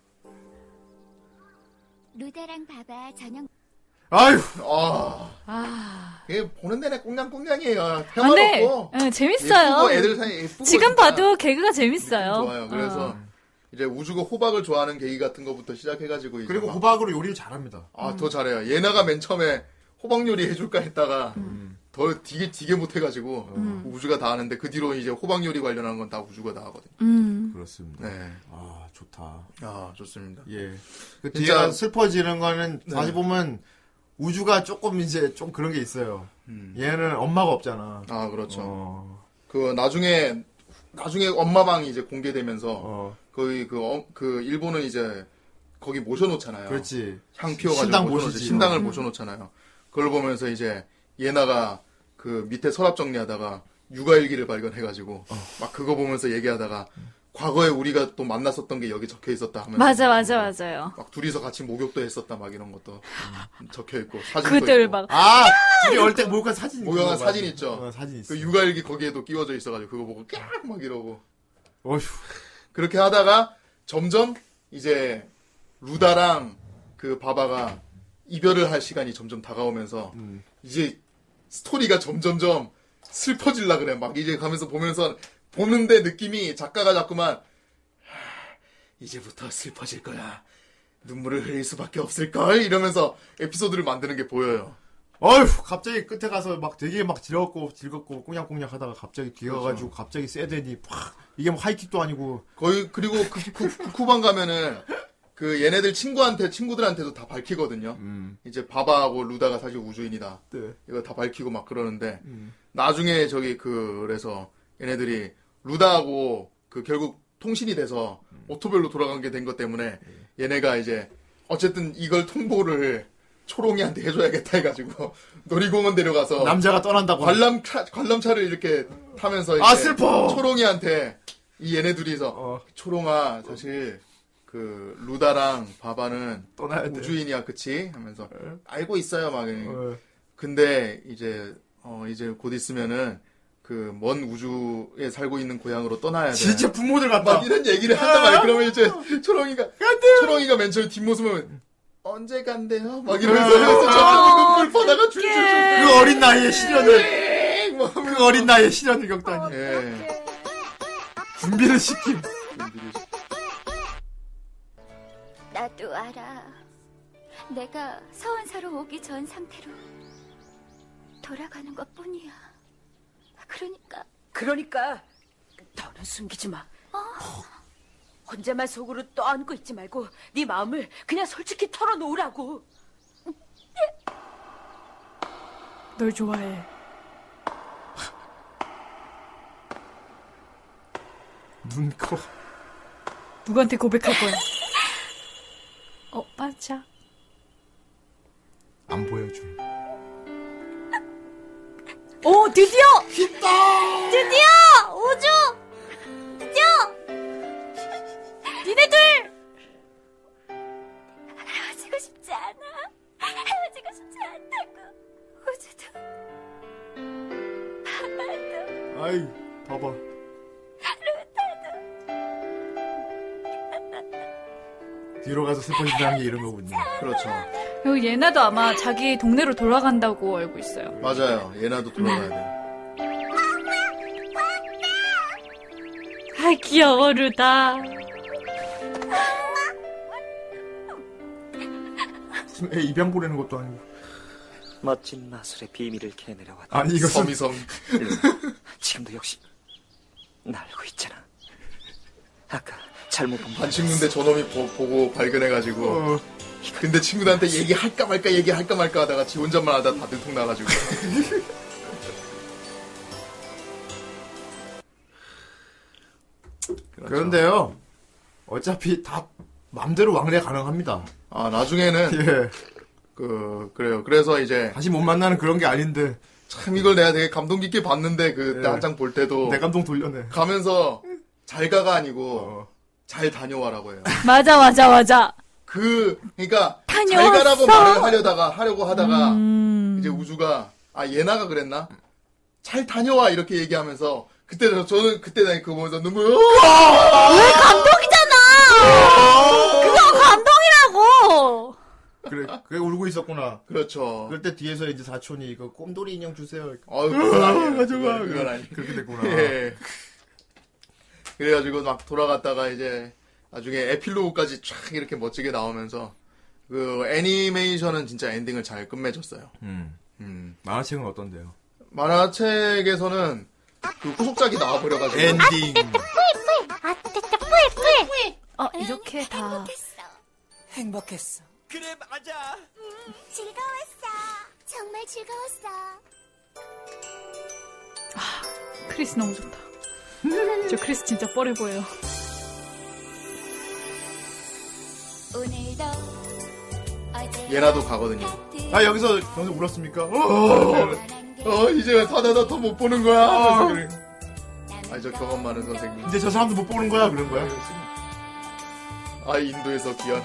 루다랑 봐봐, 저녁 아휴, 아 아, 이게 보는 내내 꽁냥꽁냥이에요 태만 근데 없고 예, 예쁘고 재밌어요. 애들 사이 예쁘고 지금 진짜 봐도 개그가 재밌어요. 음, 좋아요. 그래서 이제 우주가 호박을 좋아하는 계기 같은 거부터 시작해가지고 이제 그리고 막, 호박으로 요리를 잘합니다. 아, 음. 더 잘해요. 예나가 맨 처음에 호박 요리 해줄까 했다가 음. 더 되게 되게 못해가지고 우주가 다 하는데 그 뒤로 이제 호박 요리 관련한 건 다 우주가 다 하거든요. 음. 그렇습니다. 네, 아, 좋다. 아 좋습니다. 예. 그 진짜- 뒤가 슬퍼지는 거는 다시 보면 우주가 조금 이제 좀 그런 게 있어요. 얘는 엄마가 없잖아. 아 그렇죠. 어, 그 나중에 나중에 엄마방이 이제 공개되면서 어, 거의 그, 어- 그 일본은 이제 거기 모셔놓잖아요. 그렇지. 향 피워가지고 신당 모셔놓지. 모시지. 어. 신당을 모셔놓잖아요. 그걸 보면서 이제 예나가 그 밑에 서랍 정리하다가 육아일기를 발견해가지고 어. 막 그거 보면서 얘기하다가 과거에 우리가 또 만났었던 게 여기 적혀 있었다 하면서 맞아, 맞아, 맞아요. 막 둘이서 같이 목욕도 했었다 막 이런 것도 음. 적혀 있고 사진도 그때를 있고 막 아, 둘이 얼때 모욕한 사진. 모욕한 있는 거 사진 맞아. 있죠. 어, 사진 있어. 그 육아일기 거기에도 끼워져 있어가지고 그거 보고 깍 막 이러고 어휴, 그렇게 하다가 점점 이제 루다랑 그 바바가 이별을 할 시간이 점점 다가오면서 이제 스토리가 점점점 슬퍼질라 그래. 막 이제 가면서 보면서 보는데 느낌이 작가가 자꾸만 하, 이제부터 슬퍼질 거야. 눈물을 흘릴 수밖에 없을 걸 이러면서 에피소드를 만드는 게 보여요. 어휴, 갑자기 끝에 가서 막 되게 막 즐겁고 즐겁고 꽁냥꽁냥 하다가 갑자기 기어가지고 그렇죠. 갑자기 세대니 팍 이게 뭐 하이킥도 아니고 거의 그리고 그, 그- 그 쿠방 가면은 그 얘네들 친구한테 친구들한테도 다 음. 밝히거든요. 이제 바바하고 루다가 사실 우주인이다. 네. 음. 이거 다 밝히고 막 그러는데 나중에 저기 그 그래서 얘네들이 루다하고 그 결국 통신이 돼서 음. 오토별로 돌아간 게 된 것 때문에 예. 얘네가 이제 어쨌든 이걸 통보를 초롱이한테 해줘야겠다 해가지고 놀이공원 데려가서 남자가 떠난다고. 관람 관람차를 이렇게 타면서 아, 이제 슬퍼! 초롱이한테 이 얘네 둘이서 어. 초롱아 사실 그 루다랑 바바는 떠나야 돼. 우주인이야 네, 그치 하면서 네. 알고 있어요 막 이러니까. 어. 근데 이제 어 이제 곧 있으면은 그 먼 우주에 살고 있는 고향으로 떠나야 돼. 진짜 부모들 같다. 네. 막 이런 얘기를 한단 말이야. 그러면 이제 초롱이가 초롱이가 맨 처음 뒷모습은 언제 간대요? 아, 막 이러면서 이러면서 저쪽에 눈물 바다가 줄줄줄. 예, 그 어린 나이에 시련을, 막 그 어린 나이에 시련을 겪다니. 예. 준비를 시킴. 나도 알아. 내가 서원사로 오기 전 상태로 돌아가는 것 뿐이야. 그러니까 그러니까 더는 숨기지 마. 혼자만 속으로 떠안고 있지 말고 네 마음을 그냥 솔직히 털어놓으라고. 널 좋아해. 눈 커. 누구한테 고백할 거야? 어, 반짝. 안 보여줘. 오, 드디어! 드디어! 우주! 드디어! 니네들! 헤어지고 싶지 않아. 헤어지고 싶지 않다고. 우주도 아이, 봐봐. 뒤로 가서 슬퍼진다는 게 이런 거군요. 그렇죠. 그리고 예나도 아마 자기 동네로 돌아간다고 알고 있어요. 맞아요. 얘나도 돌아가야 돼. 아, 귀여워, 루다. 애 입양 보내는 것도 아니고. 멋진 마술의 비밀을 캐내려왔다. 아니, 이것은. 섬이섬. 루나, 지금도 역시 나 알고 있잖아. 아까 잘못 본 반 거야. 친구인데 저놈이 보, 보고 발견해가지고. 어, 근데 친구들한테 얘기할까 말까 얘기할까 말까 하다가 지 혼자만 하다 다 들통나가지고. 그런데요. 어차피 다 맘대로 왕래 가능합니다. 아, 나중에는, 예. 그, 그래요. 그래서 이제, 다시 못 만나는 그런 게 아닌데 참 이걸 내가 되게 감동 깊게 봤는데, 그때 네. 한창 볼 때도, 내 감동 돌려내. 가면서, 잘 가가 아니고, 어. 잘 다녀와라고 해요. 맞아, 맞아, 맞아. 그, 그러니까, 다녀왔어. 음. 잘 가라고 말을 하려다가, 하려고 하다가, 이제 우주가, 아, 예나가 그랬나? 잘 다녀와, 이렇게 얘기하면서, 그때, 저- 저는 그때 나 그거 보면서 눈물, 어! 감동이잖아! 그거 감동이라고! 그래, 그래 울고 있었구나. 그렇죠. 그럴 때 뒤에서 이제 사촌이 이거 꼼돌이 인형 주세요. 어유 그건 아니에요. 가져가. 그건, 그건 아니. 아, 그렇게 됐구나. 예. 그래가지고 막 돌아갔다가 이제 나중에 에필로그까지 촥 이렇게 멋지게 나오면서 그 애니메이션은 진짜 엔딩을 잘 끝맺었어요. 음. 음. 만화책은 어떤데요? 만화책에서는 그 후속작이 나와버려가지고 엔딩. 아, 됐다, 뿌이, 뿌이. 어, 이렇게 다. 행복했어. 그래 맞아. 즐거웠어. 정말 즐거웠어. 크리스 너무 좋다. 저 크리스 진짜 뻘해 보여요. 오늘도 어제 예나도 가거든요. 아 여기서 정말 울었습니까? 어! 어 이제 사다다 더 못 보는 거야. 아, 그래서 그래. 아, 저 경험 많은 선생님. 이제 저 사람도 못 보는 거야 그런 거야? 아 인도에서 귀한.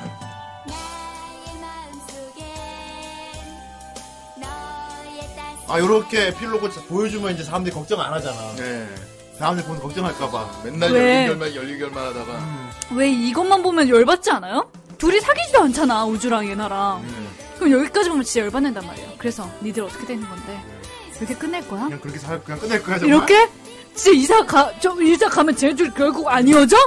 나의 마음속에 너의 따스 아 요렇게 에필로그 자- 보여주면 이제 사람들이 걱정 안 하잖아. 네. 사람들이 보면 걱정할까봐. 맨날 왜? 열리결만 열리결만 하다가 음. 왜 이것만 보면 열받지 않아요? 둘이 사귀지도 않잖아, 우주랑 예나랑. 음. 그럼 여기까지 보면 진짜 열받는단 말이에요. 그래서 니들 어떻게 되는 건데? 이렇게 끝낼 거야? 그냥 그렇게 살 그냥 끝낼 거야 정말. 이렇게? 진짜 이사 가, 저 이사 가면 쟤네들 결국 안 이어져?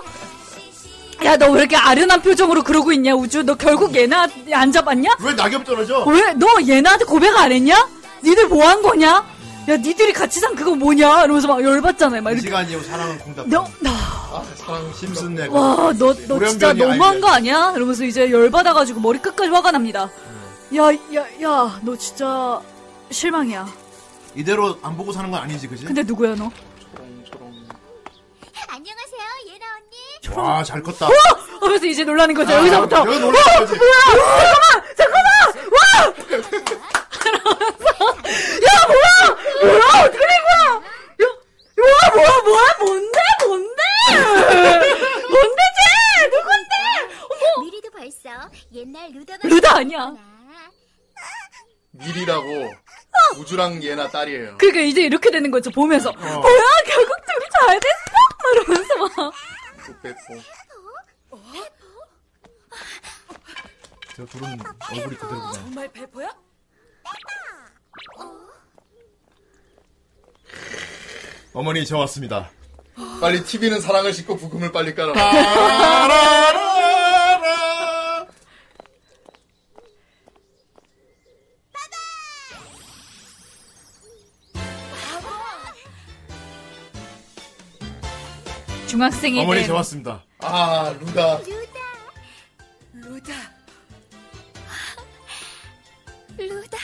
야, 너 왜 이렇게 아련한 표정으로 그러고 있냐, 우주? 너 결국 예나 안 잡았냐? 왜 낙엽 떨어져? 왜, 너 얘네한테 고백 안 했냐? 니들 뭐 한 거냐? 야, 니들이 같이 산 그거 뭐냐? 이러면서 막 열받잖아요. 막 이 이렇게. 시간이요 사랑은 콩답. 너, 나, 아 사랑 심슨 내고. 와, 너, 너 진짜 돌연변이 너무한 아이디어지. 거 아니야? 이러면서 이제 열받아가지고 머리 음. 끝까지 화가 납니다. 야, 야, 야, 너 진짜 실망이야. 이대로 안 보고 사는 건 아니지, 그지? 근데 누구야 너? 안녕하세요, 예나 언니. 와, 잘 컸다. 아, 하면서 이제 놀라는 거죠 여기서부터 내가 놀란 거지. 아, 와 뭐야 뭐야 뭔데 뭔데 뭔데 쟤 누군데 미리도 벌써 옛날 루다가 루다 아니야 미리라고 우주랑 얘나 딸이에요. 그러니까 이제 이렇게 되는 거죠 어. 보면서 뭐야 결국 둘이 잘 됐어 막 이러면서 막 그 빼고. 저 둘은 얼굴이 그대로구나. 어, 어? 정말 배포야? 어머니, 저 왔습니다. 빨리 TV는 사랑을 싣고 부금을 빨리 깔아. 따라라라. 중학생이 어머니, 된 저 왔습니다. 아 루다. 루다. 루다.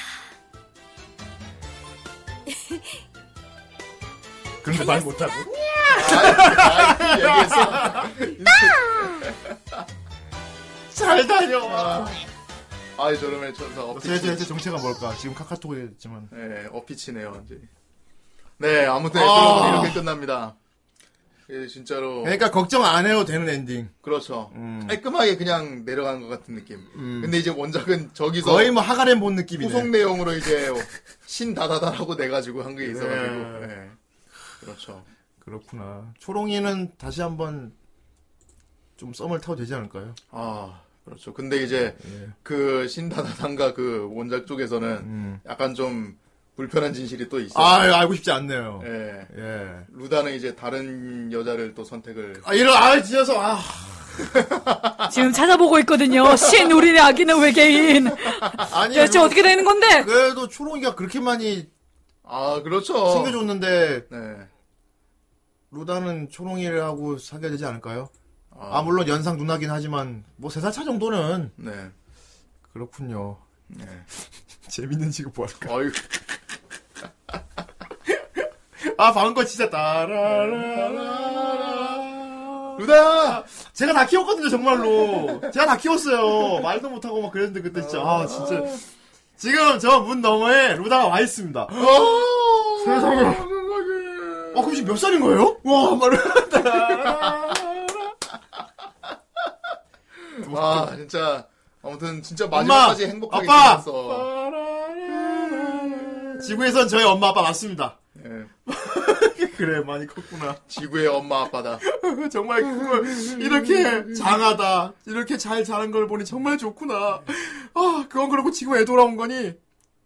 그런데 말 못하고. 아, 얘기했어. 잘 다녀. 아 저놈의 천사 대체, 어피치. 대체 정체가 뭘까? 지금 카카오톡에 있지만. 네 어피치네요 완전히. 네 아무튼 아. 에피로그 이렇게 끝납니다. 예, 진짜로 그러니까 걱정 안 해도 되는 엔딩. 그렇죠. 음. 깔끔하게 그냥 내려간 것 같은 느낌. 근데 이제 원작은 저기서 거의 뭐 하가렘 본 느낌이네. 후속 내용으로 이제 신다다다라고 내가지고 한 게 네. 있어가지고. 예. 그렇죠. 그렇구나. 초롱이는 다시 한번 좀 썸을 타도 되지 않을까요? 아 그렇죠. 근데 이제 네. 그 신다다단가 그 원작 쪽에서는 음. 약간 좀 불편한 진실이 또 있어요. 아, 알고 싶지 않네요. 예. 예. 루다는 이제 다른 여자를 또 선택을. 아, 이런, 아, 지어서, 아. 지금 찾아보고 있거든요 신 우리네 아기는 외계인 아니, 대체 어떻게 되는 건데 그래도 초롱이가 그렇게 많이 아 어. 그렇죠. 챙겨줬는데, 네. 루다는 초롱이하고 사귀어야 되지 않을까요? 아, 아, 물론 연상 누나긴 하지만, 뭐, 세 살 차 정도는. 네. 그렇군요. 재밌는 지금 뭐할까? 아유. 아, 방금 거 진짜 네. 따라라라. 루다. 제가 다 키웠거든요, 정말로. 제가 다 키웠어요. 말도 못하고 막 그랬는데, 그때 진짜. 아, 진짜. 지금 저 문 너머에 루다가 와 어, 있습니다. 세상에. 아, 그럼 지금 몇 살인 거예요? 와, 말을. 아 진짜 아무튼 진짜 마지막까지 행복하게 살았어. 지구에선 저희 엄마 아빠 맞습니다. 예. 그래, 많이 컸구나. 지구의 엄마 아빠다. 정말 그걸 이렇게 장하다 이렇게 잘 자란 걸 보니 정말 좋구나 아 그건 그렇고 지금 왜 돌아온 거니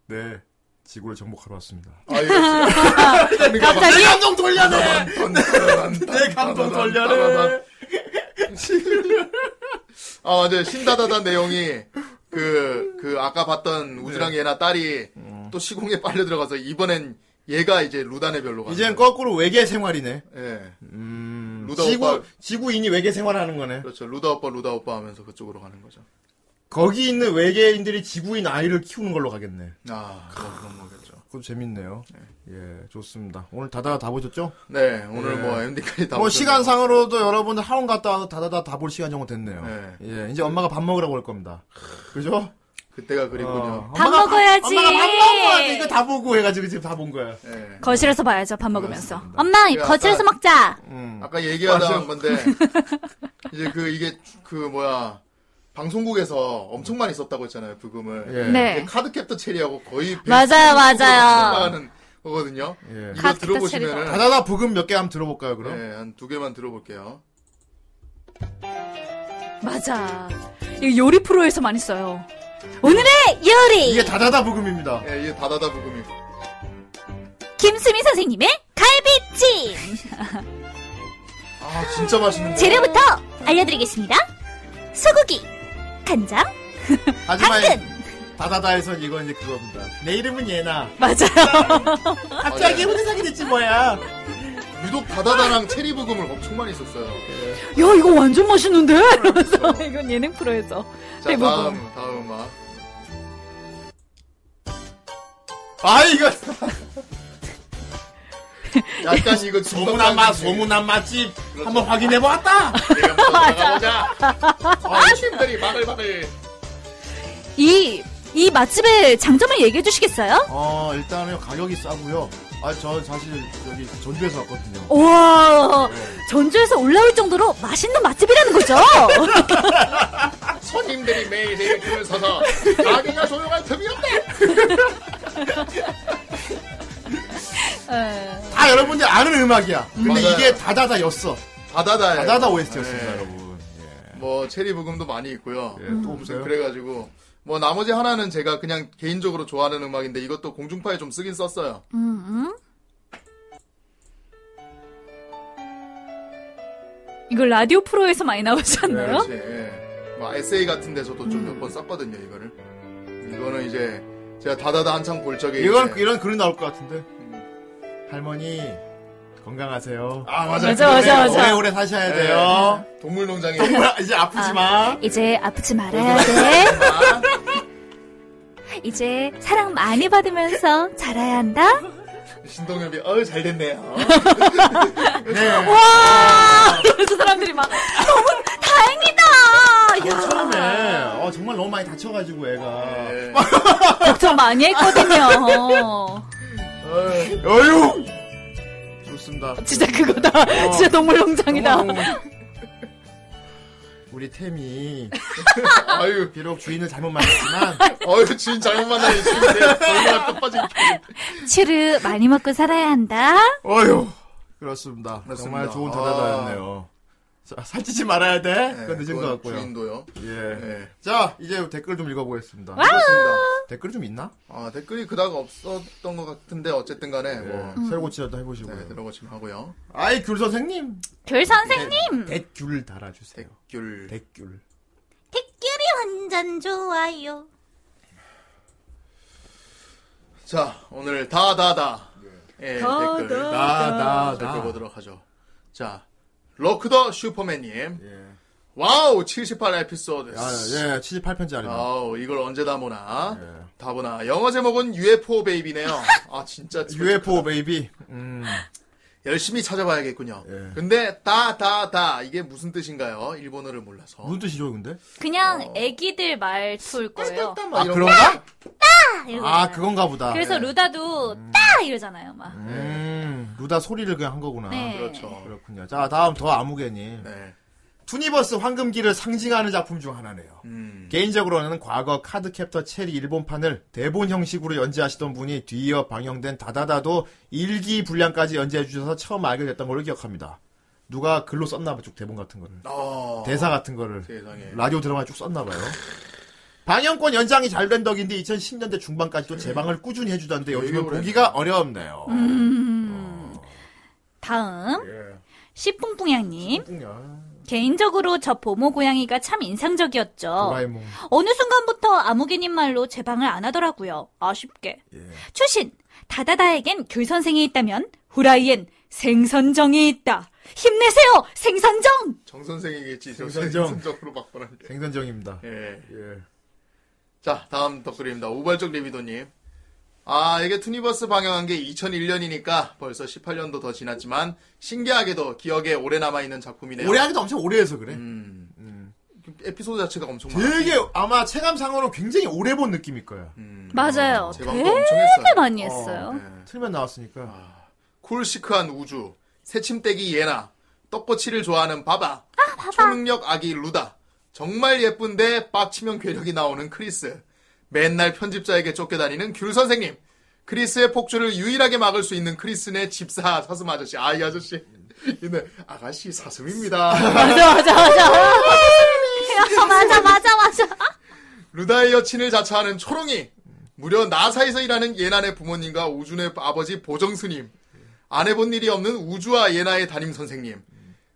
네 지구를 정복하러 왔습니다 아유. 내 감동 돌려내 내 내 감동 돌려내 아, 맞아요. 신다다다 내용이 그, 그 아까 봤던 우주랑 네. 얘나 딸이 음. 또 시공에 빨려 들어가서 이번엔 얘가 이제 루단의 별로 가. 이젠 거꾸로 외계 생활이네 예. 음 루다 지구 오빠. 지구인이 외계 생활하는 거네 그렇죠. 루다 오빠, 루다 오빠 하면서 그쪽으로 가는 거죠. 거기 있는 외계인들이 지구인 아이를 키우는 걸로 가겠네 아, 그런, 그런 거겠죠. 그것도 재밌네요 예 좋습니다 오늘 다다다 다 보셨죠 네, 오늘 뭐 MD까지 다. 뭐 보셨는데. 시간상으로도 여러분들 학원 갔다 와서 다다다 다 볼 시간 정도 됐네요. 네. 예, 이제 엄마가 밥 먹으라고 할 겁니다. 그죠? 그때가 그리군요. 어, 밥 엄마가 먹어야지. 엄마가 밥 먹어야지. 이거 다 보고 해가지고 지금 다 본 거야. 예. 거실에서 봐야죠 밥 먹으면서 엄마, 야, 거실에서 먹자. 음. 아까 얘기하다 맞아. 한 건데 이제 그 이게 그 뭐야 방송국에서 엄청 많이 썼다고 했잖아요 부금을. 예. 네. 카드캡터 체리하고 거의 맞아요, 베이스 맞아요. 나가는 거거든요. 예. 이거 카드캡터 들어보시면은 다다다 부금 몇 개 한번 들어볼까요, 그럼? 네, 한 두 개만 들어볼게요. 맞아 이거 요리 프로에서 많이 써요 오늘의 요리! 이게 다다다 부금입니다. 예, 이게 다다다 부금이. 김수미 선생님의 갈비찜! 아, 진짜 맛있는 거. 재료부터 알려드리겠습니다. 소고기, 간장, 하지만 다다다에선 이건 이제 그겁니다. 내 이름은 예나. 맞아요 갑자기 혼자사게 됐지 뭐야. 유독 다다다랑 체리 부금을 엄청 많이 썼어요. 야 이거 완전 맛있는데? 이러면서 이건 예능 프로에서 자, 체리 다음 부금. 다음 음악. 아 이거 약간 이거 소문한 맛, 소문한 맛집 그렇죠. 한번 확인해 보았다. 맞아. 어르신들이 바글바글. 이, 이 맛집의 장점을 얘기해 주시겠어요? 어 일단은 가격이 싸고요. 아 저 사실 여기 전주에서 왔거든요. 우와, 전주에서 올라올 정도로 맛있는 맛집이라는 거죠? 손님들이 매일 내일 줄을 서서 가게가 조용할 틈이 없다. 예. 다 여러분들 아는 음악이야. 근데 맞아요. 이게 다다다였어. 바다다. 다다다 OST였습니다, 네. 여러분. 뭐 체리 부금도 많이 있고요. 음. 예, 또 무슨 없어요? 그래가지고 뭐 나머지 하나는 제가 그냥 개인적으로 좋아하는 음악인데 이것도 공중파에 좀 쓰긴 썼어요. 이걸 라디오 프로에서 많이 나오지 않나요? 네. 그렇지. 예. 뭐 에세이 같은 데서도 좀 몇 번 썼거든요. 이거를. 이거는 이제 제가 다다다 한창 볼 적에 이건 예, 그- 이제- 음. 이런 글이 나올 것 같은데. 할머니 건강하세요. 아 맞아 맞아, 맞아, 그거네요. 음. 맞아. 오래오래 사셔야 돼요. 동물농장에 정말 이제 아프지 마. 이제 아프지 말아야 네. 돼. 이제 사랑 많이 받으면서 자라야 한다. 신동엽이 어우 잘 됐네요. 네. 와! 그 사람들이 막, 너무 다행이다! 야, 처음에 어, 정말 너무 많이 다쳐가지고 애가 예. 걱정 많이 했거든요. 어휴, 어휴 좋습니다. 진짜 그거다. 진짜 동물농장이다. 어머, 어머. 우리 템이 아유 비록 주인을 잘못 만났지만 어휴 주인 잘못 만나니 지금 내가 얼마나 똑빠진 치르 많이 먹고 살아야 한다. 어휴 그렇습니다. 그렇습니다. 아. 정말 좋은 대답이었네요. 자, 살찌지 말아야 돼. 네, 그건 늦은 것 같고요. 네, 주인도요. 예. 예. 자 이제 댓글 좀 읽어보겠습니다. 그렇습니다. 댓글 좀 있나? 아, 댓글이 그닥 없었던 것 같은데 어쨌든 간에 뭐 음. 뭐, 새로 고치라도 해보시고요. 네, 들어보시면 하고요. 아이 귤 선생님 귤 선생님! 네. 댓귤 달아주세요. 댓글 댓귤. 특귤이 완전 좋아요. 자 오늘 다다다 예, 댓글 아, 나나 댓글 나. 보도록 하죠. 자 러크더 슈퍼맨님 예. 와우 78 에피소드 아, 예, 78편짜리. 다 아우 이걸 언제 다 보나 예. 다 보나 영어 제목은 UFO 베이비네요. 아 진짜 UFO 베이비. 음. 열심히 찾아봐야겠군요. 예. 근데 다다다 이게 무슨 뜻인가요? 일본어를 몰라서 무슨 뜻이죠, 근데? 그냥 애기들 말투일 거예요. 막 아, 이런 그런가? 아, 이러잖아요. 그건가 보다. 그래서 루다도 따! 이러잖아요, 막. 음, 루다 소리를 그냥 한 거구나. 네. 그렇죠. 그렇군요. 자, 다음 더 아무개님. 네. 투니버스 황금기를 상징하는 작품 중 하나네요. 음. 개인적으로는 과거 카드캡터 체리 일본판을 대본 형식으로 연재하시던 분이 뒤이어 방영된 다다다도 일기 분량까지 연재해 주셔서 처음 알게 됐던 걸로 기억합니다. 누가 글로 썼나 봐쭉 대본 같은 거를. 어. 대사 같은 거를 세상에. 라디오 드라마 쭉 썼나 봐요. 방영권 연장이 잘 된 덕인데 2010년대 중반까지도 재방을 꾸준히 해주던데 되게 요즘은 오래 보기가 어렵네요. 다음, 예. 씨뿡뿡양님. 어. 뿡야. 개인적으로 저 보모 고양이가 참 인상적이었죠. 도라에몽. 어느 순간부터 아무개님 말로 제 방을 안 하더라고요. 아쉽게. 예. 추신, 다다다에겐 귤 선생이 있다면 후라이엔 생선정이 있다. 힘내세요, 생선정! 정 선생이겠지. 정선정. 정선정으로 바꿔놨네. 생선정입니다. 예. 예. 자, 다음 덧글입니다. 우발적 리비도님. 아, 이게 투니버스 방영한 게 2001년이니까 벌써 18년도 더 지났지만 신기하게도 기억에 오래 남아있는 작품이네요. 오래 하기도 엄청 오래 해서 그래. 음. 에피소드 자체가 엄청 많아. 되게 아마 체감상으로 굉장히 오래 본 느낌일 거야. 음. 맞아요. 제방도 되게 엄청 했어요. 많이 했어요. 네. 틀면 나왔으니까. 아. 쿨시크한 우주, 새침대기 예나, 떡꼬치를 좋아하는 바바, 초능력 아기 루다, 정말 예쁜데 빡치면 괴력이 나오는 크리스, 맨날 편집자에게 쫓겨다니는 귤 선생님, 크리스의 폭주를 유일하게 막을 수 있는 크리스네 집사 사슴 아저씨, 아이 아저씨, 이는 아가씨 사슴입니다. 맞아, 맞아, 맞아. 맞아, 맞아, 맞아. 루다의 여친을 자처하는 초롱이, 무려 나사에서 일하는 예난의 부모님과 우준의 아버지 보정스님, 안 해본 일이 없는 우주와 예나의 담임 선생님,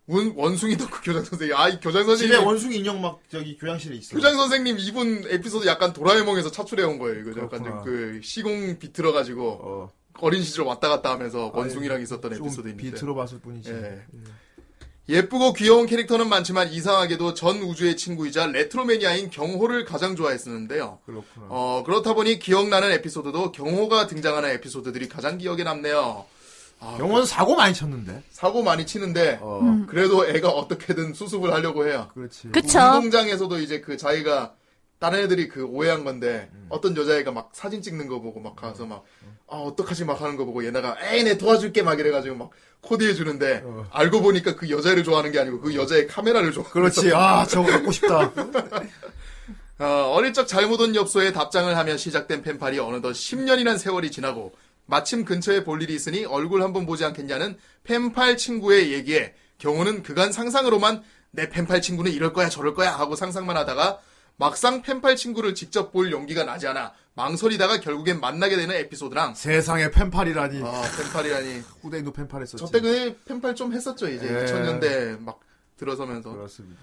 운 원숭이 덕후 교장 선생님, 아이 교장 집에 선생님, 원숭이 인형 막 저기 교양실에 있어. 교장 선생님 이분 에피소드 약간 도라에몽에서 차출해 온 거예요. 이거 약간 그렇구나. 좀 그 시공 비틀어 가지고 어. 아, 어린 시절 왔다 갔다 하면서 원숭이랑 있었던 에피소드 좀 있는데. 비트로 봤을 뿐이지. 예. 예쁘고 귀여운 캐릭터는 많지만 이상하게도 전 우주의 친구이자 레트로매니아인 경호를 가장 좋아했었는데요. 그렇구나. 어, 그렇다 보니 기억나는 에피소드도 경호가 등장하는 에피소드들이 가장 기억에 남네요. 영호는 사고 많이 쳤는데. 사고 많이 치는데 어, 그래도 애가 어떻게든 수습을 하려고 해요. 그렇지. 그쵸. 운동장에서도 이제 그 자기가 다른 애들이 그 오해한 건데 음. 어떤 여자애가 막 사진 찍는 거 보고 막 가서 막 아, 어떡하지 막 하는 거 보고 얘네가 에이 내 도와줄게 막 이래가지고 막 코디해 주는데 알고 보니까 그 여자애를 좋아하는 게 아니고 그 여자의 카메라를 좋아. 어. 그렇지. 아, 저거 갖고 싶다. 어, 어릴 적 잘못 온 엽서에 답장을 하며 시작된 펜팔이 어느덧 10년이란 세월이 지나고 마침 근처에 볼 일이 있으니 얼굴 한번 보지 않겠냐는 펜팔 친구의 얘기에 경호는 그간 상상으로만 내 펜팔 친구는 이럴 거야 저럴 거야 하고 상상만 하다가 막상 펜팔 친구를 직접 볼 용기가 나지 않아 망설이다가 결국엔 만나게 되는 에피소드랑 세상에 펜팔이라니. 아 펜팔이라니 후대인도 펜팔 했었지. 저때 그 펜팔 좀 했었죠 이제 예. 그렇죠. 2000년대 막 들어서면서 그렇습니다.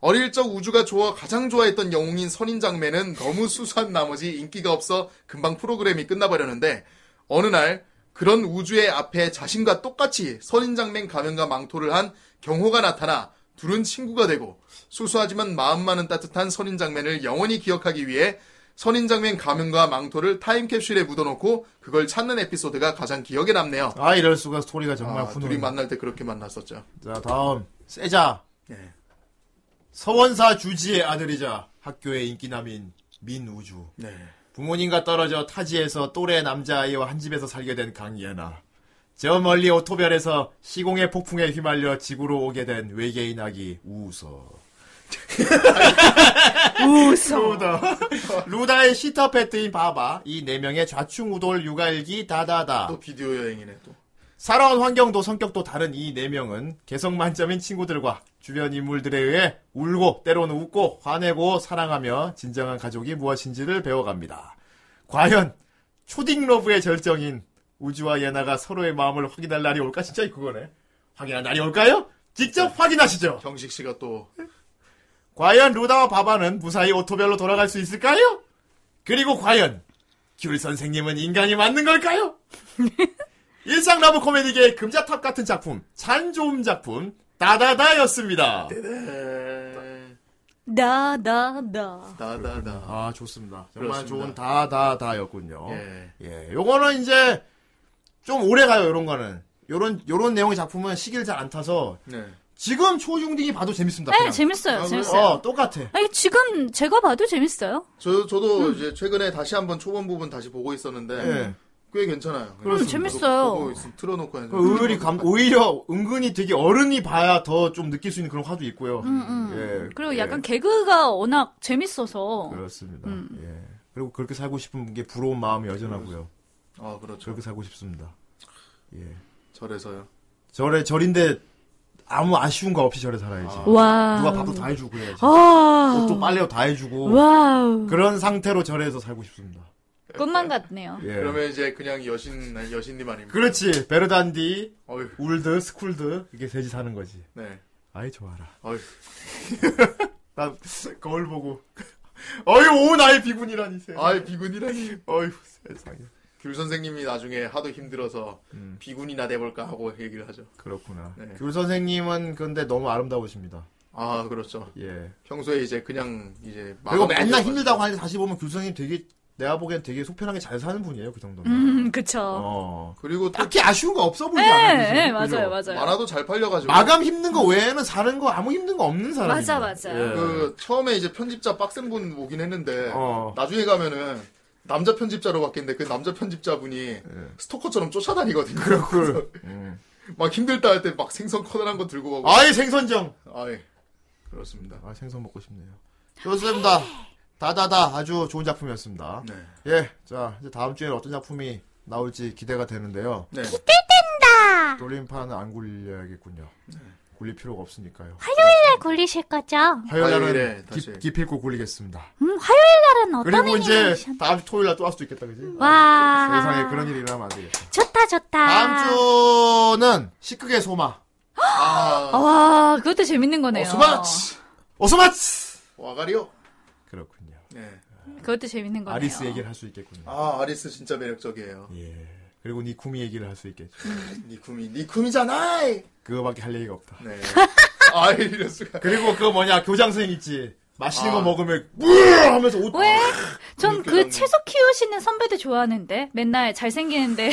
어릴 적 우주가 좋아 가장 좋아했던 영웅인 선인 장매는 너무 수수한 나머지 인기가 없어 금방 프로그램이 끝나버렸는데 어느 날 그런 우주의 앞에 자신과 똑같이 선인 장맨 가면과 망토를 한 경호가 나타나 둘은 친구가 되고 수수하지만 마음만은 따뜻한 선인 장맨을 영원히 기억하기 위해 선인 장맨 가면과 망토를 타임캡슐에 묻어놓고 그걸 찾는 에피소드가 가장 기억에 남네요. 아, 이럴 수가 스토리가 정말 아, 훈훈. 둘이 만날 때 그렇게 만났었죠. 자, 다음. 세자. 예. 서원사 주지의 아들이자 학교의 인기남인 민우주. 네. 부모님과 떨어져 타지에서 또래 남자아이와 한 집에서 살게 된 강예나. 저 멀리 오토별에서 시공의 폭풍에 휘말려 지구로 오게 된 외계인 아기 우서. 우서. 루다. 루다의 시타 페트인 바바. 이 네 명의 좌충우돌 육아일기 다다다. 또 비디오 여행이네 또. 살아온 환경도 성격도 다른 이 네 명은 개성 만점인 친구들과 주변 인물들에 의해 울고 때로는 웃고 화내고 사랑하며 진정한 가족이 무엇인지를 배워갑니다. 과연 초딩 러브의 절정인 우주와 예나가 서로의 마음을 확인할 날이 올까? 진짜 그거네. 확인할 날이 올까요? 직접 확인하시죠. 경식 씨가 또 과연 루다와 바바는 무사히 오토별로 돌아갈 수 있을까요? 그리고 과연 귤 선생님은 인간이 맞는 걸까요? 일상 러브 코미디계의 금자탑 같은 작품, 참 좋은 작품 다다다였습니다. 네. 나나나. 다다다. 아 좋습니다. 정말 그렇습니다. 좋은 다다다였군요. 예. 예, 요거는 이제 좀 오래 가요. 요런 거는 요런 요런 내용의 작품은 시기를 잘 안 타서 네. 지금 초중딩이 봐도 재밌습니다. 네, 그냥. 재밌어요, 아, 재밌어요. 어 똑같아. 아니, 지금 제가 봐도 재밌어요. 저 저도 이제 최근에 다시 한번 초반 부분 다시 보고 있었는데 예. 꽤 괜찮아요. 그렇습니다. 재밌어요. 보고 있으면 틀어놓고 해서 음, 그 의외리 감, 오히려 은근히 되게 어른이 봐야 더 좀 느낄 수 있는 그런 화도 있고요. 예, 음, 그리고 예, 약간 음. 개그가 워낙 재밌어서. 그렇습니다. 예. 그리고 그렇게 살고 싶은 게 부러운 마음이 여전하고요. 아 그렇죠. 저렇게 살고 싶습니다. 예. 절에서요. 절에 절인데 아무 아쉬운 거 없이 절에 살아야지. 와. 누가 밥도 다 해주고 그래야지. 아. 옷도 빨래도 다 해주고 와우. 그런 상태로 절에서 살고 싶습니다. 꿈만 같네요. 예. 그러면 이제 그냥 여신 아니, 여신님 아닙니까? 그렇지 베르단디, 어휴, 울드, 스쿨드 이게 셋이 사는 거지. 네. 아이 좋아라. 어휴, 나 거울 보고 어휴 오 나의 비군이라니 세. 아이 비군이라니. 어휴 아. 세상에 귤 선생님이 나중에 하도 힘들어서 음. 비군이나 돼볼까 하고 얘기를 하죠. 그렇구나. 네. 귤 선생님은 근데 너무 아름다우십니다. 아 그렇죠. 예. 평소에 이제 그냥 이제 그리고 맨날 마감 힘들다고 하는데 다시 보면 귤 선생님 되게 내가 보기엔 되게 속편하게 잘 사는 분이에요 그 정도면. 음, 그쵸. 어. 그리고 또 딱히 아쉬운 거 없어 보이지 예, 않아요. 예, 그죠? 맞아요, 그죠? 맞아요. 만화도 잘 팔려가지고 마감 힘든 거 외에는 사는 거 아무 힘든 거 없는 예. 사람. 맞아, 맞아. 그 처음에 이제 편집자 빡센 분 오긴 했는데 어. 나중에 가면은 남자 편집자로 바뀌는데 그 남자 편집자분이 스토커처럼 쫓아다니거든요. 예. 그래서 음. 막 힘들다 할 때 막 생선 커다란 거 들고 가고. 아예 생선정. 아, 예. 그렇습니다. 아 생선 먹고 싶네요. 좋습니다. 다다다 아주 좋은 작품이었습니다. 네. 예, 자 이제 다음 주에는 어떤 작품이 나올지 기대가 되는데요. 네. 돌림판은 안 굴려야겠군요. 네. 굴릴 필요가 없으니까요. 날 굴리실 거죠? 화요일 화요일에 날은 다시. 깊- 깊이고 굴리겠습니다. 뭐 음, 화요일 날은 어떤 그리고 이제 애니메이션? 다음 주 토요일 날 또 할 수도 있겠다, 그지? 와. 세상에 그런 일이 일어나면 안 되겠다. 좋다, 아. 좋다. 다음 주는 시크의 소마. 아, 와, 그것도 재밌는 거네요. 어스마츠! 오스마츠! 와가리오! 그렇군요. 네. 그것도 재밌는 거네요. 아리스 얘기를 할 수 있겠군요. 아, 아리스 진짜 매력적이에요. 예. 그리고 니쿠미 얘기를 할 수 있겠죠. 니쿠미, 니쿠미잖아! 이! 그거밖에 할 얘기가 없다. 예. 네. 아이, 이럴수가. 그리고 그 뭐냐, 교장선생 있지. 맛있는 아. 거 먹으면, 으아! 하면서 옷. 왜? 전 그렇게 그 채소 키우시는 선배도 좋아하는데 맨날 잘생기는데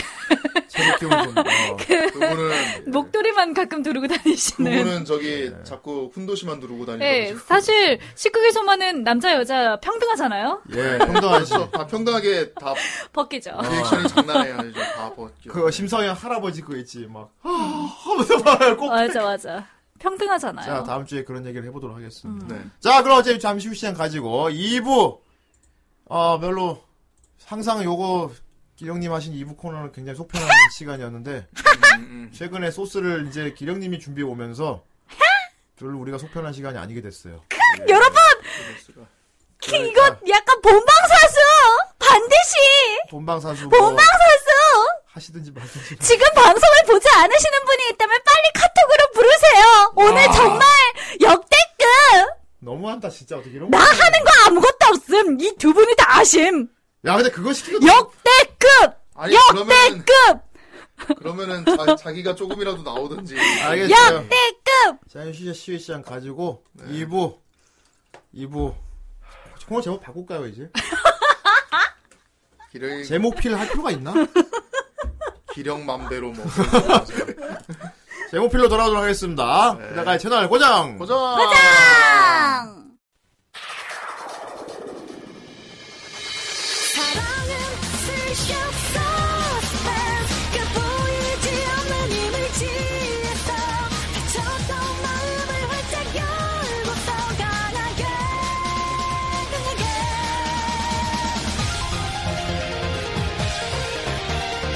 새로 키우는 겁니다. 그분은 목도리만 가끔 두르고 다니시는. 그분은 저기 자꾸 훈도시만 두르고 다니고 예, 사실 식극에서만은 남자 여자 평등하잖아요. 예, 평등하지. 다 평등하게 다 예. 벗기죠. 리액션이 장난이야. 이제 다 벗겨. 그 심성현 할아버지 그거 있지 막 아, 하면서 말할 꼭. 맞아 맞아. 평등하잖아요. 자 다음 주에 그런 얘기를 해보도록 음. 하겠습니다. 네. 자 그럼 어차피 잠시 후 시간 가지고 2부 어 별로 항상 요거 기령님 하신 2부 코너는 굉장히 속편한 시간이었는데 최근에 소스를 이제 기령님이 준비해 오면서 별로 우리가 속편한 시간이 아니게 됐어요. 여러분 이거 그러니까. 약간 본방사수 반드시 본방사수 뭐 본방사수 하시든지 말든지 지금 방송을 보지 않으시는 분이 있다면 빨리 카톡으로 부르세요. 아. 오늘 정말 역대급 너무한다 진짜 어떻게 이런 나 거. 하는 거 아무것도 없음 이 두 분이 다 아심 야 근데 그거 시키고 역대급 아니 그러면은 역대급 그러면은 자, 자기가 조금이라도 나오든지. 알겠어요. 역대급 자, 휴지 시위 시간 가지고 2부 2부 코너 제목 바꿀까요 이제? 기령 제목 필 할 필요가 있나? 기령 맘대로 뭐. 제목 필로 돌아오도록 하겠습니다. 그다가 채널 네. 고정. 고정. 사랑은 쓸시 없어 그 보이지 않는 힘을 지했어 다쳤던 마음을 활짝 열고 더 강하게 강하게 사랑은 쓸 수 없어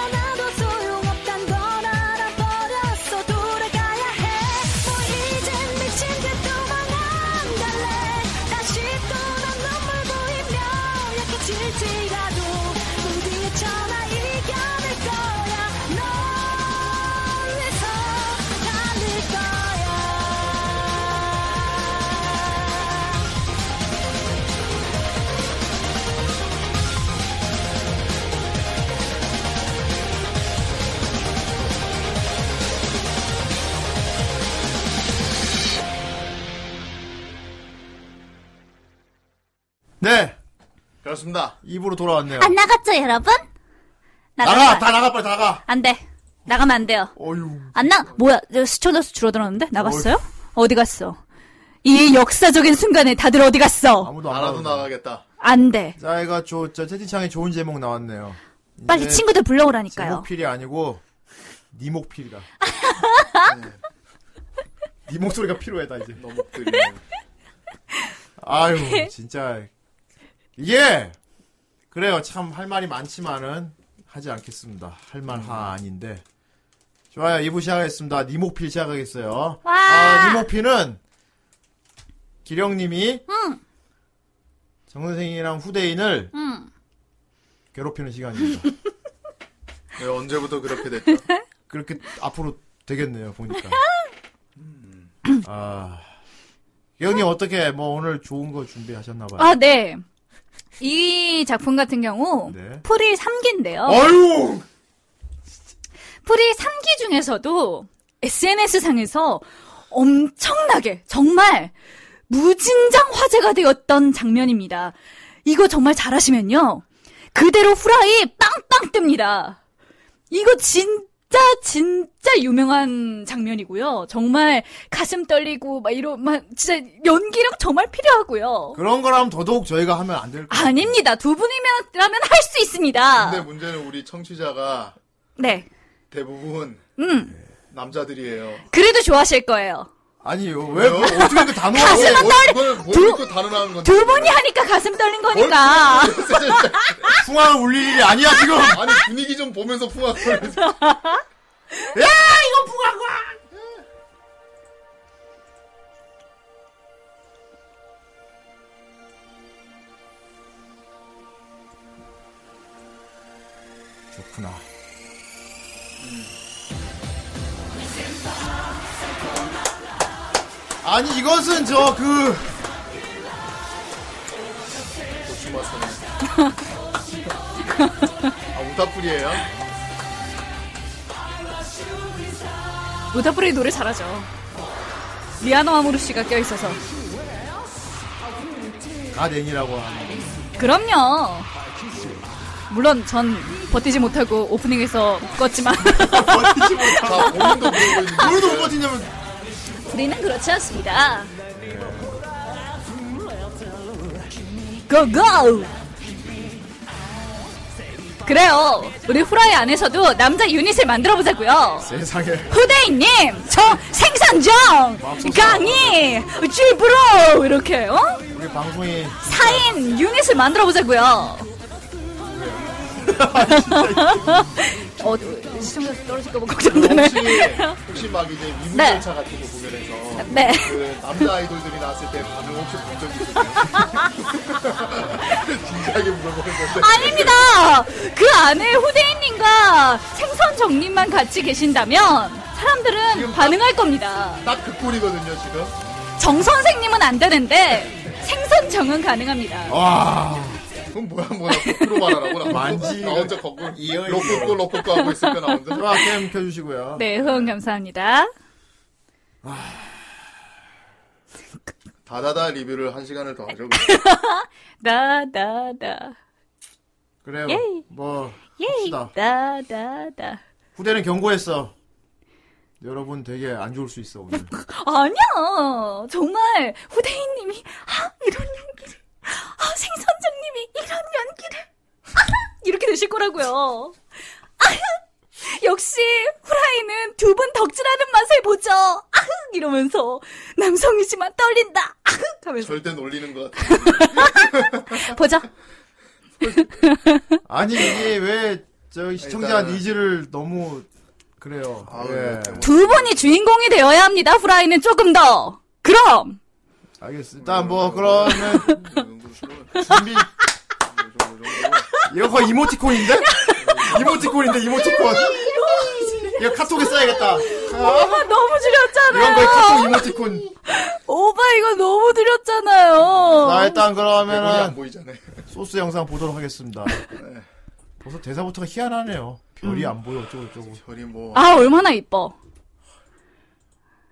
뭐 네. 그렇습니다. 입으로 돌아왔네요. 안 나갔죠, 여러분? 나가! 다 나가, 빨리 나가! 안 돼. 나가면 안 돼요. 어휴. 안 나, 뭐야, 저 스튜어더스 줄어들었는데? 나갔어요? 어디 갔어? 이 역사적인 순간에 다들 어디 갔어? 아무도 안 나라도 나가. 나가겠다. 안 돼. 자, 이가 저, 저 채팅창에 좋은 제목 나왔네요. 빨리 이제 친구들 제 불러오라니까요. 목필이 아니고, 니 목필이다. 네. 니 목소리가 필요하다, 이제. 너무 드리네. 아유, 진짜. 이게! 그래요, 참, 할 말이 많지만은, 하지 않겠습니다. 할 말 하 아닌데. 좋아요, 2부 시작하겠습니다. 니목필 시작하겠어요. 와! 아, 니목필은, 기령님이, 정선생이랑 후대인을, 음. 괴롭히는 시간입니다. 네, 언제부터 그렇게 됐죠? 그렇게 앞으로 되겠네요, 보니까. 아. 기령님, 어떻게, 뭐, 오늘 좋은 거 준비하셨나봐요. 아, 네. 이 작품 같은 경우, 네. 프릴 3기인데요. 아유! 프릴 3기 중에서도 SNS상에서 엄청나게 정말 무진장 화제가 되었던 장면입니다. 이거 정말 잘하시면요. 그대로 후라이 빵빵 뜹니다. 이거 진짜 진짜 유명한 장면이고요. 정말 가슴 떨리고 막 이런 막 진짜 연기력 정말 필요하고요. 그런 거라면 더더욱 저희가 하면 안 될 거예요. 아닙니다. 두 분이면라면 할 수 있습니다. 근데 뭐 문제는 우리 청취자가 네. 대부분 음. 남자들이에요. 그래도 좋아하실 거예요. 아니요. 왜, 왜요? 뭐, 왜 어떻게 그 단어가 뭘- 왜 뭘- 그걸 뭘 믿고 단언하는 건데? 두 분이 하니까 가슴 떨린 거니까. 풍화를 울릴 일이 아니야, 지금! 아니 분위기 좀 보면서 아, 풍악을 좋구나. 아니, 이것은 저, 그, 주마서네. 아 우타풀이에요? 오타프리 노래 잘하죠. 리아노 아모르씨가 껴있어서. 가댕이라고 하는. 그럼요. 물론 전 버티지 못하고 오프닝에서 웃었지만 자 본인도 모르고 있는 오늘도 못 버티냐면, 우리는 그렇지 않습니다. 고고! 그래요. 우리 후라이 안에서도 남자 유닛을 만들어보자고요. 세상에. 후대인님, 저 생산정, 강의, 쥐브로 이렇게 어? 우리 방송이 4인 유닛을 만들어 보자고요. 어, 시청자 떨어질까 봐 걱정되네. 혹시 혹시 막 이제 미문 네. 절차 같은 거 보게 돼서 네. 그 남자 아이돌들이 나왔을 때 반응 혹시 본 적 있으세요? 진지하게 물어보는 건데 아닙니다. 그 안에 후대인님과 생선정님만 같이 계신다면 사람들은 반응할 겁니다. 딱 그 꼴이거든요 지금. 정 선생님은 안 되는데 생선정은 가능합니다. 와. 그건 뭐야 뭐야 거꾸로 말하라고 나 만지. 나 혼자 거꾸로 이어이. 로꼬꼬 로꼬꼬 하고 있을 거나 혼자 좋아, 게임 켜주시고요. 네, 후원 감사합니다. 다다다 리뷰를 한 시간을 더 하죠. 다다다. 그래요. 예이. 뭐, 예이. 합시다. 다다다. 후대는 경고했어. 여러분 되게 안 좋을 수 있어, 오늘. 아니야. 정말 후대인님이 아 이런 연기를, 아 생선장님이 이런 연기를 아, 이렇게 되실 거라고요. 아휴, 역시 후라이는 두 분 덕질하는 맛을 보죠. 아흐 이러면서 남성이지만 떨린다. 아흐 하면서 절대 놀리는 것 같아. 보자. 아니, 이게 왜, 저 시청자 아, 일단은- 니즈를 너무, 그래요. 아, 예. 네. 두 분이 주인공이 되어야 합니다. 후라이는 조금 더. 그럼 알겠습니다. 일단 뭐, 그러면, 준비, 이거 거의 이모티콘인데? 이모티콘인데, 이모티콘. 이거 카톡에 써야겠다. 아, 오빠 너무 이건 거의 드렸잖아요. 카톡 이모티콘. 오빠 이거 너무 드렸잖아요. 자, 일단 대본이 안 네, 그러면은, 보이잖아요. 소스 영상 보도록 하겠습니다. 벌써 대사부터가 희한하네요. 별이 안 보여, 어쩌고저쩌고. 별이 뭐 아 얼마나 아, 이뻐.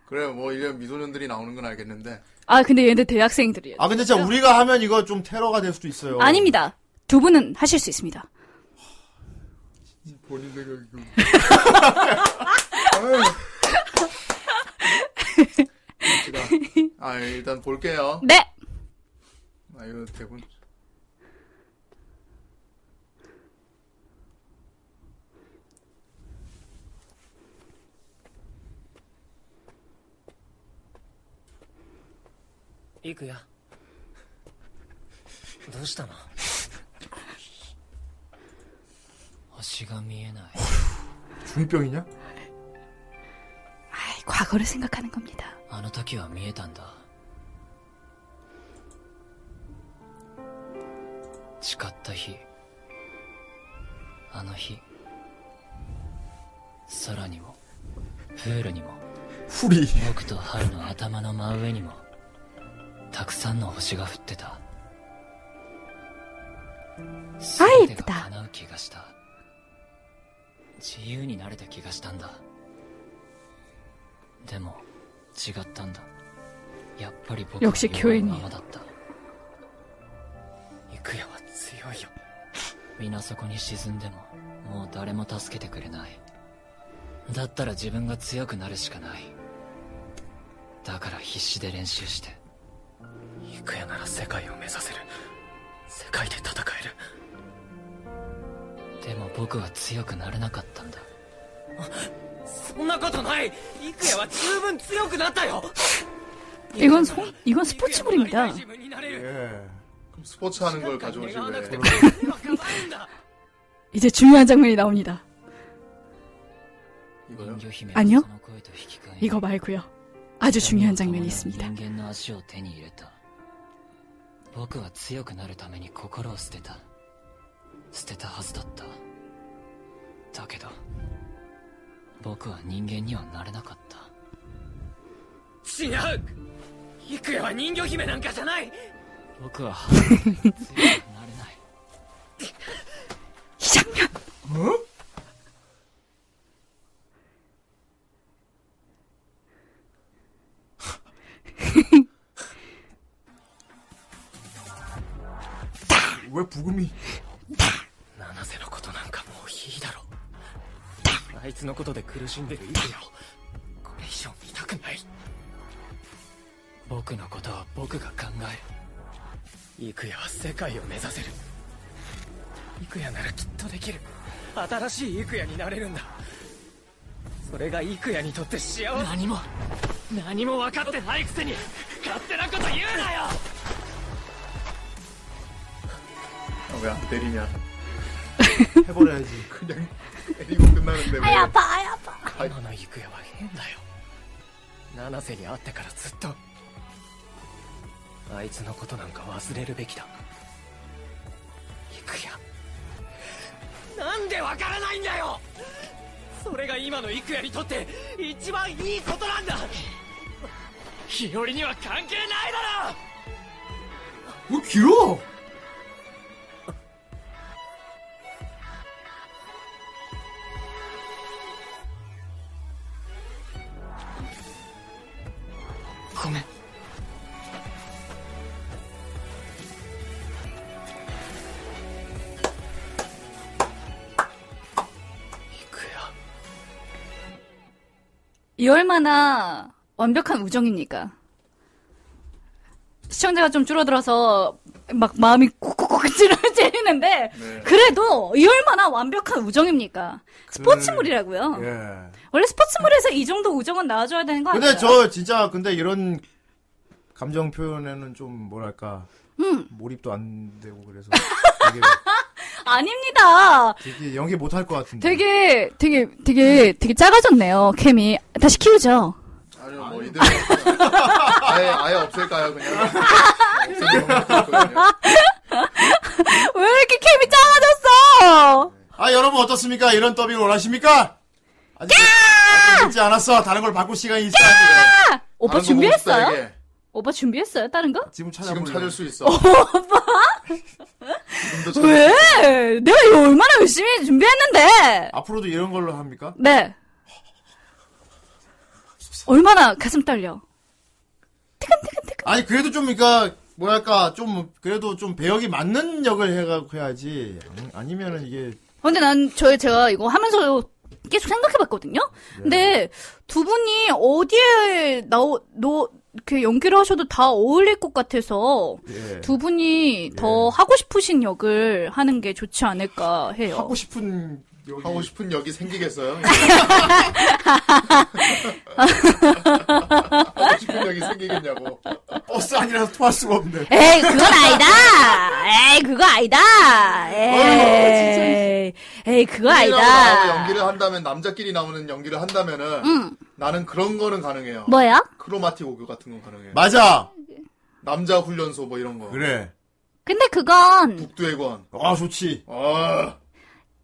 그래 뭐 이런 미소년들이 나오는 건 알겠는데 아 근데 얘네 대학생들이에요. 아 근데 진짜 우리가 하면 이거 좀 테러가 될 수도 있어요. 아, 닙니다두 분은 하실 수 있습니다. 본인 생각이고. 아 일단 볼게요. 네. 아 이거 대본. イクヤどうしたの星が見えない 중병이냐? 아이, 과거를 생각하는 겁니다. あの時は見えたんだ誓った日あの日空にもプールにも 후리. 僕と春の頭の真上にもたくさんの星が降ってた全てが叶う気がした自由になれた気がしたんだでも違ったんだやっぱり僕は 역시 弱い 교회니 ままだった行くよは強いよ皆そこに沈んでももう誰も助けてくれないだったら自分が強くなるしかないだから必死で練習して行くやなら世界を目指せる世界で戦えるでも僕は強くなれなかったんだそんなことない幾重は十分強くなったよ 이건 송, 이건 스포츠물입니다. 分になれる 예. 그럼 스포츠 하는 걸 가져오지 왜? だ 이제 중요한 장면이 나옵니다. 이거요? 아니요. 이거 말고요. 아주 네, 중요한 장면이 人 있습니다. 間の足を手に入れた僕は強くなるために心を捨てた捨てたはずだっただけど僕は人間にはなれなかった違うイクエは人魚姫なんかじゃない僕は強くなれない 이 장면. 왜 부금이? 七瀬のことなんかもういいだろあいつのことで苦しんでるイクヤをこれ以上見たくない僕のことは僕が考えるイクヤは世界を目指せるイクヤならきっとできる新しいイクヤになれるんだそれがイクヤにとって幸せ何も何も分かってないくせに勝手なこと言うなよ 아, 왜안 때리냐? 해버려야지. 그냥 때리고 끝나는데 뭐. 왜? 아파, 아파. 今の行方は変だよ七瀬に会ってからずっとあいつのことなんか忘れるべきだ行くやなんでわからないんだよそれが今の行くやにとって一番いいことなんだ日和には関係ないだろ 왜 길어? 이 얼마나 완벽한 우정입니까? 시청자가 좀 줄어들어서 막 마음이 콕콕콕 찌르는데 네. 그래도 이 얼마나 완벽한 우정입니까? 스포츠물이라고요. 그 예. 원래 스포츠물에서 이 정도 우정은 나와줘야 되는 거 아니에요? 네. 근데 저 진짜 근데 이런 감정 표현에는 좀 뭐랄까 음. 몰입도 안 되고 그래서 되게, 아닙니다. 되게 연기 못 할 것 같은데. 되게 되게 되게 되게 작아졌네요 캠이 다시 키우죠. 아니요 뭐 이들 아예 아예 없앨까요 그냥? 네, 없애는 방법도 있거든요. 왜 이렇게 캠이 작아졌어? 아 여러분 어떻습니까? 이런 더빙 원하십니까? 아직 아직 늦지 않았어. 다른 걸 바꿀 시간이 있어. 오빠 다른 거 보고 있어, 준비했어요? 이게. 오빠 준비했어요? 다른 거? 지금 찾아 지금 찾을 수 있어. 지금도 찾을 왜? 내가 이거 얼마나 열심히 준비했는데. 앞으로도 이런 걸로 합니까? 네. 얼마나 가슴 떨려. 뜨끈뜨끈뜨끈. 아니 그래도 좀 그러니까 뭐랄까 좀 그래도 좀 배역이 맞는 역을 해가 해야지 아니- 아니면은 이게 근데 난 저 제가 이거 하면서 계속 생각해봤거든요. 네. 근데 두 분이 어디에 나오 노 이렇게 연기를 하셔도 다 어울릴 것 같아서 네. 예. 두 분이 더 하고 싶으신 역을 하는 게 좋지 않을까 해요. 하고 싶은 여기 하고 싶은 역이 생기겠어요? 하고 싶은 역이 생기겠냐고. 버스 아니라서 토할 수가 없네. 에이 그건 아니다. 에이 그거 아니다. 에이 에이 그거 어, 나하고 아니다. 연기를 한다면 남자끼리 나오는 연기를 한다면은 나는 그런 거는 가능해요. 뭐야? 크로마티 오교 같은 건 가능해요. 맞아. 남자 훈련소 뭐 이런 거. 그래. 근데 그건 북두의 권. 아 좋지. 아,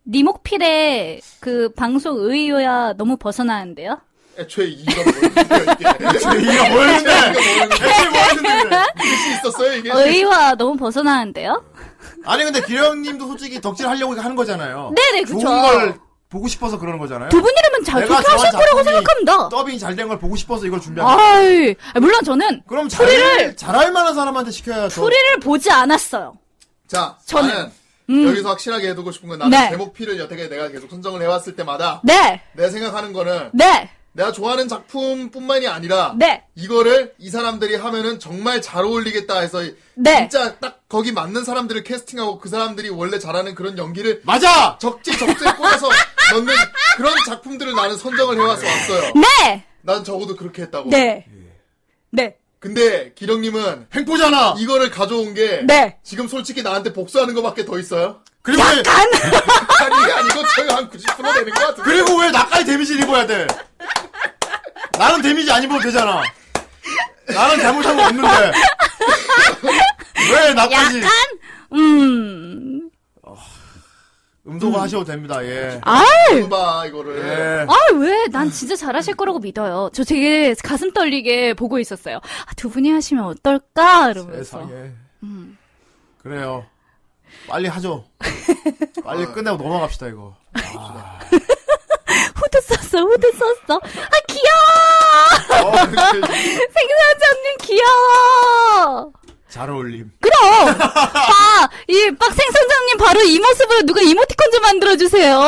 니목필의 그 방송 의요야 너무 벗어나는데요. 애초에 이가 뭐였는데 이게. 이게 뭐였는데? 대체 뭐였는데? 그래. 뜻이 있었어요 이게. 의와 너무 벗어나는데요. 예. 아니 근데 기령님도 솔직히 덕질 하려고 하는 거잖아요. 네네 그쵸. 좋은 걸 보고 싶어서 그러는 거잖아요. 두 분이라면 잘 내가 좋게 좋아하는 하실 거라고 작품이 생각합니다. 더빙이 잘 된 걸 보고 싶어서 이걸 준비한 거. 아이 물론 저는 그럼 잘, 잘할 만한 사람한테 시켜야 어. 더. 소리를 보지 않았어요. 자, 저는- 나는 음. 여기서 확실하게 해두고 싶은 건 나는 네. 제목피를 여태까지 내가 계속 선정을 해왔을 때마다 네, 내 생각하는 거는 네, 내가 좋아하는 작품뿐만이 아니라 네, 이거를 이 사람들이 하면은 정말 잘 어울리겠다 해서 네. 진짜 딱 거기 맞는 사람들을 캐스팅하고 그 사람들이 원래 잘하는 그런 연기를 맞아. 적지 적재 꼬여서 넣는 그런 작품들을 나는 선정을 해와서 왔어요. 네, 난 적어도 그렇게 했다고. 네, 네, 근데 기령님은 횡포잖아. 이거를 가져온 게 네. 지금 솔직히 나한테 복수하는 것밖에 더 있어요? 그리고 왜, 아니 이게 아니고 저희 한 90% 되는 것 같은데. 그리고 왜 나까지 데미지를 입어야 돼? 나는 데미지 안 입어도 되잖아. 나는 잘못한 거 없는데. 왜 나까지? 음, 음소거 하셔도 됩니다. 예. 그리고 봐 이거를. 예. 아 왜? 난 진짜 잘하실 거라고 믿어요. 저 되게 가슴 떨리게 보고 있었어요. 아, 두 분이 하시면 어떨까? 이러면서. 음. 세상에. 그래요. 빨리 하죠. 빨리 끝내고 넘어갑시다 이거. 후드 썼어, 후드 썼어. 아, 귀여워! 어, 그렇게 생선장님 귀여워! 잘 어울림. 그럼! 봐! 이, 빡 생선장님 바로 이 모습으로 누가 이모티콘 좀 만들어주세요.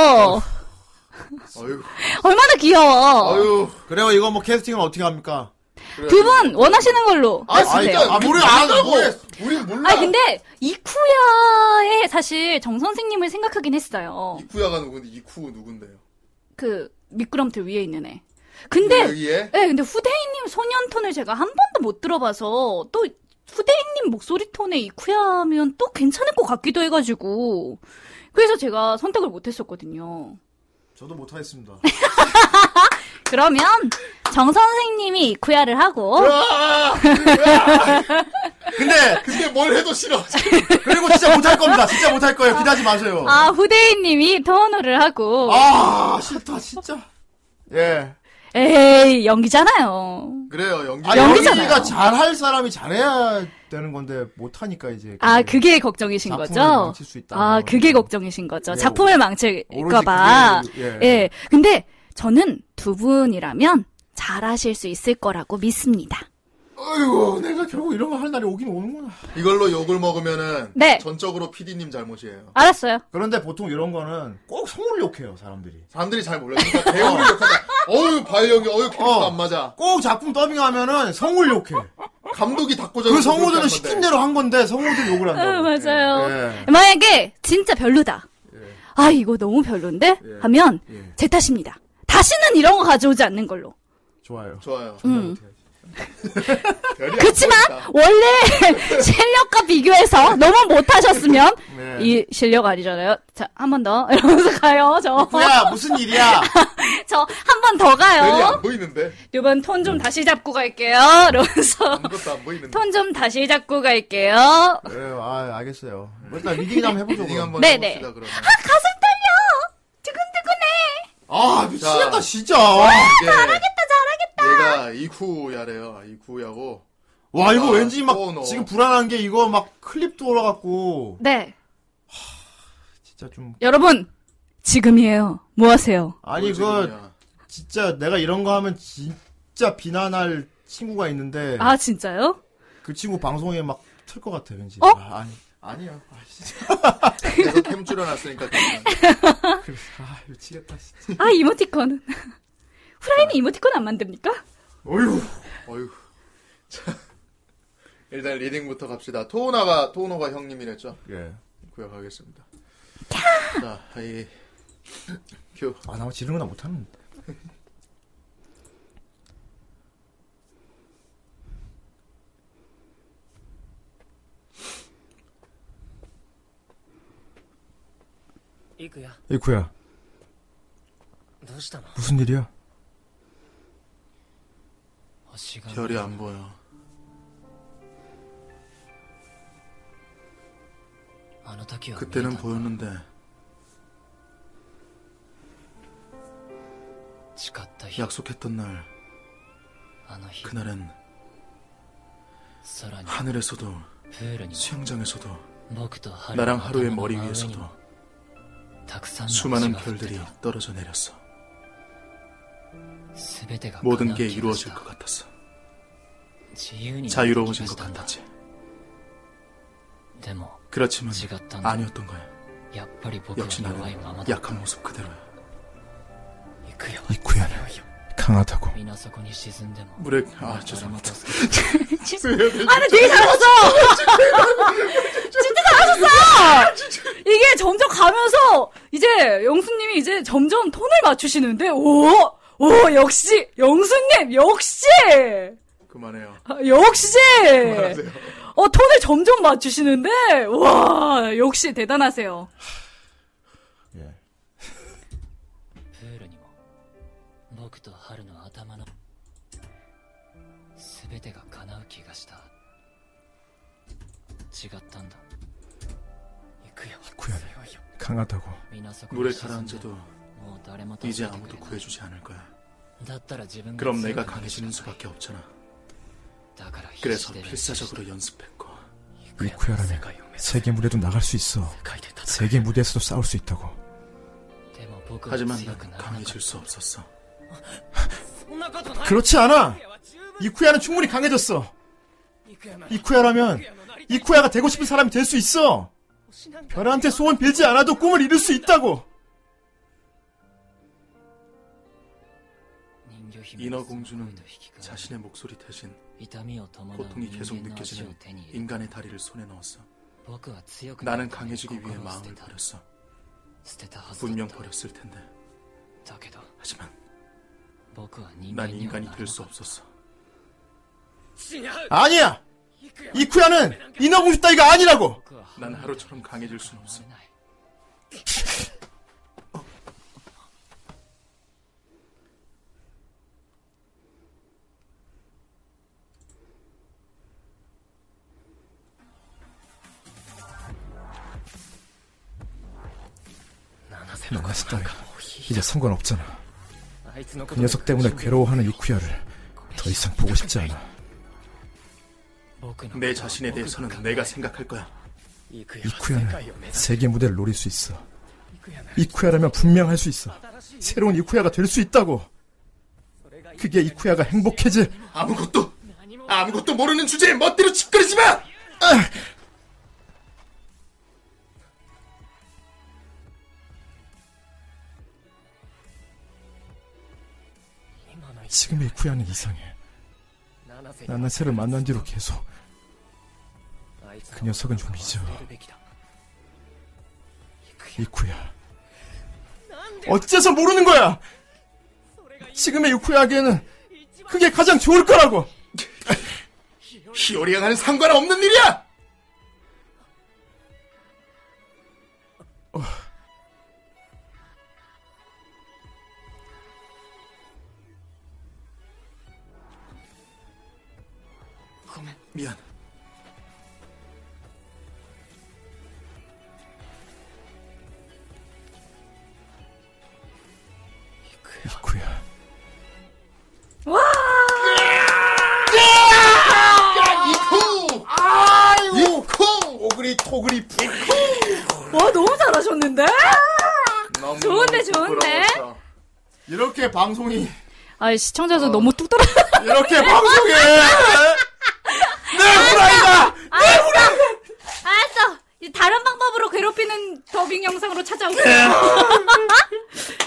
어휴, 얼마나 귀여워. 어휴. 그래요. 이거 뭐 캐스팅은 어떻게 합니까? 두 분 원하시는 걸로. 아, 아니, 진짜 아, 우리 모르- 안 안다고. 하고. 우리 몰라. 아 근데 이쿠야에 사실 정 선생님을 생각하긴 했어요. 이쿠야가 누군데 이쿠 누군데요? 그 미끄럼틀 위에 있는 애. 근데 여기에 예, 근데 후대인님 소년 톤을 제가 한 번도 못 들어봐서 또 후대인님 목소리 톤에 이쿠야면 또 괜찮을 것 같기도 해가지고 그래서 제가 선택을 못했었거든요. 저도 못하겠습니다. 그러면 정 선생님이 이쿠야를 하고 근데 그게 뭘 해도 싫어. 그리고 진짜 못할 겁니다. 진짜 못할 거예요. 기대하지 마세요. 아 네. 후대인님이 토너를 하고 아 싫다 진짜. 예. 에이 연기잖아요. 그래요 연기. 아 연기잖아요. 연기가 잘할 사람이 잘해야 되는 건데 못하니까 이제. 아 그게 걱정이신 음. 작품을 거죠? 망칠 수 있다. 아 그게 걱정이신 거죠. 예, 작품을 오로지 망칠까봐. 그게, 예. 예. 근데 저는 두 분이라면 잘하실 수 있을 거라고 믿습니다. 어이구 내가 결국 이런 거 할 날이 오긴 오는구나. 이걸로 욕을 먹으면은 네. 전적으로 PD님 잘못이에요. 알았어요. 그런데 보통 이런 거는 꼭 성우를 욕해요 사람들이. 사람들이 잘 몰라요. 그러니까 배우를 욕하다. 어우 바이영이 어우 캐릭터 어. 안 맞아. 꼭 작품 더빙하면 성우를 욕해. 감독이 닦고자. 그 성우들은 시킨 대로 한 건데 성우들이 욕을 아, 한다고. 맞아요. 예. 만약에 진짜 별로다. 아 이거 너무 별론데 하면 예. 제 탓입니다. 다시는 이런 거 가져오지 않는 걸로. 좋아요. 좋아요. 음. 예, 별이 안 그렇지만 보인다. 그러니까. 원래 실력과 비교해서 너무 못하셨으면 네. 이 실력 아니잖아요. 자 한 번 더 이러면서 가요. 저. 뭐야 무슨 일이야? 저 한 번 더 별이 가요. 안 보이는데 이번 톤 좀 다시 잡고 갈게요. 이러면서 아무것도 안 보이는데. 톤 좀 다시 잡고 갈게요. 그래요. 아 알겠어요. 일단 리딩이나 한번 해보죠. 리딩 그럼. 한번 네네. 아, 해봅시다 그러면. 가슴 떨려. 두근두근해. 아 미치겠다 자. 진짜. 와 이게 나 잘하겠다. 얘가 이쿠야래요. 이쿠야고. 이거 아, 왠지 막 코너. 지금 불안한 게 이거 막 클립 돌아갔고 네, 진짜 좀 여러분 지금이에요. 뭐 하세요? 아니 그 이쿠야. 진짜 내가 이런 거 하면 진짜 비난할 친구가 있는데 아 진짜요? 그 친구 방송에 막 틀 것 같아 왠지. 어? 아, 아니 아니야. 아, 진짜. 내가 캠 줄여놨으니까 그냥. 그래. 아 미치겠다 진짜. 아 이모티콘. 후라이는 이모티콘 안 만듭니까? 어휴. 어휴. 자, 일단 리딩부터 갑시다. 토우나가 토우노가 형님이랬죠. 예. 구역하겠습니다. 자, 이 큐. 아나 지르는 거나 못하는. 行くや 이쿠야 どうしたの 무슨 일이야? 星が 별이 안 보여. あの時は見えた 그때는 보였는데 誓った日 약속했던 날 あの日 그날엔 空に 하늘에서도 プールに 수영장에서도 僕と春の 나랑 하루의 頭の 머리 真上 위에서도 にもたくさんの星 수많은 が降って 별들이 た 떨어져 내렸어. 全てが 모든 게 叶う気がし 이루어질 た 것 같았어. 自由に 자유로워진 것 なってき 같았지. ましたでも 그렇지만 지갔던 음. 아니었던 거야. やっぱり僕は 역시 弱いまま 나는 だ 약한 모습 그대로야. 行くよ 이쿠야는 강하다고. みんなそこに沈んでも 물에 아 誰も 죄송합니다. 助け 아나 되게 잘하셨어. 진짜 잘하셨어. 이게 점점 가면서 이제 영수님이 이제 점점 톤을 맞추시는데 오오 역시 영수님 역시 그만해요. 아, 역시 그만하세요. 어 톤을 점점 맞추시는데 와 역시 대단하세요. 예. プールにも뭐僕と春の頭の全てが叶う気がした違ったんだ行くよ行くよ 강하다고. みんなそこ 물에 に沈んで 가라앉아도 もう誰も助 이제 けて 아무도 くれない 구해주지 않을 거야. だったら自分が 그럼 強 내가 くなるし 강해지는 かない 수밖에 없잖아. だから必 그래서 死で 필사적으로 연습했고 行くよの世界を目指せ 세계 무대도 나갈 수 있어. 世界で戦え 세계 무대에서도 싸울 수 있다고. でも僕は強 하지만 く 난 ならなか 강해질 っ 수 없었어. たそんなことない 그렇지 않아. 이쿠야는 충분히 강해졌어. 이쿠야라면 이쿠야가 되고 싶은 사람이 될 수 있어. 별한테 소원 빌지 않아도 꿈을 이룰 수 있다고. 人魚 음, 姫 인어공주는 と引き換え 자신의 목소리 대신 痛みを伴う 음, 고통이 人 계속 間の足を 느껴지는 手に入れ 인간의 다리를 손에 넣었어. 僕は強くな 나는 るために 강해지기 위해 心を捨て 마음을 た 버렸어. 捨てたはずだ 분명 った 버렸을 텐데. だけど 하지만 僕は人間 난 には 인간이 なれ 될 な 수 かっ 없었어. 아니야. 이쿠야는 인어공주 따위가 아니라고. た 난 하루처럼 강해질 순 없어. ない 나나스 따위가 이제 상관없잖아. あいつのこ 그 と 녀석 때문에 괴로워하는 이쿠야를 더 이상 보고 싶지 않아. 僕の 내 자신에 대해서는 내가 생각할 거야. 行くよ世界を 이쿠야는 目指す 세계 무대를 노릴 수 있어. 이쿠야라면 분명 할 수 있어. 새로운 이쿠야가 될 수 있다고. 그게 이쿠야가 행복해질 아무것도 아무것도 모르는 주제에 멋대로 짓거리지 마. 아! 지금의 이쿠야는 이상해. 나나세를 만난 뒤로 계속 그 녀석은 좀 잊어. 이쿠야. 어째서 모르는 거야? 지금의 이쿠야에게는 그게 가장 좋을 거라고. 히오리양과는 상관없는 일이야. 어. 미안. 이쿠야. 아, 이쿠! 이쿠! 오그리 토그리 푹! 와 너무 잘하셨는데? 너무 좋은데, 좋은데? 부러워서. 네. 이렇게 방송이 어. 아 시청자도 너무 뚝 떨어. 이렇게 방송에 네, 후라이가! 알았어. 이제 다른 방법으로 괴롭히는 더빙 영상으로 찾아올게.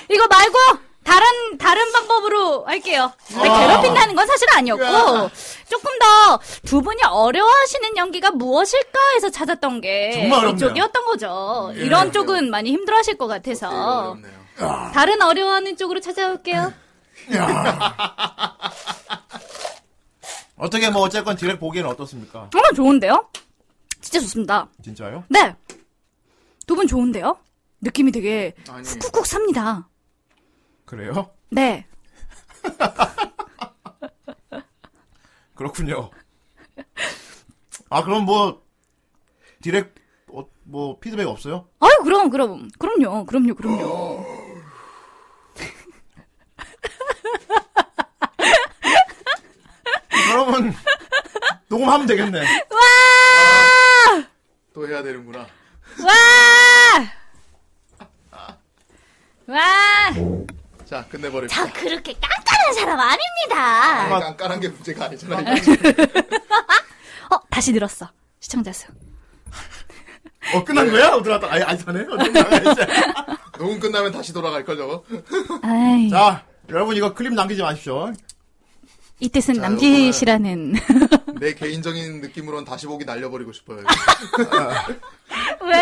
이거 말고 다른 다른 방법으로 할게요. 근데 괴롭힌다는 건 사실 아니었고 조금 더 두 분이 어려워하시는 연기가 무엇일까 해서 찾았던 게 정말 어렵네요. 이쪽이었던 거죠. 이런 쪽은 많이 힘들어하실 것 같아서 어렵네요. 다른 어려워하는 쪽으로 찾아올게요. 어떻게 뭐 어쨌건 디렉 보기에는 어떻습니까? 정말 좋은데요? 진짜 좋습니다. 진짜요? 네. 두 분 좋은데요? 느낌이 되게 아니. 훅훅훅 삽니다. 그래요? 네. 그렇군요. 아 그럼 뭐 디렉 어, 뭐 피드백 없어요? 아유, 그럼, 그럼. 그럼요, 그럼요, 어. 그럼요. 그러면 녹음하면 되겠네. 또 해야 되는구나. 와! 와! 자, 끝내버립시다. 저 그렇게 깐깐한 사람 아닙니다. 아니, 깐깐한 게 문제가 아니잖아. 이거. 어, 다시 늘었어. 시청자 수. 어 끝난 거야? 들어갔다. 아니 안 사네. 어떻게 나가야 이제. 녹음 끝나면 다시 돌아갈 걸 저거. 아이, 자 여러분 이거 클립 남기지 마십시오. 이 뜻은 자, 남기시라는. 내 개인적인 느낌으론 다시 보기 날려버리고 싶어요. 왜?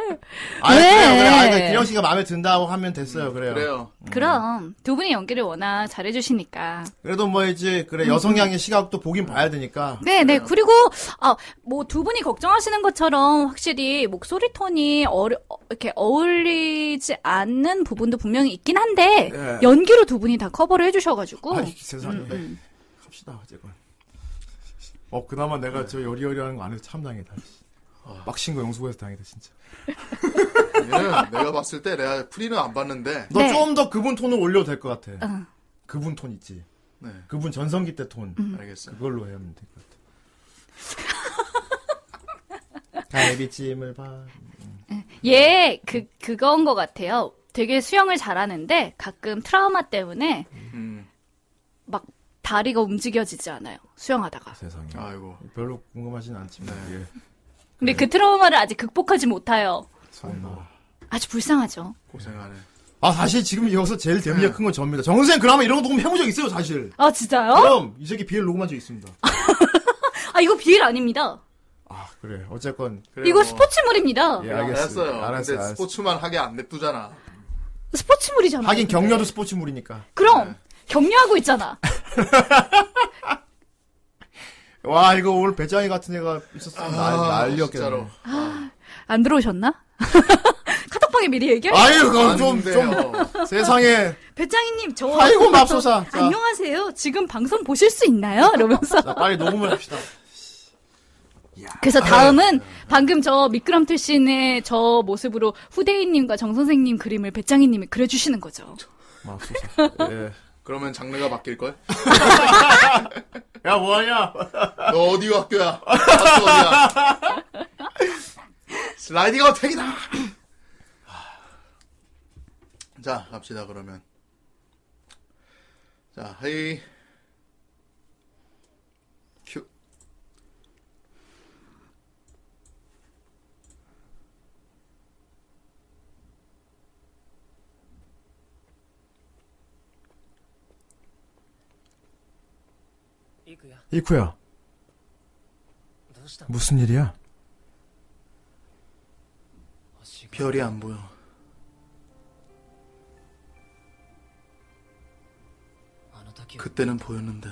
음. 아 왜? 그래요 그래요. 아, 그러니까 기령 씨가 마음에 든다고 하면 됐어요. 네. 그래요. 그래요. 그럼, 두 분의 연기를 워낙 잘해주시니까. 그래도 뭐 이제 그래 여성향의 시각도 보긴 봐야 되니까. 네, 네. 그리고 아, 뭐 두 분이 걱정하시는 것처럼 확실히 목소리 톤이 어려, 어, 이렇게 어울리지 않는 부분도 분명히 있긴 한데 네. 연기로 두 분이 다 커버를 해주셔 가지고 아니 세상에. 갑시다 어쨌건. 어 그나마 내가 저 여리여리하는 거 안 해서 참 다행이다. 씨. 빡신 거 용서해서 다행이다 진짜. 얘는 내가 봤을 때 내가 프리는 안 봤는데 너 네. 좀 더 그분 톤을 올려도 될 것 같아. 그분 톤 있지. 네. 그분 전성기 때 톤. 알겠어요. 그걸로 하면 될 것 같아. 갈비찜을 봐. 예, 그 그건 것 같아요. 되게 수영을 잘하는데 가끔 트라우마 때문에 음. 막 다리가 움직여지지 않아요. 수영하다가. 세상에. 아이고. 별로 궁금하진 않지만. 예. 근데 그 트라우마를 아직 극복하지 못해요. 설마. 아주 불쌍하죠. 고생하네. 아, 사실 지금 이어서 제일 재미가 큰 건 접니다. 정선생 그나마 이런 거 녹음 해본 적 있어요, 사실. 아 진짜요? 그럼, 이 새끼 비엘 녹음한 적 있습니다. 아 이거 비일 아닙니다. 아, 그래. 어쨌건. 그래요. 네, 이거 스포츠물입니다. 예, 알았어요. 알겠어요. 알았어요. 근데 알았어요. 스포츠만 하게 안 냅두잖아. 스포츠물이잖아요. 하긴 격려도 스포츠물이니까. 그럼 격려하고 있잖아. 와, 이거 오늘 배짱이 같은 애가 있었으면 날, 난리였겠네. 아, 진짜로. 안 들어오셨나? 카톡방에 미리 얘기할. 아유, 그건 안 좀, 돼요. 좀. 세상에. 배짱이님 저 아이고, 맙소사. 자. 안녕하세요. 지금 방송 보실 수 있나요? 이러면서. 자, 빨리 녹음을 합시다. 아, 그래서 다음은 방금 저 미끄럼틀 씬의 저 모습으로 후대인님과 정 선생님 그림을 배짱이님이 그려주시는 거죠. 맙소사. 예. 그러면 장르가 바뀔 걸. 야, 뭐하냐? 너 어디 학교야? 학교 어디야? 슬라이딩 어택이다. 자, 갑시다 그러면. 자, 헤이. 큐. 이쿠야. 무슨 일이야? 별이 안 보여. 그때는 보였는데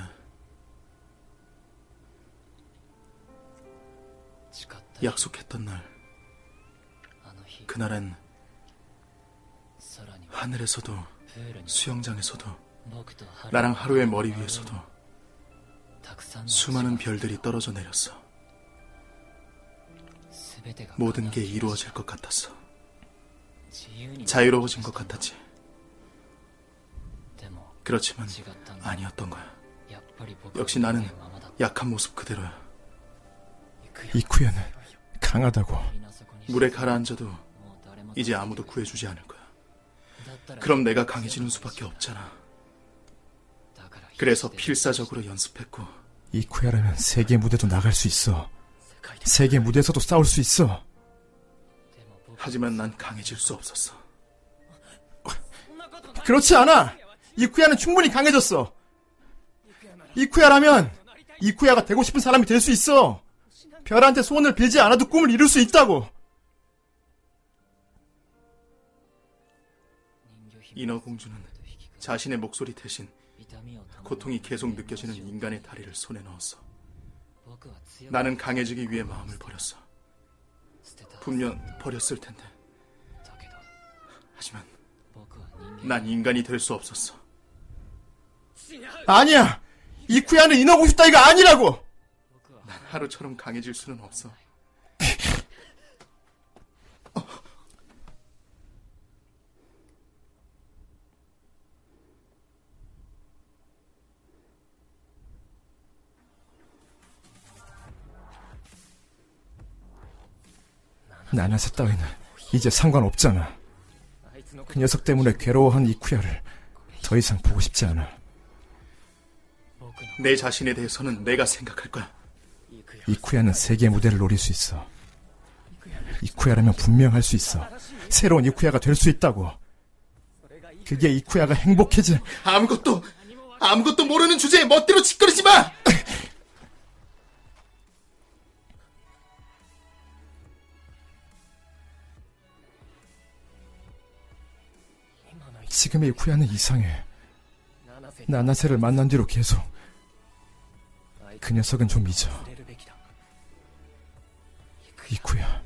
약속했던 날 그날엔 하늘에서도 수영장에서도 나랑 하루의 머리 위에서도 수많은 별들이 떨어져 내렸어. 모든 게 이루어질 것 같았어. 자유로워진 것 같았지. 그렇지만 아니었던 거야. 역시 나는 약한 모습 그대로야. 이쿠야는 강하다고. 물에 가라앉아도 이제 아무도 구해주지 않을 거야. 그럼 내가 강해지는 수밖에 없잖아. 그래서 필사적으로 연습했고 이 코야라면 세계 무대도 나갈 수 있어. 세계 무대에서도 싸울 수 있어. 하지만 난 강해질 수 없었어. 그렇지 않아. 이쿠야는 충분히 강해졌어. 이쿠야라면 이쿠야가 되고 싶은 사람이 될 수 있어. 별한테 소원을 빌지 않아도 꿈을 이룰 수 있다고. 인어 공주는 자신의 목소리 대신 고통이 계속 느껴지는 인간의 다리를 손에 넣었어. 나는 강해지기 위해 마음을 버렸어. 분명 버렸을 텐데. 하지만 난 인간이 될 수 없었어. 아니야. 이쿠야는 인어공주 따위가 아니라고. 난 하루처럼 강해질 수는 없어. 나나세 따위는 이제 상관없잖아. 그 녀석 때문에 괴로워한 이쿠야를 더 이상 보고 싶지 않아. 내 자신에 대해서는 내가 생각할 거야. 이쿠야는 세계 무대를 노릴 수 있어. 이쿠야라면 분명 할 수 있어. 새로운 이쿠야가 될 수 있다고. 그게 이쿠야가 행복해질 아무것도 아무것도 모르는 주제에 멋대로 짓거리지 마. 지금의 이쿠야는 이상해. 나나세를 만난 뒤로 계속 그 녀석은 좀 잊어. 이쿠야.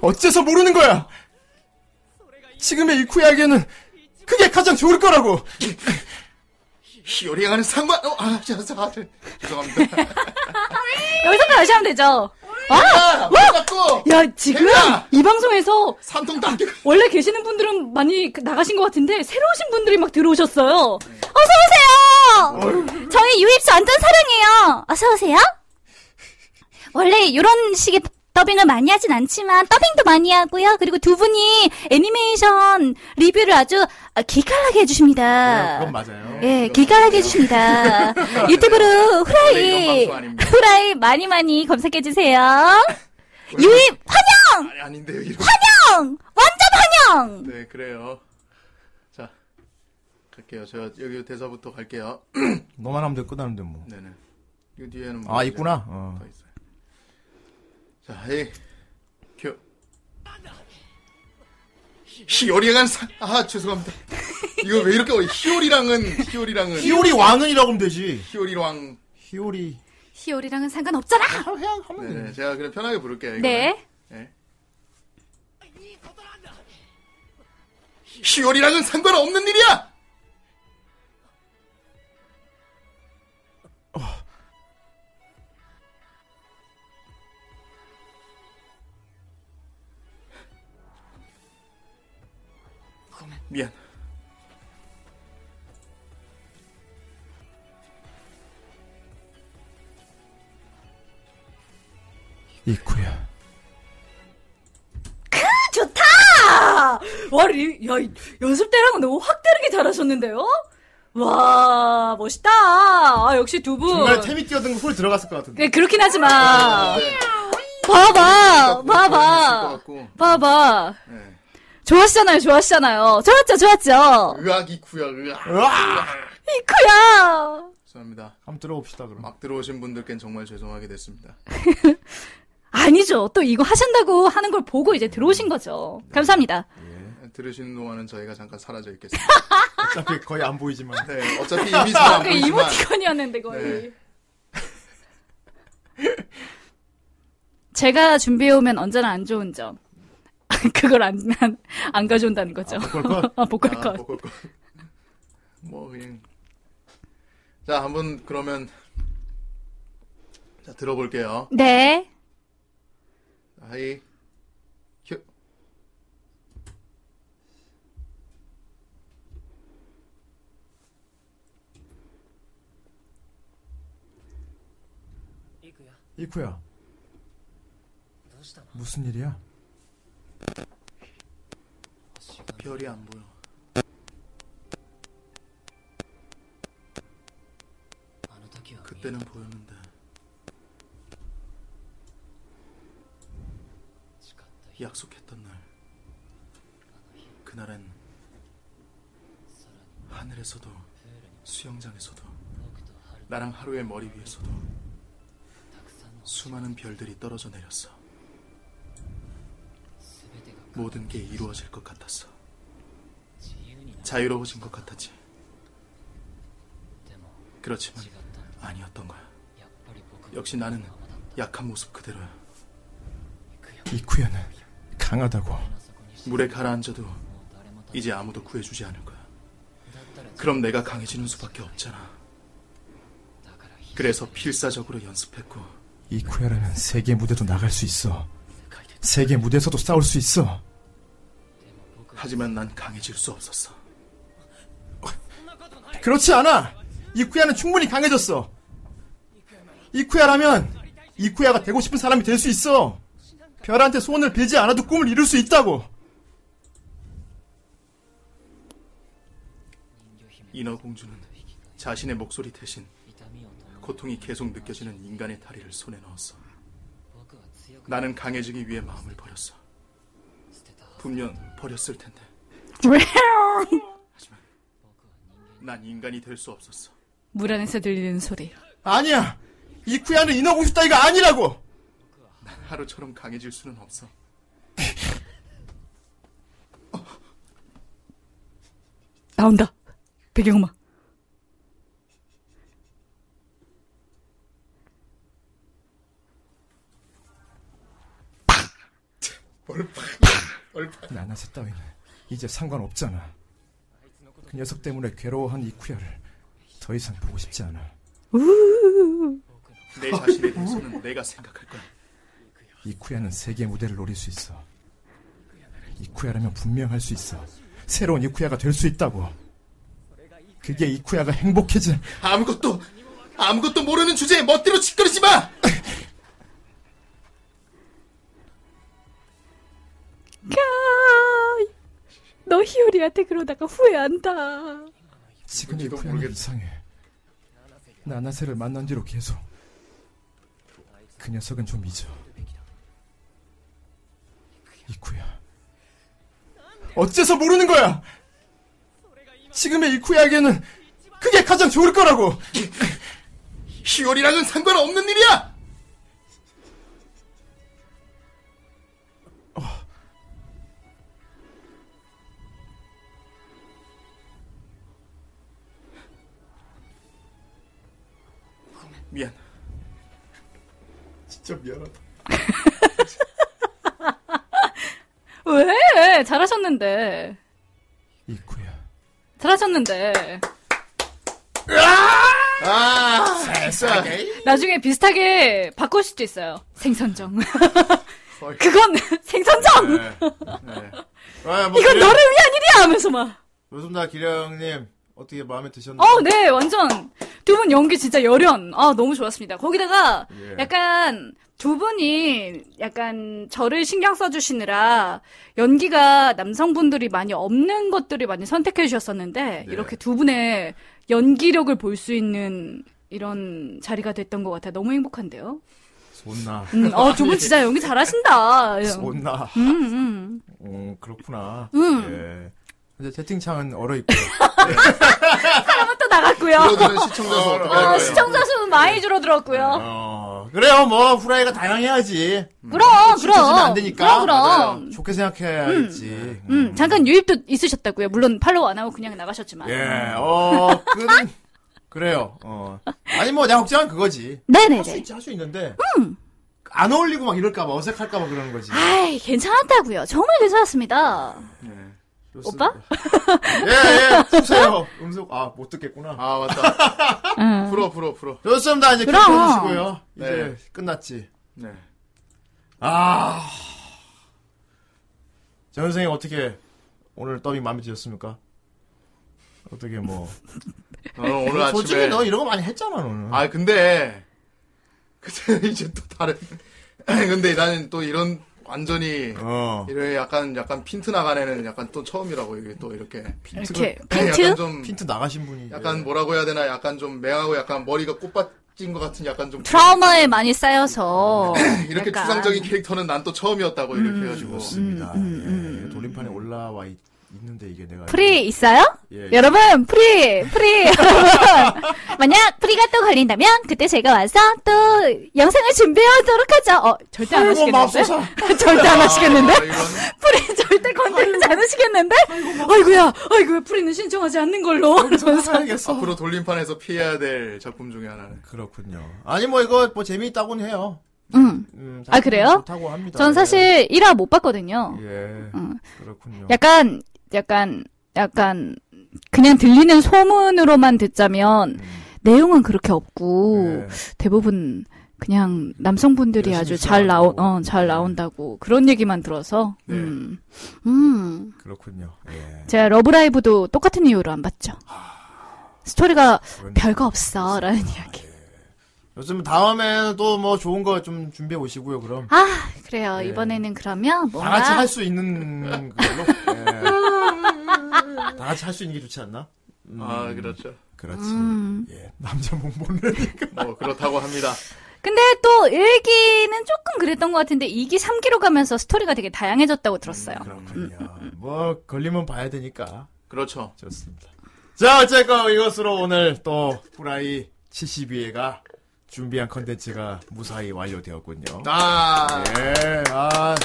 어째서 모르는 거야? 지금의 이쿠야에게는 그게 가장 좋을 거라고. 요리하는 상관. 어, 아, 자, 자, 자, 죄송합니다. 여기서 다시 하면 되죠. 아, 맞고 야, 지금 됐다! 이 방송에서 삼통 당겨. 원래 계시는 분들은 많이 그 나가신 것 같은데 새로 오신 분들이 막 들어오셨어요. 어서 어서오세요! 저희 유입수 완전 사랑해요! 어서오세요! 원래 이런 식의 더빙을 많이 하진 않지만, 더빙도 많이 하고요. 그리고 두 분이 애니메이션 리뷰를 아주 아, 기깔나게 해주십니다. 그건 맞아요. 예, 기깔나게 해주십니다. 유튜브로 원래 이런 후라이, 방송 아닙니다. 후라이 많이 많이 검색해주세요. 유입 환영! 아니 아닌데요. 이거. 환영! 완전 환영! 네, 그래요. 자, 갈게요. 제가 여기 대사부터 갈게요. 너만 하면 돼, 끝나는데 뭐. 네네. 이 뒤에는 뭐 네. 아, 이제 있구나. 어. 더 있어요. 자, 에이, 큐. 히오리랑 사. 아, 죄송합니다. 이거 왜 이렇게 어려? 히오리랑은 히오리랑은 네. 히오리 왕은이라고 하면 되지. 히오리 왕. 히오리. 오세요히오리랑은 상관없잖아. 네, 제가 그냥 편하게 부를게요. 이거는. 네. 네. 히오리랑은 상관없는 일이야. 미안. 이쿠야. 아, 좋다. 와, 리, 야, 이- 연습 때랑은 너무 확 다르게 잘하셨는데요. 와, 멋있다. 아, 역시 두 분. 정말 템이 뛰어든 거 소리 들어갔을 것 같은데. 네, 그렇긴 하지만. 어, 어, 봐봐, 있을 것 봐봐, 같고. 봐봐. 네. 좋았잖아요, 좋았잖아요. 좋았죠, 좋았죠. 의학 이쿠야 의학. 으아! 이쿠야. 죄송합니다. 한번 들어봅시다, 그럼. 막 들어오신 분들께는 정말 죄송하게 됐습니다. 아니죠. 또 이거 하신다고 하는 걸 보고 이제 들어오신 거죠. 감사합니다. 네, 들으시는 동안은 저희가 잠깐 사라져 있겠습니다. 어차피 거의 안 보이지만. 네, 어차피 이미 잘안 그 보이지만 이모티콘이었는데 거의. 네. 제가 준비해오면 언제나 안 좋은 점. 그걸 안, 안, 안 가져온다는 거죠. 아, 복할 아, 것. 먹을 거. 뭐 그냥 자 한번 그러면 자 들어볼게요. 네. 하이 큐. 이쿠야. 무슨 일이야? 별이 안 보여. 그때 때는 보였는데 약속했던 날 그날엔 하늘에서도 수영장에서도 나랑 하루의 머리 위에서도 수많은 별들이 떨어져 내렸어 모든 게 이루어질 것 같았어 자유로워진 것 같았지 그렇지만 아니었던 거야 역시 나는 약한 모습 그대로야 이쿠야는 강하다고. 물에 가라앉아도 이제 아무도 구해주지 않을 거야. 그럼 내가 강해지는 수밖에 없잖아. 그래서 필사적으로 연습했고 이쿠야라면 세계 무대도 나갈 수 있어. 세계 무대에서도 싸울 수 있어. 하지만 난 강해질 수 없었어. 그렇지 않아. 이쿠야는 충분히 강해졌어. 이쿠야라면 이쿠야가 되고 싶은 사람이 될 수 있어. 별한테 소원을 빌지 않아도 꿈을 이룰 수 있다고. 인어 공주는 자신의 목소리 대신 고통이 계속 느껴지는 인간의 다리를 손에 넣었어. 나는 강해지기 위해 마음을 버렸어. 분명 버렸을 텐데. 하지만 난 인간이 될 수 없었어. 물 안에서 들리는 소리. 아니야. 이쿠야는 인어공주 따위가 아니라고. 하루처럼 강해질 수는 없어. 나온다. 배경음악. 나나세 따위는 이제 상관없잖아. 그 녀석 때문에 괴로워한 이쿠야를 더 이상 보고 싶지 않아. 내 자신에 대해서는 내가 생각할 거야. 이쿠야는 세계 무대를 노릴 수 있어. 이쿠야라면 분명 할 수 있어. 새로운 이쿠야가 될 수 있다고. 그게 이쿠야가 행복해질 아무것도 아무것도 모르는 주제에 멋대로 짓거리지 마. 너 희율이한테 그러다가 후회한다. 지금 누군지도 이쿠야는 모르겠- 이상해. 나나세를 만난 뒤로 계속 그 녀석은 좀 잊어. 이쿠야. 어째서 모르는 거야? 지금의 이쿠야에게는 그게 가장 좋을 거라고. 희열이랑은 상관없는 일이야. 미안. 진짜 미안하다. 왜? 잘하셨는데. 이쿠야. 잘하셨는데. 아, 세상에. 나중에 비슷하게 바꿀 수도 있어요. 생선정. 그건 생선정! 네. 아, 뭐 이건 기령- 너를 위한 일이야! 하면서 막. 좋습니다, 기령님. 어떻게 마음에 드셨나요? 어, 네, 완전. 두 분 연기 진짜 열연. 아, 너무 좋았습니다. 거기다가 예. 약간 두 분이 약간 저를 신경 써주시느라 연기가 남성분들이 많이 없는 것들을 많이 선택해 주셨었는데 네. 이렇게 두 분의 연기력을 볼 수 있는 이런 자리가 됐던 것 같아요. 너무 행복한데요? 손나. 음, 어, 두 분 진짜 연기 잘하신다. 손나. 음, 음. 음, 그렇구나. 음. 예. 이제 채팅창은 얼어 있고요. 또 나갔고요. 들어주는 시청자 아, 수 어떻게 할 어, 거예요? 시청자 수는 많이 줄어들었고요. 어, 그래요. 뭐 후라이가 다양해야지. 그럼, 음. 지면 그럼. 안 되니까. 그럼, 그럼. 맞아요. 좋게 생각해야지. 음, 잠깐 유입도 있으셨다고요. 물론 팔로우 안 하고 그냥 나가셨지만. 예. 어, 그 그래요. 어. 아니 뭐 내가 걱정한 그거지. 할 수 네네네. 있지 할 수 있는데. 음. 안 어울리고 막 이럴까 봐 어색할까 봐 그러는 거지. 아이, 괜찮았다고요. 정말 괜찮았습니다. 네, 좋습니다. 예, 예. 주세요. 음성 아, 못 듣겠구나. 아, 맞다. 풀어, 풀어, 풀어. 좋습니다. 이제 그럼. 기억해 주시고요. 이제 네. 끝났지. 네. 아. 정 선생님 어떻게 오늘 더빙 마음에 드셨습니까? 어떻게 뭐 어, 오늘 아침에 네, 솔직히 너 이런 거 많이 했잖아 너는. 아 근데 그때 이제 또 다른 근데 나는 또 이런 완전히 어. 이런 약간 약간 핀트 나간 애는 약간 또 처음이라고 이게 또 이렇게 이렇게 네, 약간 팬츠? 좀 핀트 나가신 분이 뭐 약간 뭐라고 해야 되나 약간 좀 맹하고 약간 머리가 꽃밭 찐 것 같은 약간 좀 트라우마에 많이 쌓여서 이렇게 약간. 추상적인 캐릭터는 난 또 처음이었다고 이렇게 음, 해가지고 그렇습니다. 예, 돌림판에 올라와 있, 는데 이게 내가 프리 있어요? 예, 예. 여러분 프리 프리 여러분 만약 프리가 또 걸린다면 그때 제가 와서 또 영상을 준비하도록 하죠. 어 절대 안 아이고 하시겠는데? 맙소사. 절대 안 하시겠는데? 아, 이건 프리 절대 건드리지 않으시겠는데? 아이고야 아이고야 프리는 신청하지 않는 걸로. 이러면서. 사야겠어. 아, 앞으로 돌림판에서 피해야 될 작품 중에 하나는 그렇군요. 아니 뭐 이거 뭐 재미있다곤 해요. 음. 음, 아, 그래요? 좋다고 합니다. 전 예. 사실 1화 못 봤거든요. 예. 그렇군요. 약간 약간 약간 그냥 들리는 소문으로만 듣자면 내용은 그렇게 없고 음. 예. 대부분 그냥 남성분들이 열심히 아주 잘 나오 싸우고. 네. 어, 잘 나온다고 그런 얘기만 들어서 네. 음. 음. 그렇군요. 예. 제가 러브라이브도 똑같은 이유로 안 봤죠. 스토리가 아. 그런- 별거 없어라는 이야기. 요즘 다음에 또 뭐 좋은 거 좀 준비해 오시고요. 그럼 아 그래요 네. 이번에는 그러면 다 같이 뭔가 할 수 있는 걸로. 예. 다 같이 할 수 있는 게 좋지 않나? 음, 아 그렇죠 그렇지. 음. 예. 남자 못 보는. 뭐 그렇다고 합니다 근데 또 1기는 조금 그랬던 것 같은데 2기 3기로 가면서 스토리가 되게 다양해졌다고 들었어요. 그렇군요. 뭐 걸리면 봐야 되니까. 그렇죠 좋습니다. 자, 어쨌건 이것으로 오늘 또 후라이 72회가 준비한 컨텐츠가 무사히 완료되었군요. 아 네. 예, 아.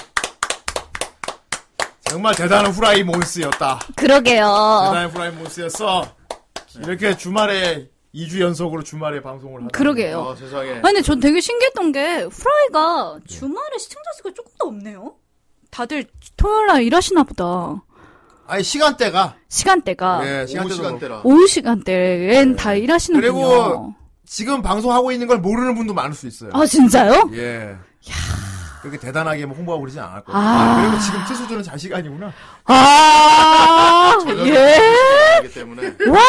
정말 대단한 후라이 몬스였다. 그러게요. 대단한 후라이 몬스였어. 이렇게 주말에 2주 연속으로 주말에 방송을 하다. 그러게요. 어, 네. 세상에 아니, 전 되게 신기했던 게, 후라이가 주말에 시청자 수가 조금 더 없네요? 다들 토요일 날 일하시나 보다. 아니 시간대가 시간대가. 예, 오후 시간대도 그렇고. 시간대라 오후 시간대엔 다 일하시는군요. 네. 그리고- 지금 방송하고 있는 걸 모르는 분도 많을 수 있어요. 아, 진짜요? 예. 그렇게 대단하게 뭐 홍보하고 그러진 않을 거예요. 아. 그리고 지금 최소주는 잘 시간이구나. 아, 예. 그렇기 때문에 와,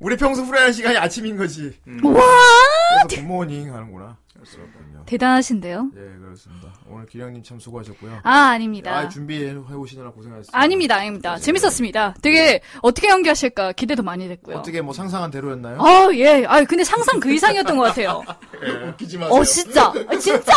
우리 평소 후라이한 시간이 아침인 거지. 와. 아, 그래서 굿모닝 하는구나. 그렇군요. 대단하신데요? 예, 그렇습니다. 오늘 기량님 참 수고하셨고요. 아, 아닙니다. 아, 네. 준비해 오시느라 고생하셨습니다. 아닙니다, 아닙니다. 재밌었습니다. 되게 어떻게 연기하실까 기대도 많이 됐고요. 어떻게 뭐 상상한 대로였나요? 아, 예. 아, 근데 상상 그 이상이었던 것 같아요. 웃기지 마세요 네. 어, 진짜. 아, 진짜!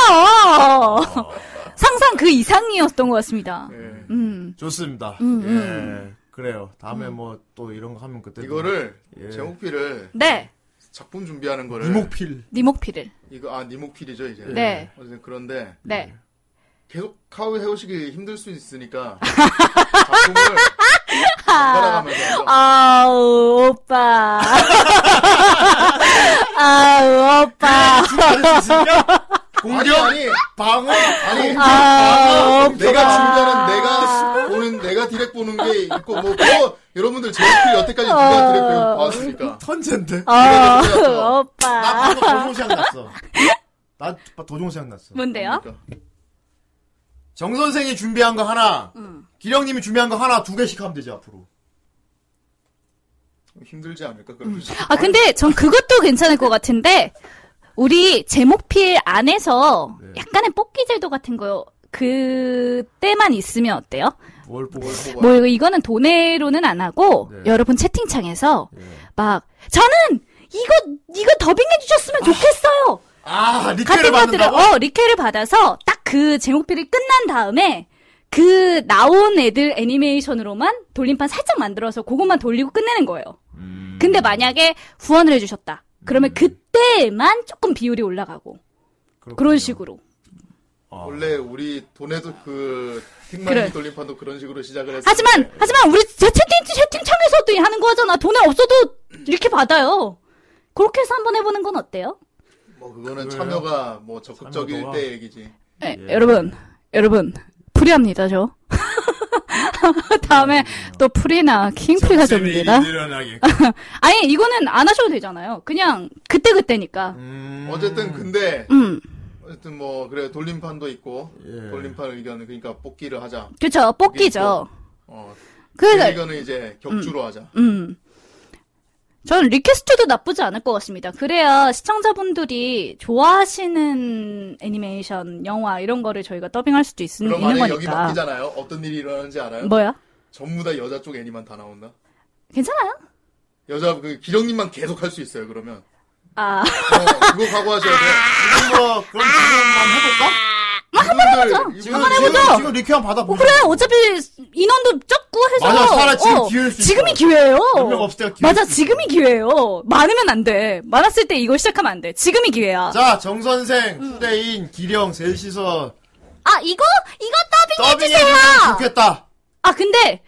상상 그 이상이었던 것 같습니다. 예. 음. 좋습니다. 예. 그래요. 다음에 뭐 또 이런 거 하면 그때 이거를 예. 제목필을 네. 작품 준비하는 거를 이목필 니목피를. 이거 아 니목필이죠 이제 네. 어쨌든 그런데 네. 계속 카우 해오시기 힘들 수 있으니까 작품을 따라가면서 아우, 오빠. 아우, 오빠. 공격 아니, 방어 아니 아우, 내가 준비하는 내가 보는 내가 디렉 보는 게 있고 뭐 그거 여러분들 제목필 여태까지 누가 디렉 배워 봤습니까? 아, 턴젠데. 아우, 오빠. 나 방금 도종 생각났어. 나 도종 생각났어. 뭔데요? 그러니까 정 선생이 준비한 거 하나, 기령님이 준비한 거 하나 두 개씩 하면 되지 앞으로. 힘들지 않을까 그런 거. 아, 근데 전 그것도 괜찮을 것 같은데, 우리 제목필 안에서 약간의 뽑기 제도 같은 거요. 그때만 있으면 어때요? 뭘 뽑아? 뭐 이거- 이거는 도내로는 안 하고 네. 여러분 채팅창에서 예. 막 저는 이거 이거 더빙해 주셨으면 좋겠어요. 아 같은 리케를 것들을 받는다고? 어 리케를 받아서 딱 그 제목필이 끝난 다음에 그 나온 애들 애니메이션으로만 돌림판 살짝 만들어서 그것만 돌리고 끝내는 거예요. 음. 근데 만약에 후원을 해주셨다. 그러면 그때만 조금 비율이 올라가고 그런 식으로. 아. 원래 우리 돈에도 그 틱마니 그래. 돌림판도 그런 식으로 시작을 했어. 하지만 하지만 우리 제 채팅 채팅창에서도 하는 거잖아. 돈에 없어도 이렇게 받아요. 그렇게 해서 한번 해보는 건 어때요? 뭐 그거는 그래요? 참여가 뭐 적극적일 참여도가. 때 얘기지. 네, 여러분 여러분 프리합니다 저. 다음에 또 프리나 킹프리가 됩니다. 일어나게. 아니 이거는 안 하셔도 되잖아요. 그냥 그때 그때니까. 음. 어쨌든 근데 음, 어쨌든 뭐 그래 돌림판도 있고 예. 돌림판 의견은 그러니까 뽑기를 하자. 그쵸 뽑기죠. 어, 그 그 의견은 이제 격주로 하자. 음. 저는 리퀘스트도 나쁘지 않을 것 같습니다. 그래야 시청자분들이 좋아하시는 애니메이션, 영화 이런 거를 저희가 더빙할 수도 있, 는 그럼 만약에 여기 거니까. 바뀌잖아요. 어떤 일이 일어나는지 알아요? 음, 뭐야? 전부 다 여자 쪽 애니만 다 나온다. 괜찮아요? 여자 그 기령님만 계속 할 수 있어요. 그러면 아, 어, 그거 각오하셔야 돼. 지금 뭐 그럼 아, 지금 한번 해보죠. 한번 해볼까? 지금 지금, 지금 리큐한 받아보자. 그래, 어차피 인원도 적고 해서. 맞아, 살아, 지금 기회일 수 있어. 지금이 기회예요. 몇명 없을 때 맞아, 지금이 기회예요. 많으면 안 돼. 많았을 때 이걸 시작하면 안 돼. 지금이 기회야. 자, 정선생, 음. 후대인, 기령, 셋이서 아, 이거? 이거 더빙 더빙해주면 좋겠다. 아, 근데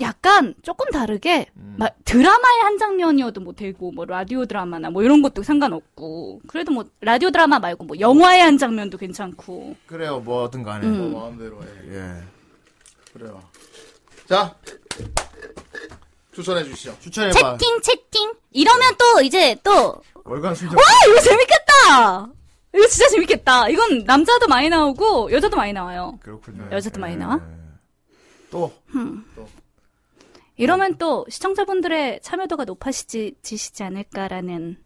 약간 조금 다르게 막 드라마의 한 장면이어도 뭐 되고 뭐 라디오 드라마나 뭐 이런 것도 상관없고 그래도 뭐 라디오 드라마 말고 뭐 영화의 한 장면도 괜찮고 그래요, 뭐든 간에. 뭐 마음대로 해. 예. 그래요. 자, 추천해 주시죠. 추천해봐. 채팅, 채팅. 이러면 또 이제 또 월간 순정. 와 아, 이거 재밌겠다 이거 진짜 재밌겠다 이건 남자도 많이 나오고 여자도 많이 나와요 그렇군요. 예. 여자도 많이 나와? 어. 또. 이러면 또 시청자분들의 참여도가 높아지지 지시지 않을까라는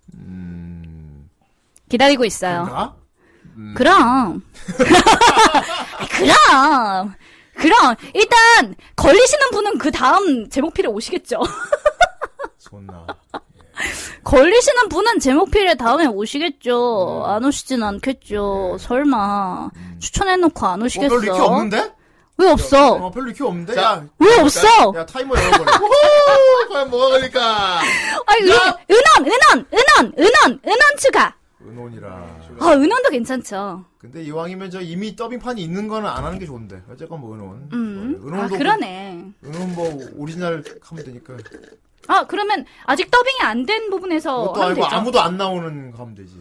기다리고 있어요 나? 음. 그럼. 아이, 그럼. 그럼. 일단, 걸리시는 분은 그 다음 제목필에 오시겠죠. 손나. 걸리시는 분은 제목필에 다음에 음. 오시겠죠. 안 오시진 않겠죠. 설마. 추천해놓고 안 네. 어, 별로 리큐 오시겠어. 없는데? 왜 없어? 어, 별로 리큐 없는데? 자, 야, 왜 없어? 야, 타이머 열어버려. 오, 과연 뭐가 걸릴까? 아이, 은, 은원, 은원, 은원, 은원, 은원 추가. 은혼이라. 아, 은원도 괜찮죠. 그 근데 이왕이면 저 이미 더빙판이 있는 거는 안 하는 게 좋은데. 어쨌건 뭐 은혼. 음. 뭐, 아, 은혼도 그러네. 은혼 뭐 오리지널 하면 되니까. 아, 그러면 아직 더빙이 안 된 그것도 부분에서 어, 하면 아니고 되죠. 아. 아무도 안 나오는 거 하면 되지.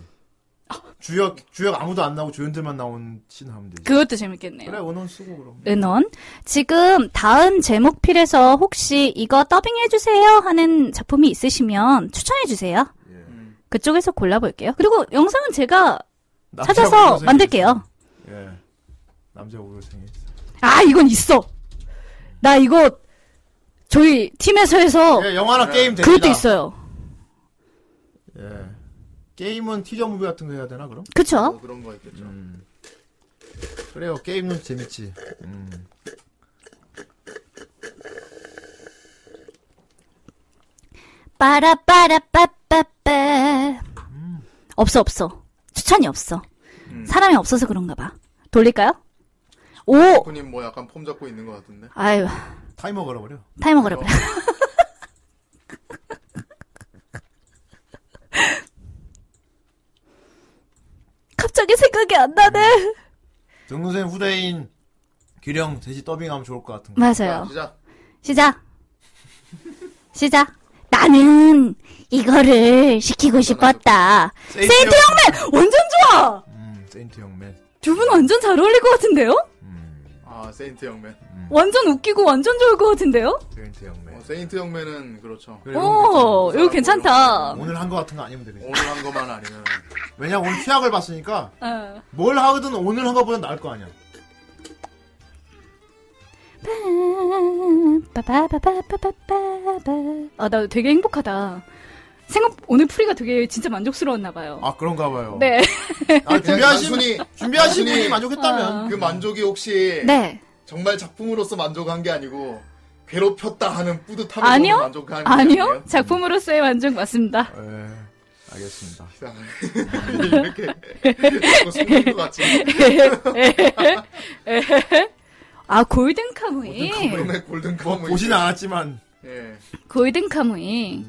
주역 주역 아무도 안 나오고 주연들만 나온 씬 하면 되지. 그것도 재밌겠네요. 그래 은혼 쓰고 그럼. 은원. 지금 다음 제목필에서 혹시 이거 더빙해주세요 하는 작품이 있으시면 추천해주세요. 예. 그쪽에서 골라볼게요. 그리고 영상은 제가 남자 찾아서 우교생이 만들게요. 있어. 예. 남자 우교생이 있어. 아, 이건 있어! 나 이거 저희 팀에서 해서 예, 영화나 게임 됩니다. 어. 그것도 있어요. 예. 게임은 티저 무비 같은 거 해야 되나 그럼? 그쵸? 뭐 그런 거 있겠죠. 그래요. 게임은 재밌지. 음. 빠라빠라빠빠빠. 음. 없어, 없어. 추천이 없어. 사람이 없어서 그런가 봐. 돌릴까요? 오! 군님 뭐 약간 폼 잡고 있는 것 같은데. 아유, 타이머 걸어버려. 타이머 걸어버려. 갑자기 생각이 안 나네. 정선생 후대인 기령 돼지 더빙하면 좋을 것 같은 거. 자, 맞아요. 시작. 시작. 시작. 나는 이거를 음. 시키고 싶었다. 세인트 형. 완전 좋아! 음, 세인트 형맨. 음, 두 분 완전 잘 어울릴 것 같은데요? 아, 세인트 영맨. 완전 웃기고 완전 좋을 것 같은데요? 세인트 형맨. 어, 세인트 영맨은 그렇죠. 그래, 오, 이거 괜찮다. 오늘 한 거 같은 거 아니면 되겠지. 오늘 한 거만 아니면 왜냐 오늘 취약을 봤으니까 어. 뭘 하든 오늘 한 거보다 나을 거 아니야. 빠바바바바바바바. 아, 나 되게 행복하다. 생각, 오늘 프리가 되게 진짜 만족스러웠나봐요. 아 그런가 봐요. 네. 아, 준비하신 분이 단순히 준비하신 분이 단순히 만족했다면. 그 만족이 혹시 네. 정말 작품으로서 만족한 게 아니고 괴롭혔다 하는 뿌듯함으로 아니요? 만족하는 게 아니요? 아니에요? 작품으로서의 만족 맞습니다. 예. 알겠습니다. 이상하네. 이렇게 자꾸 숨긴 것 같이 네. 아, 골든 카무이. 그놈의 골든 뭐 카무 보지는 않았지만 예. 골든 카무이.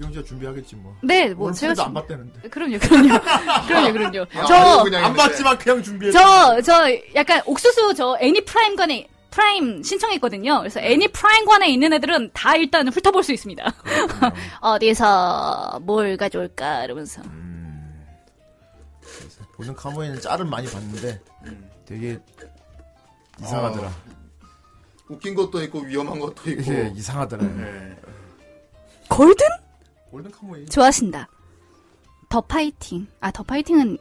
이영자 뭐 준비하겠지 뭐. 네, 뭐, 오늘 제가. 도안 지금- 봤다는데. 그럼요, 그럼요. 그럼요, 그럼요. 야, 저, 아니고 그냥 안 근데 봤지만 그냥 준비해. 저, 저, 약간 옥수수 저 애니 프라임관에, 프라임 신청했거든요. 그래서 애니 프라임관에 있는 애들은 다 일단 훑어볼 수 있습니다. 음. 어디서 뭘 가져올까, 이러면서. 보는 카모에는 짤은 많이 봤는데 되게 이상하더라. 웃긴 것도 있고 위험한 것도 있고 예, 이상하더라. 예. 골든? 골든 카모에. 좋아하신다. 더 파이팅. 아, 더 파이팅은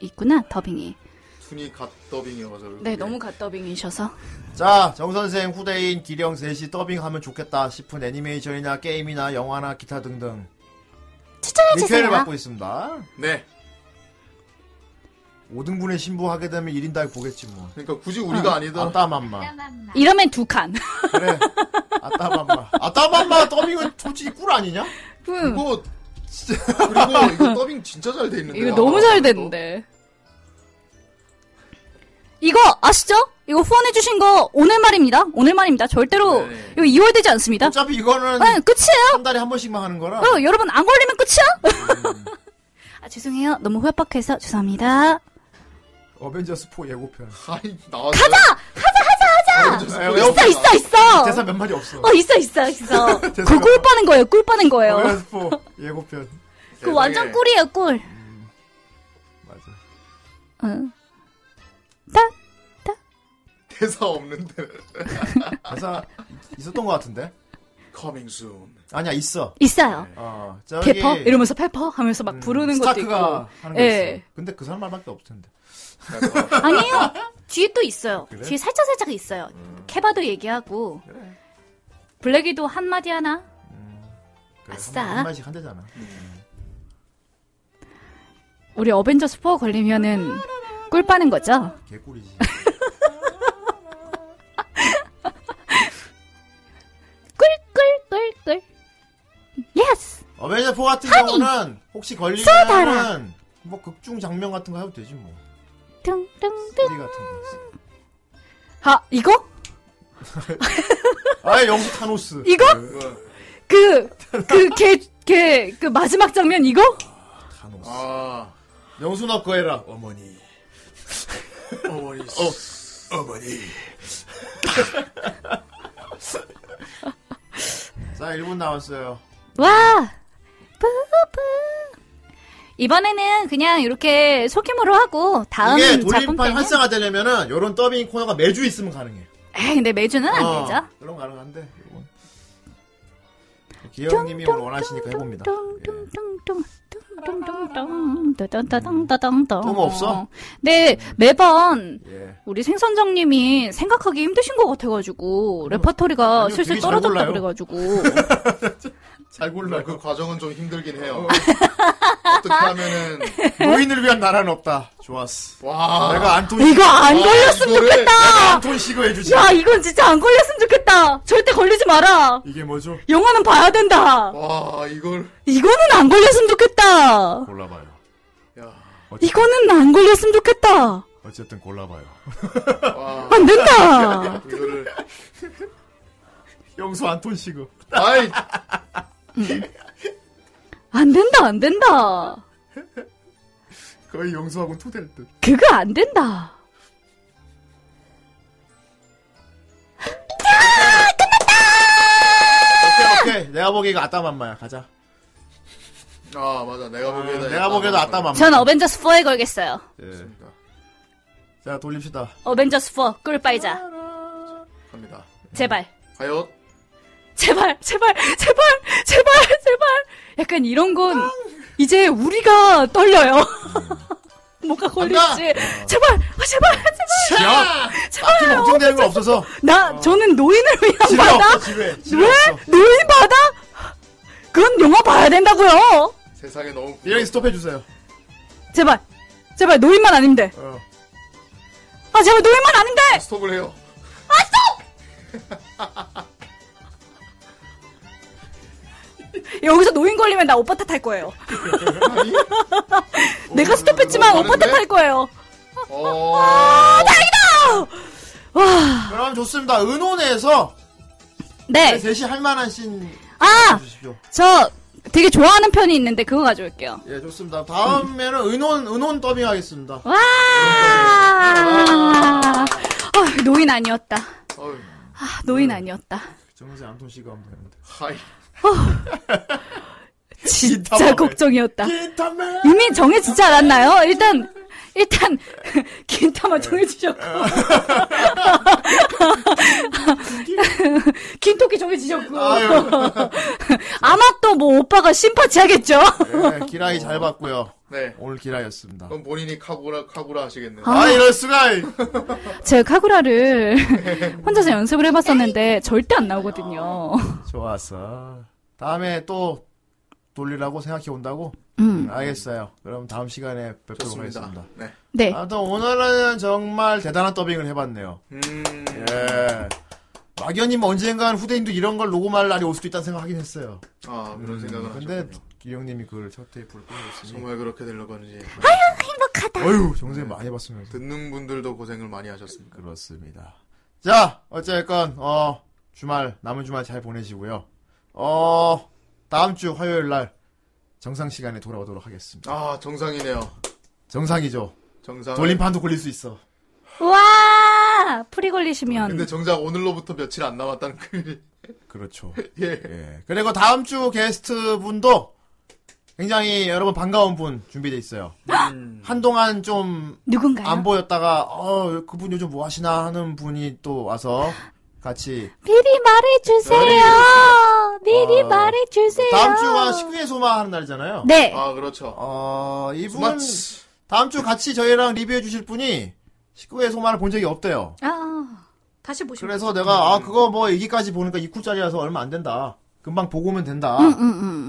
있구나, 더빙이. 순이 갓 더빙이어가지고 네, 너무 갓더빙이셔서. 자, 정선생, 후대인, 기령 셋이 더빙하면 좋겠다 싶은 애니메이션이나 게임이나 영화나 기타 등등 추천해주세요. 리퀘를 받고 있습니다. 네 5등분의 신부 하게 되면 1인당 보겠지 뭐. 그러니까 굳이 우리가 아니던 아따맘마. 이러면 두 칸. 그래. 아따맘마. 아따맘마 더빙은 솔직히 꿀 아니냐? 음. 뭐 그리고 이거 더빙 진짜 잘 돼 아, 있는데. 이거 너무 잘 됐는데. 이거 아시죠? 이거 후원해주신 거 오늘 말입니다. 오늘 말입니다. 절대로 네. 이거 2월 되지 않습니다. 어차피 이거는 네, 끝이에요. 한 달에 한 번씩만 하는 거라. 어, 여러분 안 걸리면 끝이야. 음. 아 죄송해요. 너무 후회박해서 죄송합니다. 어, 어벤져스 4 예고편. 하이 나왔어. 가자, 가자, 가자, 아, 가자. 있어, 있어 있어 있어. 대사 몇 마디 없어. 어 있어 있어 있어. 대사 그거 꿀 빠는 거예요. 꿀 빠는 거예요. 어벤져스 4 예고편. 그 예, 완전 꿀이에요 꿀. 맞아. 응. 대사 없는데. 대사 있었던 것 같은데? Coming soon. 아니야 있어. 있어요. 어, 저기 음, 페퍼 이러면서 페퍼 하면서 막 부르는 것도 있고. 스타크가 하는 거 예. 있어. 근데 그 사람 말밖에 없을 텐데. 아니에요. 뒤에 또 아, 있어요. 그래? 뒤에 살짝 살짝 있어요. 케바도 얘기하고 그래. 블랙이도 한 마디 하나. 그래, 아싸. 한, 한 마디씩 한대잖아. 우리 어벤져스 4 걸리면은 꿀 빠는 거죠. 개꿀이지. 꿀꿀꿀꿀. 예스. 어벤져스 4 같은 경우는 혹시 걸리면은 뭐 극중 장면 같은 거 해도 되지 뭐. 뚱뚱뚱. CD 같은 거. 아 이거? 아예 영수 타노스. 그 이거? 그, 그그걔걔 그 마지막 장면 이거? 타노스. 아, 영수 너거 해라. 어머니. 어머니. 어, 어머니. 자, 1분 남았어요. 와. 뿌뿌. 이번에는 그냥 이렇게 소규모로 하고 다음 이게 작품 돌림판 때는 활성화 되려면은 요런 더빙 코너가 매주 있으면 가능해. 에이, 근데 아, 매주는 안 어, 되죠. 그럼 가능한데. 요건. 기영님이 오늘 원하시니까 해봅니다. 예. 너무 너무 없어? 네 매번 예. 우리 생선장님이 생각하기 힘드신 것 같아가지고 레퍼토리가 아니요, 슬슬 되게 잘 떨어졌다 골라요. 그래가지고 잘 골라. 그 그 과정은 좀 힘들긴 해요. 어떻게 하면은 예. 노인을 위한 나라는 없다. 좋았어. 와. 내가 안톤 이거 안 와, 걸렸으면 이거를 내가 좋겠다. 안톤 시거 해주지. 야 이건 진짜 안 걸렸으면 좋겠다. 절대 걸리지 마라. 이게 뭐죠? 영화는 봐야 된다. 와, 이걸 이거는 안 걸렸으면 좋겠다. 골라봐요. 야. 이거는 안 걸렸으면 좋겠다. 어쨌든 골라봐요. 와. 안 된다. 이거를 영수 안톤 시거. 아이, 안 된다. 안 된다. 거의 영수하고 토될 듯. 그거 안 된다. 오케이 오케이. 내가 보기에 이거 아따만마야. 가자. 아, 맞아. 내가 아, 보기에도 내가 보기에도 아따만마. 전 어벤져스 4에 걸겠어요. 예. 자 돌립시다. 어벤져스 4 꿀빨자. 합니다. 제발. 과연 제발, 제발, 제발, 제발, 제발. 약간 이런 건 이제 우리가 떨려요. 뭐가 걸릴지. 제발, 아, 제발, 제발. 야! 딱히 걱정되는 건 없어서 나, 저는 노인을 위한 집에 바다? 없어 집에 집에 왜? 없어 노인 바다? 그건 영화 봐야 된다고요. 세상에 너무 이런 예, 스톱해주세요 제발, 제발, 노인만 아니면 돼. 어. 아, 제발, 노인만 아니면 돼. 스톱을 해요. 여기서 노인 걸리면 나 오빠 탓할 거예요. 아니? 내가 스톱했지만 어, 오빠 다른데? 탓할 거예요. 아, 어. 그럼 좋습니다 은혼에서 네. 셋이 할만한 씬 아! 해주십시오 저 되게 좋아하는 편이 있는데 그거 가져올게요. 예 좋습니다 다음에는 은혼 은혼 더빙 하겠습니다 와! 어, 노인 아니었다. 어휴, 아, 노인 아니었다. 정선생 안톤씨가 하면 되는데 하이. 진짜 걱정이었다. 긴타맨 이미 정해지지 않았나요? 일단, 일단, 긴타마 정해지셨고. 긴토끼 정해지셨고. 아마 또 뭐 오빠가 심파치 하겠죠? 예, 기라이 잘 봤고요 네. 오늘 기라이였습니다 그럼 본인이 카구라 카구라 하시겠네요. 아 이럴 수가 제가 카구라를 혼자서 연습을 해봤었는데 절대 안 나오거든요. 좋았어 다음에 또 돌리라고 생각해 온다고 음. 음, 알겠어요 그럼 다음 시간에 뵙도록 좋습니다. 하겠습니다 네. 네. 아무튼 오늘은 정말 대단한 더빙을 해봤네요. 음. 예. 막연히 뭐 언젠간 후대인도 이런 걸 녹음할 날이 올 수도 있다는 생각하긴 했어요. 음, 아, 그런 생각을 근데 하셨군요. 기령님이 그걸 첫 테이프로 끊었으니 정말 그렇게 되려고 하는지 행복하다. 어휴 정색 많이 봤으면서 듣는 분들도 고생을 많이 하셨습니다. 그렇습니다. 자 어쨌건 어 주말 남은 주말 잘 보내시고요. 어 다음 주 화요일 날 정상 시간에 돌아오도록 하겠습니다. 아 정상이네요. 정상이죠. 정상. 돌림판도 걸릴 수 있어. 와, 풀이 걸리시면. 근데 정작 오늘로부터 며칠 안 남았다는 그 그렇죠. 예. 예. 그리고 다음 주 게스트 분도 굉장히 여러분 반가운 분 준비돼 있어요. 한동안 좀 안 네. 누군가요? 보였다가 어 그분 요즘 뭐 하시나 하는 분이 또 와서 같이 미리 말해주세요. 미리 아, 네. 말해주세요. 다음 주가 식구의 소마 하는 날이잖아요. 네. 아 그렇죠. 어 이분 마치 다음 주 같이 저희랑 리뷰해 주실 분이 식구의 소마를 본 적이 없대요. 아, 다시 보시면 그래서 내가 아 그거 뭐 여기까지 보니까 2쿠짜리라서 얼마 안 된다. 금방 보고 오면 된다.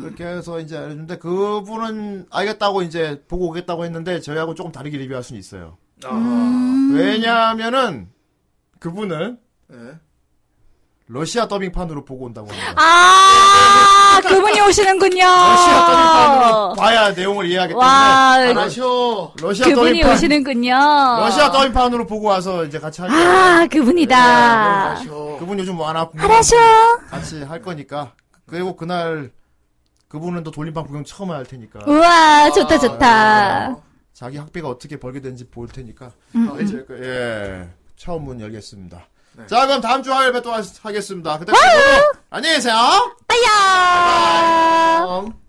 그렇게 해서 이제 알려줬는데 그분은 알겠다고 이제 보고 오겠다고 했는데 저희하고 조금 다르게 리뷰할 수는 있어요. 아, 음. 왜냐하면은 그분은 예. 러시아 더빙판으로 보고 온다고 합니다. 아, 그분이 오시는군요. 네. 러시아 더빙판으로 봐야 내용을 이해하기 때문에 와, 아쉬워. 러시아 그분이 더빙판 오시는군요. 러시아 네, 더빙판으로 보고 와서 이제 같이 할 거예요. 아, 네, 그분이다. 아쉬워. 그분 요즘 뭐 하나 궁금해. 하라쇼. 같이 할 거니까 그리고 그날 그분은 또 돌림판 구경 처음 할 테니까 우와, 아, 좋다, 좋다. 자기 학비가 어떻게 벌게 되는지 볼 테니까 네. 음, 아, 이제 그- 예 처음 문 열겠습니다. 자 그럼 다음 주 화요일에 또 하- 하겠습니다. 그때 안녕히 계세요. 빠이요. 안녕.